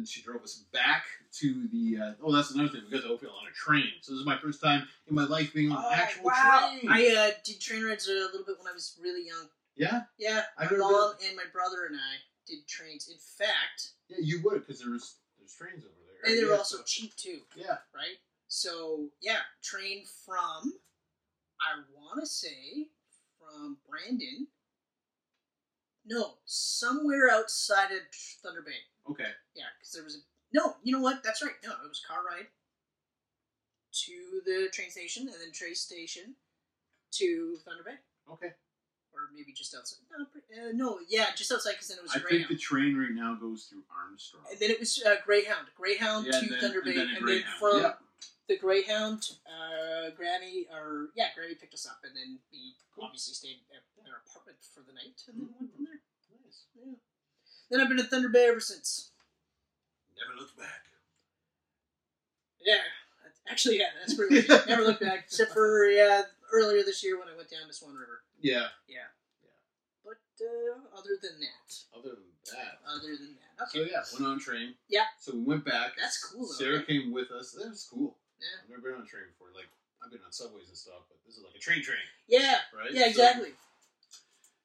B: then she drove us back to the. Uh, oh, that's another thing. We got to Oakville on a train. So this is my first time in my life being on
C: Oh,
B: an actual train.
C: I uh, did train rides a little bit when I was really young.
B: yeah,
C: Yeah,
B: I've
C: my
B: never
C: mom and my brother and I did trains. In fact,
B: yeah, you would because there's there's trains over there.
C: and they
B: Yeah,
C: were also
B: so-
C: cheap too,
B: yeah,
C: right? So yeah, train from I want to say from Brandon. No, somewhere outside of Thunder Bay.
B: okay,
C: Yeah, because there was a no. You know what? That's right. No, it was car ride to the train station, and then train station to Thunder Bay,
B: okay.
C: or maybe just outside. No, pre- uh, no, yeah, just outside because then it was
B: I think
C: Greyhound,
B: the train right now goes through Armstrong.
C: and then it was uh, Greyhound, Greyhound
B: Yeah,
C: to
B: and then-
C: Thunder
B: and
C: Bay,
B: then a
C: and then,
B: Greyhound,
C: from
B: yeah.
C: the Greyhound, uh, Granny or yeah, Granny picked us up, and then we obviously stayed at their apartment for the night, and then went from there.
B: Nice.
C: Yeah. Then I've been at Thunder Bay ever since.
B: Never looked back.
C: Yeah, actually, yeah, that's pretty much it. Never looked back, except for yeah, earlier this year when I went down to Swan River.
B: Yeah.
C: Yeah, yeah. But uh, other than that,
B: Other than that.
C: other than that,
B: So
C: okay,
B: yeah, went on a train.
C: Yeah.
B: So we went back.
C: That's cool, though,
B: Sarah
C: right?
B: came with us. That was cool.
C: Yeah.
B: I've never been on a train before. Like I've been on subways and stuff, but this is like a train train,
C: yeah,
B: right?
C: yeah,
B: So,
C: exactly.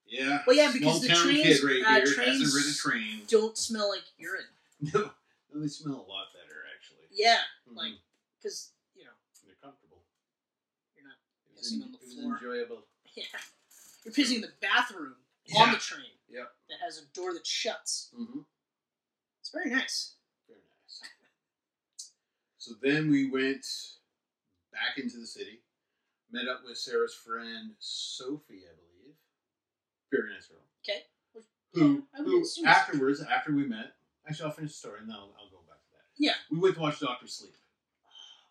B: yeah.
C: Well, yeah,
B: Small
C: because the
B: town
C: trains,
B: kid right
C: uh,
B: here
C: trains-
B: hasn't ridden a train.
C: Don't smell like urine.
B: No, no, they smell a lot better actually.
C: Yeah,
B: Mhm.
C: like because you know
B: And they're comfortable.
C: you're not.
B: It was,
C: Pissing
B: en-
C: on the
B: it was
C: floor.
B: enjoyable.
C: Yeah, you're pissing in the bathroom on the train
B: Yeah.
C: that has a door that shuts.
B: Mm-hmm.
C: It's very nice.
B: Very nice. So then we went back into the city, met up with Sarah's friend Sophie, I believe. Very nice girl.
C: Okay.
B: Who,
C: Yeah, I would
B: who
C: assume so.
B: afterwards, after we met, actually, I'll finish the story and then I'll, I'll go back to that.
C: Yeah.
B: We went to watch Doctor Sleep.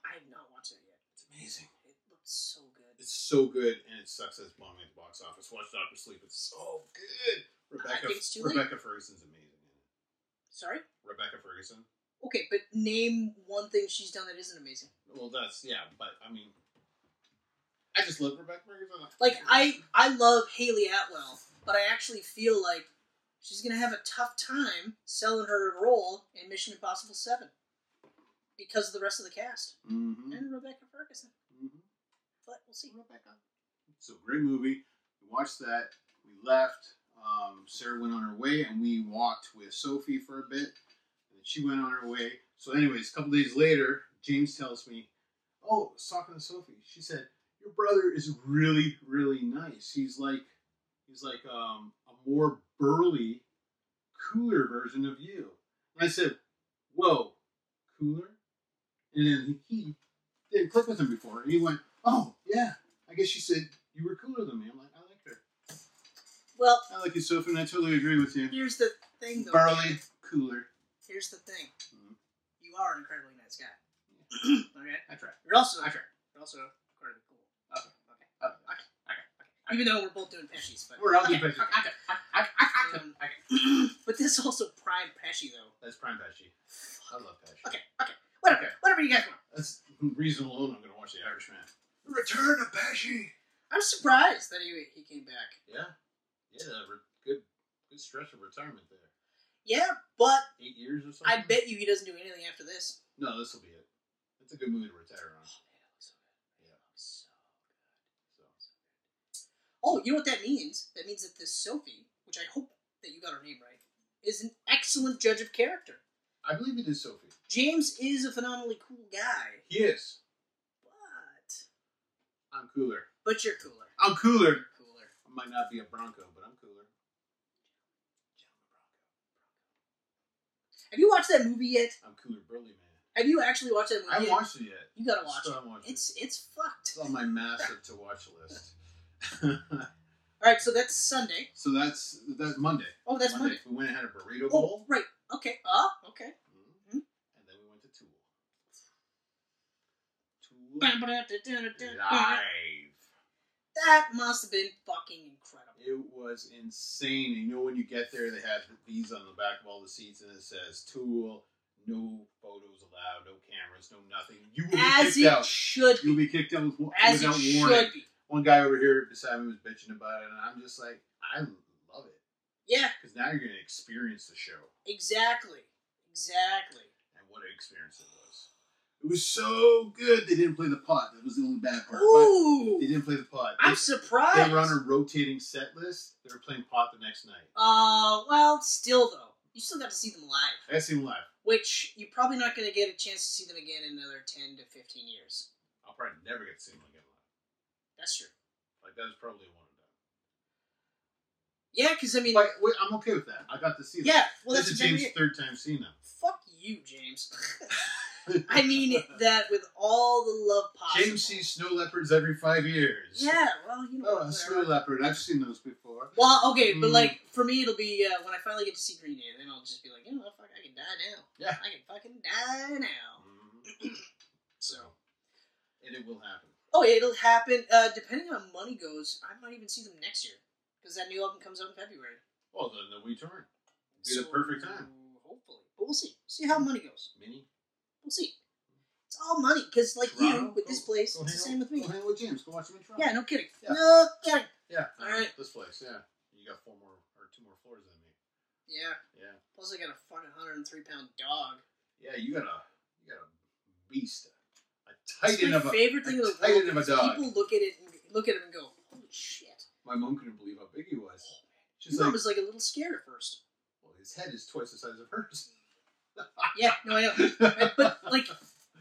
C: I have not watched it yet.
B: It's amazing.
C: It looks so good.
B: It's so good and it sucks that it's bombing at the box office. Watch Doctor Sleep. It's so good. Rebecca,
C: think it's too late.
B: Rebecca Ferguson's amazing. in it.
C: Sorry.
B: Rebecca Ferguson.
C: Okay, but name one thing she's done that isn't amazing.
B: Well, that's, yeah, but I mean, I just love Rebecca Ferguson.
C: Like I, I love Haley Atwell, but I actually feel like she's gonna have a tough time selling her role in Mission Impossible Seven because of the rest of the cast
B: Mm-hmm.
C: and Rebecca Ferguson.
B: Mm-hmm.
C: But we'll see.
B: Rebecca. So great movie. We watched that. We left. Um, Sarah went on her way, and we walked with Sophie for a bit. And then she went on her way. So, anyways, a couple days later, James tells me, "Oh, I was talking to Sophie. She said your brother is really, really nice. He's like, he's like um, a more burly, cooler version of you." And I said, "Whoa, cooler?" And then he didn't click with him before, and he went, "Oh yeah, I guess she said you were cooler than me." I'm like, I liked her.
C: Well,
B: I like you, Sophie, and I totally agree with you.
C: here's the thing, though.
B: Barley cooler.
C: Here's the thing.
B: Mhm.
C: You are an incredibly nice guy. okay.
B: I try.
C: You're also.
B: I try.
C: You're also incredibly cool. Okay. Okay.
B: Uh,
C: Even though we're both doing Pesci's, but
B: We're out the
C: Okay,
B: Pesci.
C: Um, but this also prime Pesci though.
B: That's prime Pesci. I love Pesci.
C: Okay, okay, whatever,
B: Okay.
C: whatever you guys want.
B: That's reason alone. I'm gonna watch The Irishman.
D: The return of Pesci.
C: I'm surprised that he he came back.
B: Yeah, yeah. Re- good, good stretch of retirement there.
C: Yeah, but
B: Eight years or something.
C: I bet you he doesn't do anything after this.
B: No, this will be it. It's a good movie to retire on. Yeah.
C: So-
B: So
C: Oh, you know what that means? That means that this Sophie, which I hope that you got her name right, is an excellent judge of character.
B: I believe it is Sophie.
C: James is a phenomenally cool guy,
B: He is.
C: but
B: I'm cooler.
C: but you're cooler.
B: I'm cooler.
C: You're cooler.
B: I might not be a Bronco, but I'm cooler.
C: Have you watched that movie yet?
B: I'm cooler, burly man.
C: Have you actually watched that movie?
B: I haven't
C: yet?
B: watched it yet.
C: You gotta watch
B: Still
C: it.
B: haven't watched it.
C: It's it's fucked.
B: It's on my massive to watch list.
C: All right, so that's Sunday.
B: so that's that's Monday.
C: Oh, that's Monday.
B: We went and had a burrito
C: Oh,
B: bowl,
C: right. Okay. Oh, okay.
B: Mhm.
C: Mhm.
B: and then we went to Tool. Tool
C: That
B: live.
C: must have been fucking incredible.
B: It was insane. And you know when you get there, they have these on the back of all the seats, and it says Tool. No photos allowed. No cameras. No nothing. You will be
C: As
B: kicked
C: it
B: out.
C: should
B: You'll
C: be.
B: be kicked out with,
C: As it
B: without warning.
C: should be.
B: One guy over here beside me was bitching about it, and I'm just like, I love it
C: Yeah,
B: because now you're gonna experience the show.
C: exactly. Exactly.
B: and what an experience it was. It was so good. They didn't play the pot. That was the only bad part. But they
C: Ooh,
B: didn't play the pot.
C: I'm
B: They,
C: surprised.
B: they were on a rotating set list. They were playing pot the next night.
C: Uh, well, still though, you still got to see them live,
B: I seen live.
C: which you're probably not going to get a chance to see them again in another ten to fifteen years.
B: I'll probably never get to see them again live.
C: That's true.
B: Like that was probably one of them.
C: Yeah, because I mean,
B: But wait, I'm okay with that. I got to see them.
C: yeah. Well,
B: this
C: that's
B: is
C: exactly
B: James'
C: it.
B: third time seeing them.
C: Fuck you, James. I mean that with all the love possible.
B: James sees snow leopards every five years.
C: Yeah, well, you know.
B: Oh, a
C: whatever.
B: snow leopard. I've seen those before.
C: Well, okay, but
B: Mm.
C: like for me, it'll be uh, when I finally get to see Green Day. Then I'll just be like, you know, fuck, I can die now.
B: Yeah.
C: I can fucking die now.
B: Mhm. so, and it will happen.
C: Oh, it'll happen. Uh, depending on how money goes, I might even see them next year because that new album comes out in February.
B: Well, then the return. Be the perfect time.
C: Hopefully, but we'll see. See how money goes.
B: Mini.
C: We'll see. It's all money because, like you,
B: Toronto,
C: with
B: go-
C: this place,
B: go
C: it's the
B: hang
C: same
B: out-
C: with me.
B: Go hang out with James. Go watch him in Toronto.
C: Yeah, no kidding.
B: Yeah.
C: No kidding.
B: Yeah. uh,
C: All right.
B: This place, yeah. You got four more or two more floors than me.
C: Yeah.
B: Yeah.
C: Plus, I got a fucking 103 pound dog.
B: Yeah, you got a you got a beast. A
C: It's
B: titan
C: my
B: of a
C: favorite thing in the
B: titan
C: world.
B: of a
C: is
B: dog.
C: People look at it, and, look at him, and go, "Holy shit!"
B: my mom couldn't believe how big he was.
C: Oh,
B: She's
C: Your mom
B: like
C: was like a little scared at first.
B: Well, his head is twice the size of hers.
C: Yeah, no, I know. But like,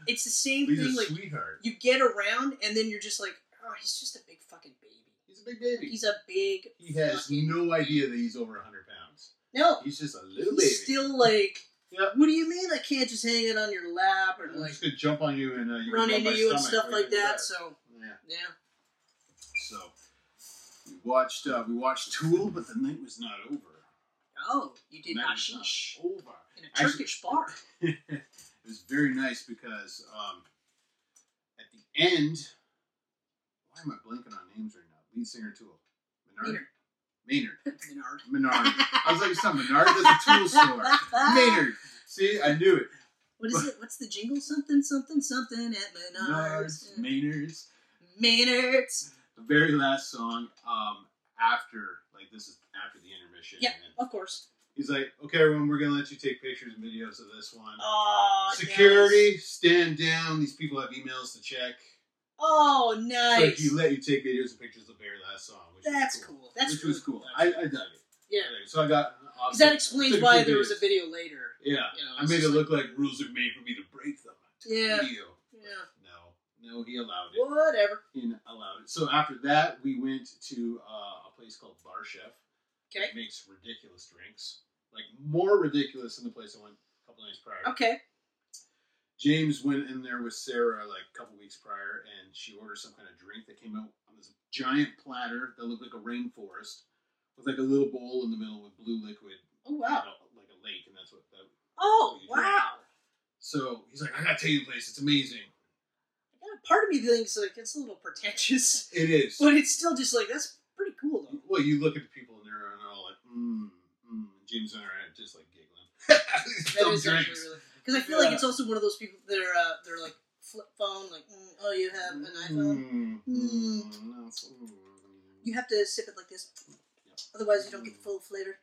C: it's the same
B: He's
C: thing.
B: a
C: Like
B: sweetheart.
C: you get around, and then you're just like, "Oh, he's just a big fucking baby.
B: He's a big baby.
C: He's a big."
B: He has
C: fucking-
B: no idea that he's over hundred pounds.
C: No,
B: He's just a little baby.
C: he's still like.
B: Yep.
C: What do you mean? I can't just hang it on your lap or
B: I'm
C: like
B: just gonna jump on you and uh, you
C: run
B: my
C: into you and
B: stomach
C: stuff
B: right
C: like
B: in the
C: that.
B: back.
C: So
B: yeah.
C: yeah,
B: So we watched uh, we watched Tool, but the night was not over.
C: oh, you did
B: Night was
C: hashish
B: not over.
C: in a
B: Actually-
C: Turkish bar.
B: it was very nice because um, at the end, why am I blanking on names right now? Lead singer Tool, Maynard. Maynard.
C: Menard.
B: Maynard. I was like, it's not Maynard. That's a Tool store. Maynard. See, I knew it.
C: What is it? What's the jingle? Something, something, something at Menards.
B: Maynard's. Maynard's.
C: Maynard's.
B: The very last song um, after, like this is after the intermission.
C: Yeah.
B: and
C: Of course.
B: He's like, okay, everyone, we're gonna let you take pictures and videos of this one.
C: Oh,
B: Security, stand down. These people have emails to check.
C: Oh,
B: So he
C: nice.
B: let you take videos and pictures of the very last song, which
C: That's
B: was cool.
C: cool. That's
B: which
C: really
B: was cool. I,
C: actually.
B: I dug it.
C: yeah,
B: Okay, so I got an
C: because
B: option.
C: that explains
B: Took
C: why
B: good
C: there was a
B: videos.
C: video later.
B: Yeah,
C: You know,
B: I
C: it's
B: made it
C: just
B: look like rules are made for me to break them. I took a
C: Yeah.
B: video.
C: Yeah.
B: No, no, he allowed it.
C: Whatever.
B: He allowed it. So after that, we went to uh, a place called Bar Chef.
C: Okay.
B: It makes ridiculous drinks, like more ridiculous than the place I went a couple nights prior.
C: Okay.
B: James went in there with Sarah like a couple weeks prior, and she ordered some kind of drink that came out on this giant platter that looked like a rainforest with like a little bowl in the middle with blue liquid,
C: Oh
B: you
C: wow.
B: know, like a lake, and that's what. That,
C: Oh
B: You drink.
C: wow.
B: so he's like, I gotta tell you the place. It's amazing.
C: Yeah, part of me thinks like it's a little pretentious,
B: It is.
C: but it's still just like that's pretty cool though.
B: Well, you look at the people and they're, and they're all like, mm, mm. And James and I are just like giggling.
C: That
B: Still
C: is actually
B: drinks.
C: really because I feel like
B: Yeah.
C: it's also one of those people that are uh, they're like flip phone like mm, oh you have an iPhone
B: Mm,
C: Mm.
B: mm, no, it's- mm.
C: you have to sip it like this otherwise you don't
B: Mm.
C: get the full flavor.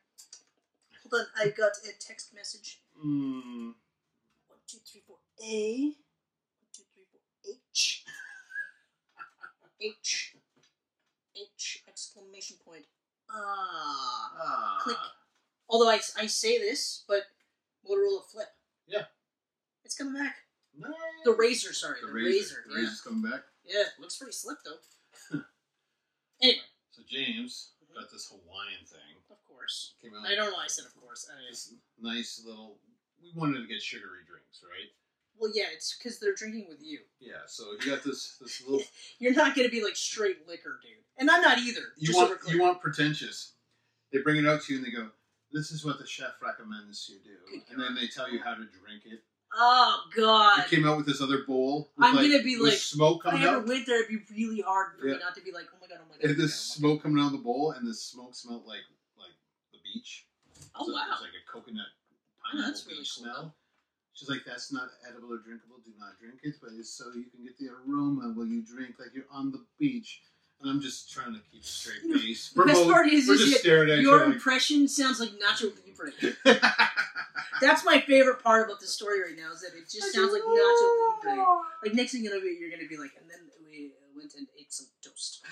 C: Hold on, I got a text message.
B: Mm.
C: One two three four A. One two three four H. H. H exclamation point. Ah.
B: Ah.
C: Click. Although I, I say this, but Motorola Flip.
B: Yeah.
C: It's coming back.
B: No.
C: The Razor, sorry. The, Razor.
B: The razor's coming back.
C: Yeah. yeah. Looks pretty slick, though. anyway,
B: So James got this Hawaiian thing.
C: of course.
B: Came out
C: Mm-hmm. I don't know why I said of course. I,
B: This nice little. We wanted to get sugary drinks, right?
C: well, yeah, it's because they're drinking with you.
B: Yeah. So you got this this little.
C: You're not going to be like straight liquor, dude. And I'm not either.
B: You
C: just so
B: want
C: we're clear.
B: you want pretentious. They bring it out to you and they go, "This is what the chef recommends you do,"
C: Good
B: and then they tell you how to drink it.
C: Oh,
B: You
C: God.
B: came out with this other bowl. with,
C: I'm gonna be
B: with
C: like,
B: smoke
C: If I
B: coming
C: ever
B: out.
C: went there, it'd be really hard for
B: Yeah.
C: me not to be like, oh my god, oh my god.
B: And
C: oh my
B: this
C: God,
B: smoke coming out of the bowl, and this smoke smelled like like the beach.
C: oh,
B: so
C: my
B: It
C: God.
B: was like a coconut
C: Oh,
B: pineapple
C: that's really
B: beach
C: cool.
B: smell. She's like, that's not edible or drinkable. Do not drink it, but it's so you can get the aroma while you drink, like you're on the beach. And I'm just trying to keep a straight
C: You know,
B: face.
C: the best
B: both-
C: part is-
B: we're
C: is
B: just
C: you-
B: staring at each
C: Your
B: other
C: impression sounds like Nacho Libre.
B: like-
C: That's my favorite part about the story right now is that it just sounds like Nacho Libre. Like next thing you know, you're gonna be like, and then we went and ate some toast.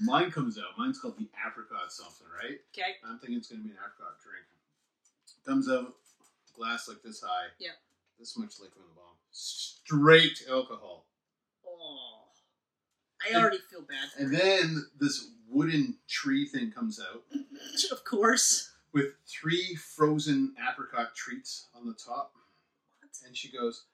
B: Mine comes out. Mine's called the apricot something, right?
C: Okay.
B: I'm thinking it's gonna be an apricot drink. Comes out glass like this high.
C: Yeah.
B: This much liquid in the bottom. Straight alcohol.
C: Oh, I already feel bad. for
B: And
C: her.
B: then this wooden tree thing comes out
C: of course.
B: with three frozen apricot treats on the top. And she goes,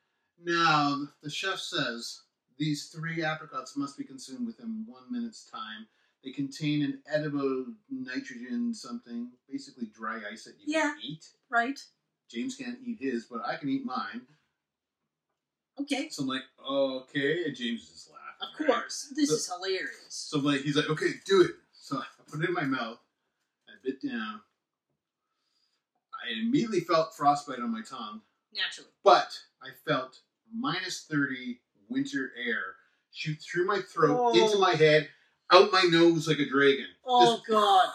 B: Now, the chef says these three apricots must be consumed within one minute's time. They contain an edible nitrogen something, basically dry ice that you
C: Yeah.
B: can eat.
C: Right.
B: James can't eat his, but I can eat mine.
C: Okay.
B: So I'm like, okay. And James is
C: Of
B: laughing. right?
C: course. This is hilarious.
B: So like he's like, okay, do it. So I put it in my mouth. I bit down. I immediately felt frostbite on my tongue,
C: Naturally.
B: but I felt minus thirty winter air shoot through my throat,
C: Oh.
B: into my head, out my nose like a dragon.
C: Oh
B: Just-
C: god.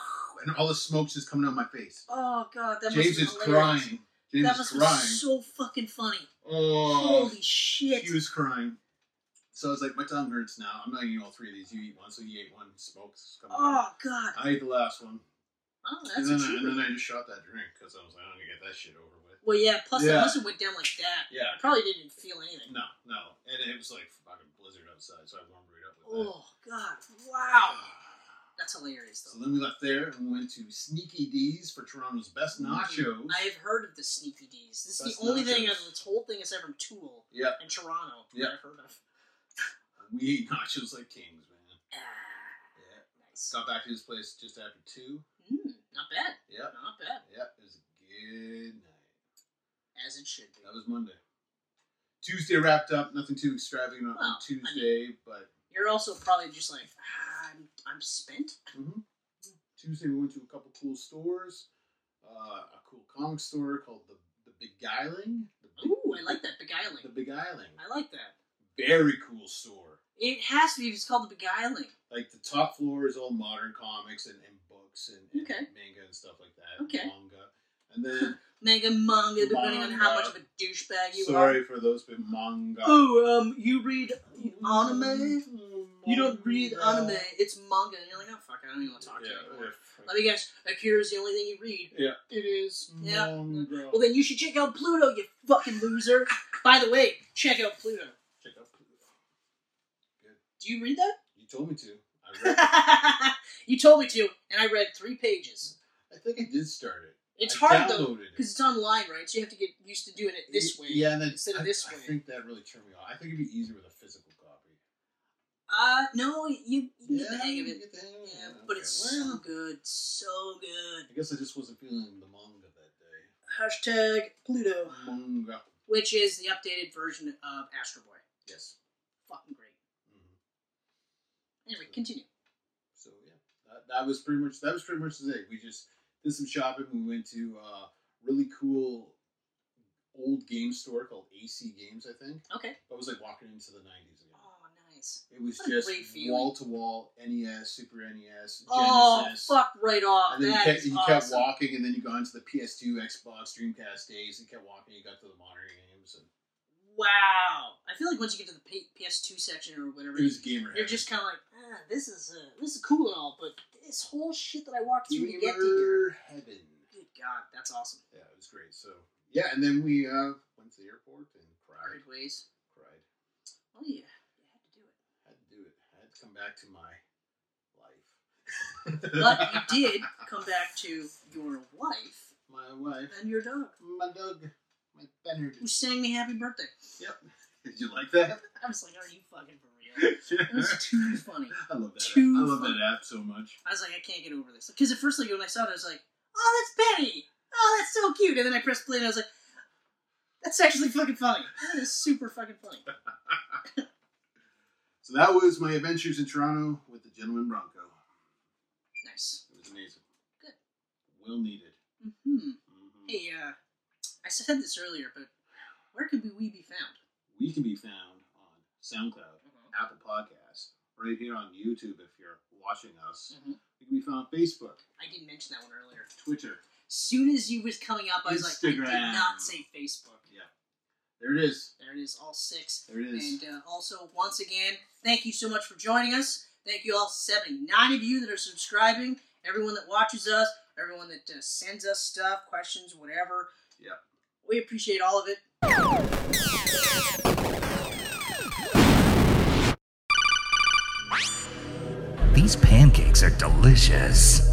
B: and all the smoke's just coming out my face.
C: Oh god. That
B: James
C: must be
B: is
C: hilarious.
B: crying. James
C: that
B: is
C: must be
B: crying.
C: so fucking funny.
B: oh,
C: Holy shit.
B: he was crying. So I was like, my tongue hurts now. I'm not eating all three of these. You eat one, so he ate one. Smoke's coming out.
C: Oh god.
B: I ate the last one.
C: Oh,
B: And
C: that's
B: then,
C: a
B: I, and
C: trooper.
B: then I just shot that drink because I was like, I'm gonna get that shit over with.
C: Well, yeah. Plus, it
B: Yeah.
C: must have went down like that.
B: Yeah.
C: I probably didn't feel anything.
B: No, no. And it was like fucking blizzard outside, so I warmed right up with that.
C: Oh god. Wow. That's hilarious
B: So
C: though.
B: then we left there and went to Sneaky D's for Toronto's best
C: Mm,
B: nachos.
C: I have Mm-hmm. heard of the Sneaky D's. This is
B: That's
C: the only
B: nachos.
C: thing out of this whole thing aside from Tool
B: Yep.
C: and Toronto
B: Yep.
C: that I've heard of.
B: We ate nachos like kings, man.
C: Ah,
B: Yeah.
C: nice.
B: Got back to this place just after two.
C: Mm, not bad.
B: Yep.
C: Not bad.
B: Yep. It was a good night.
C: As it should be.
B: That was Monday. Tuesday wrapped up. Nothing too extravagant on
C: Well, I
B: Tuesday, but
C: You're also probably just like, ah, I'm, I'm spent.
B: hmm Tuesday we went to a couple cool stores, uh, a cool comic store called the the Beguiling. The Big-
C: Ooh, I like that
B: The
C: beguiling.
B: Beguiling,
C: I like that.
B: very cool store.
C: It has to be. if It's called the beguiling.
B: Like the top floor is all modern comics and, and books and, and
C: Okay.
B: manga and stuff like that.
C: Okay.
B: Manga, and then
C: Mega manga, depending on how
B: Manga.
C: much of a douchebag you are.
B: sorry for those, but manga. Mm-hmm.
C: Oh, um, you read anime? You don't read
B: Manga.
C: anime. It's manga, and you're like, oh fuck, I don't even want to talk to
B: Yeah,
C: you anymore.
B: yeah.
C: Let me guess, Akira's the only thing you read.
B: Yeah.
C: It is.
B: Mm-hmm.
C: Yeah.
B: Manga.
C: Well, then you should check out Pluto, you fucking loser. By the way, check out Pluto.
B: Check out Pluto.
C: Do you read that?
B: You told me to. I read. it.
C: you told me to, and I read three pages.
B: I think I did start it.
C: It's
B: I
C: hard though,
B: downloaded it.
C: because it's online, right? So you have to get used to doing it this way.
B: Yeah, and then
C: instead of
B: I-
C: this
B: I
C: way.
B: think that really turned me off. I think it'd be easier with a physical copy.
C: Uh, no, you, you get the hang
B: you
C: of it.
B: get the hang of it.
C: Yeah, but it's
B: Okay, well,
C: so good, so good.
B: I guess I just wasn't feeling the manga that
C: Hashtag Pluto,
B: day. Manga.
C: which is the updated version of Astro Boy.
B: Yes.
C: Fucking great.
B: Mhm.
C: Anyway, continue.
B: So yeah, that, that was pretty much that was pretty much the day. We just did some shopping. We went to uh, really cool old game store called AC Games, I think.
C: Okay.
B: But it was like walking into the nineties again.
C: Oh, nice.
B: It was
C: What a
B: just
C: great feeling.
B: wall to wall NES, Super NES, Genesis.
C: Oh, fuck right off.
B: And then you
C: That
B: kept,
C: is
B: you kept
C: awesome.
B: walking, and then you got into the PS2, Xbox, Dreamcast days, and kept walking. You got to the monitor games, and
C: Wow. I feel like once you get to the P- PS2 section or whatever,
B: it was gamer.
C: you're
B: heaven.
C: just kind of like, ah, this is uh, this is cool and all, but this whole shit that I walked through to get to here.
B: gamer heaven.
C: Good God, that's awesome.
B: Yeah, it was great. So yeah, and then we uh, went to the airport and cried,
C: Hard ways.
B: cried.
C: Oh yeah, you had to do it,
B: had to do it. I had to come back to my life.
C: but you did come back to your wife
B: My wife,
C: and your dog,
B: my dog, my Bernard.
C: who sang me happy birthday.
B: Yep. Did you like that?
C: I was like, are you fucking for real? It was too funny.
B: I love that.
C: too
B: app. I love
C: funny.
B: that app so much.
C: I was like, I can't get over this. Because at first, like when I saw it, I was like, oh, that's Penny. Oh, that's so cute. And then I pressed play and I was like, that's actually fucking funny. That is super fucking funny.
B: So that was my adventures in Toronto with the gentleman Bronco.
C: Nice.
B: It was amazing.
C: Good.
B: Well needed.
C: hmm
B: Mhm.
C: Hey, uh, I said this earlier, but where can we be found?
B: We can be found on SoundCloud, Apple Podcasts, right here on YouTube if you're watching us.
C: Mhm.
B: We can be found on Facebook,
C: I didn't mention that one earlier.
B: Twitter.
C: Soon as you was coming up, I was like, I did
B: Instagram.
C: not say Facebook.
B: There it is.
C: There it is, all six.
B: There it is.
C: And uh, also, once again, thank you so much for joining us. Thank you all 79 of you that are subscribing, everyone that watches us, everyone that uh, sends us stuff, questions, whatever.
B: Yep.
C: We appreciate all of it.
A: These pancakes are delicious.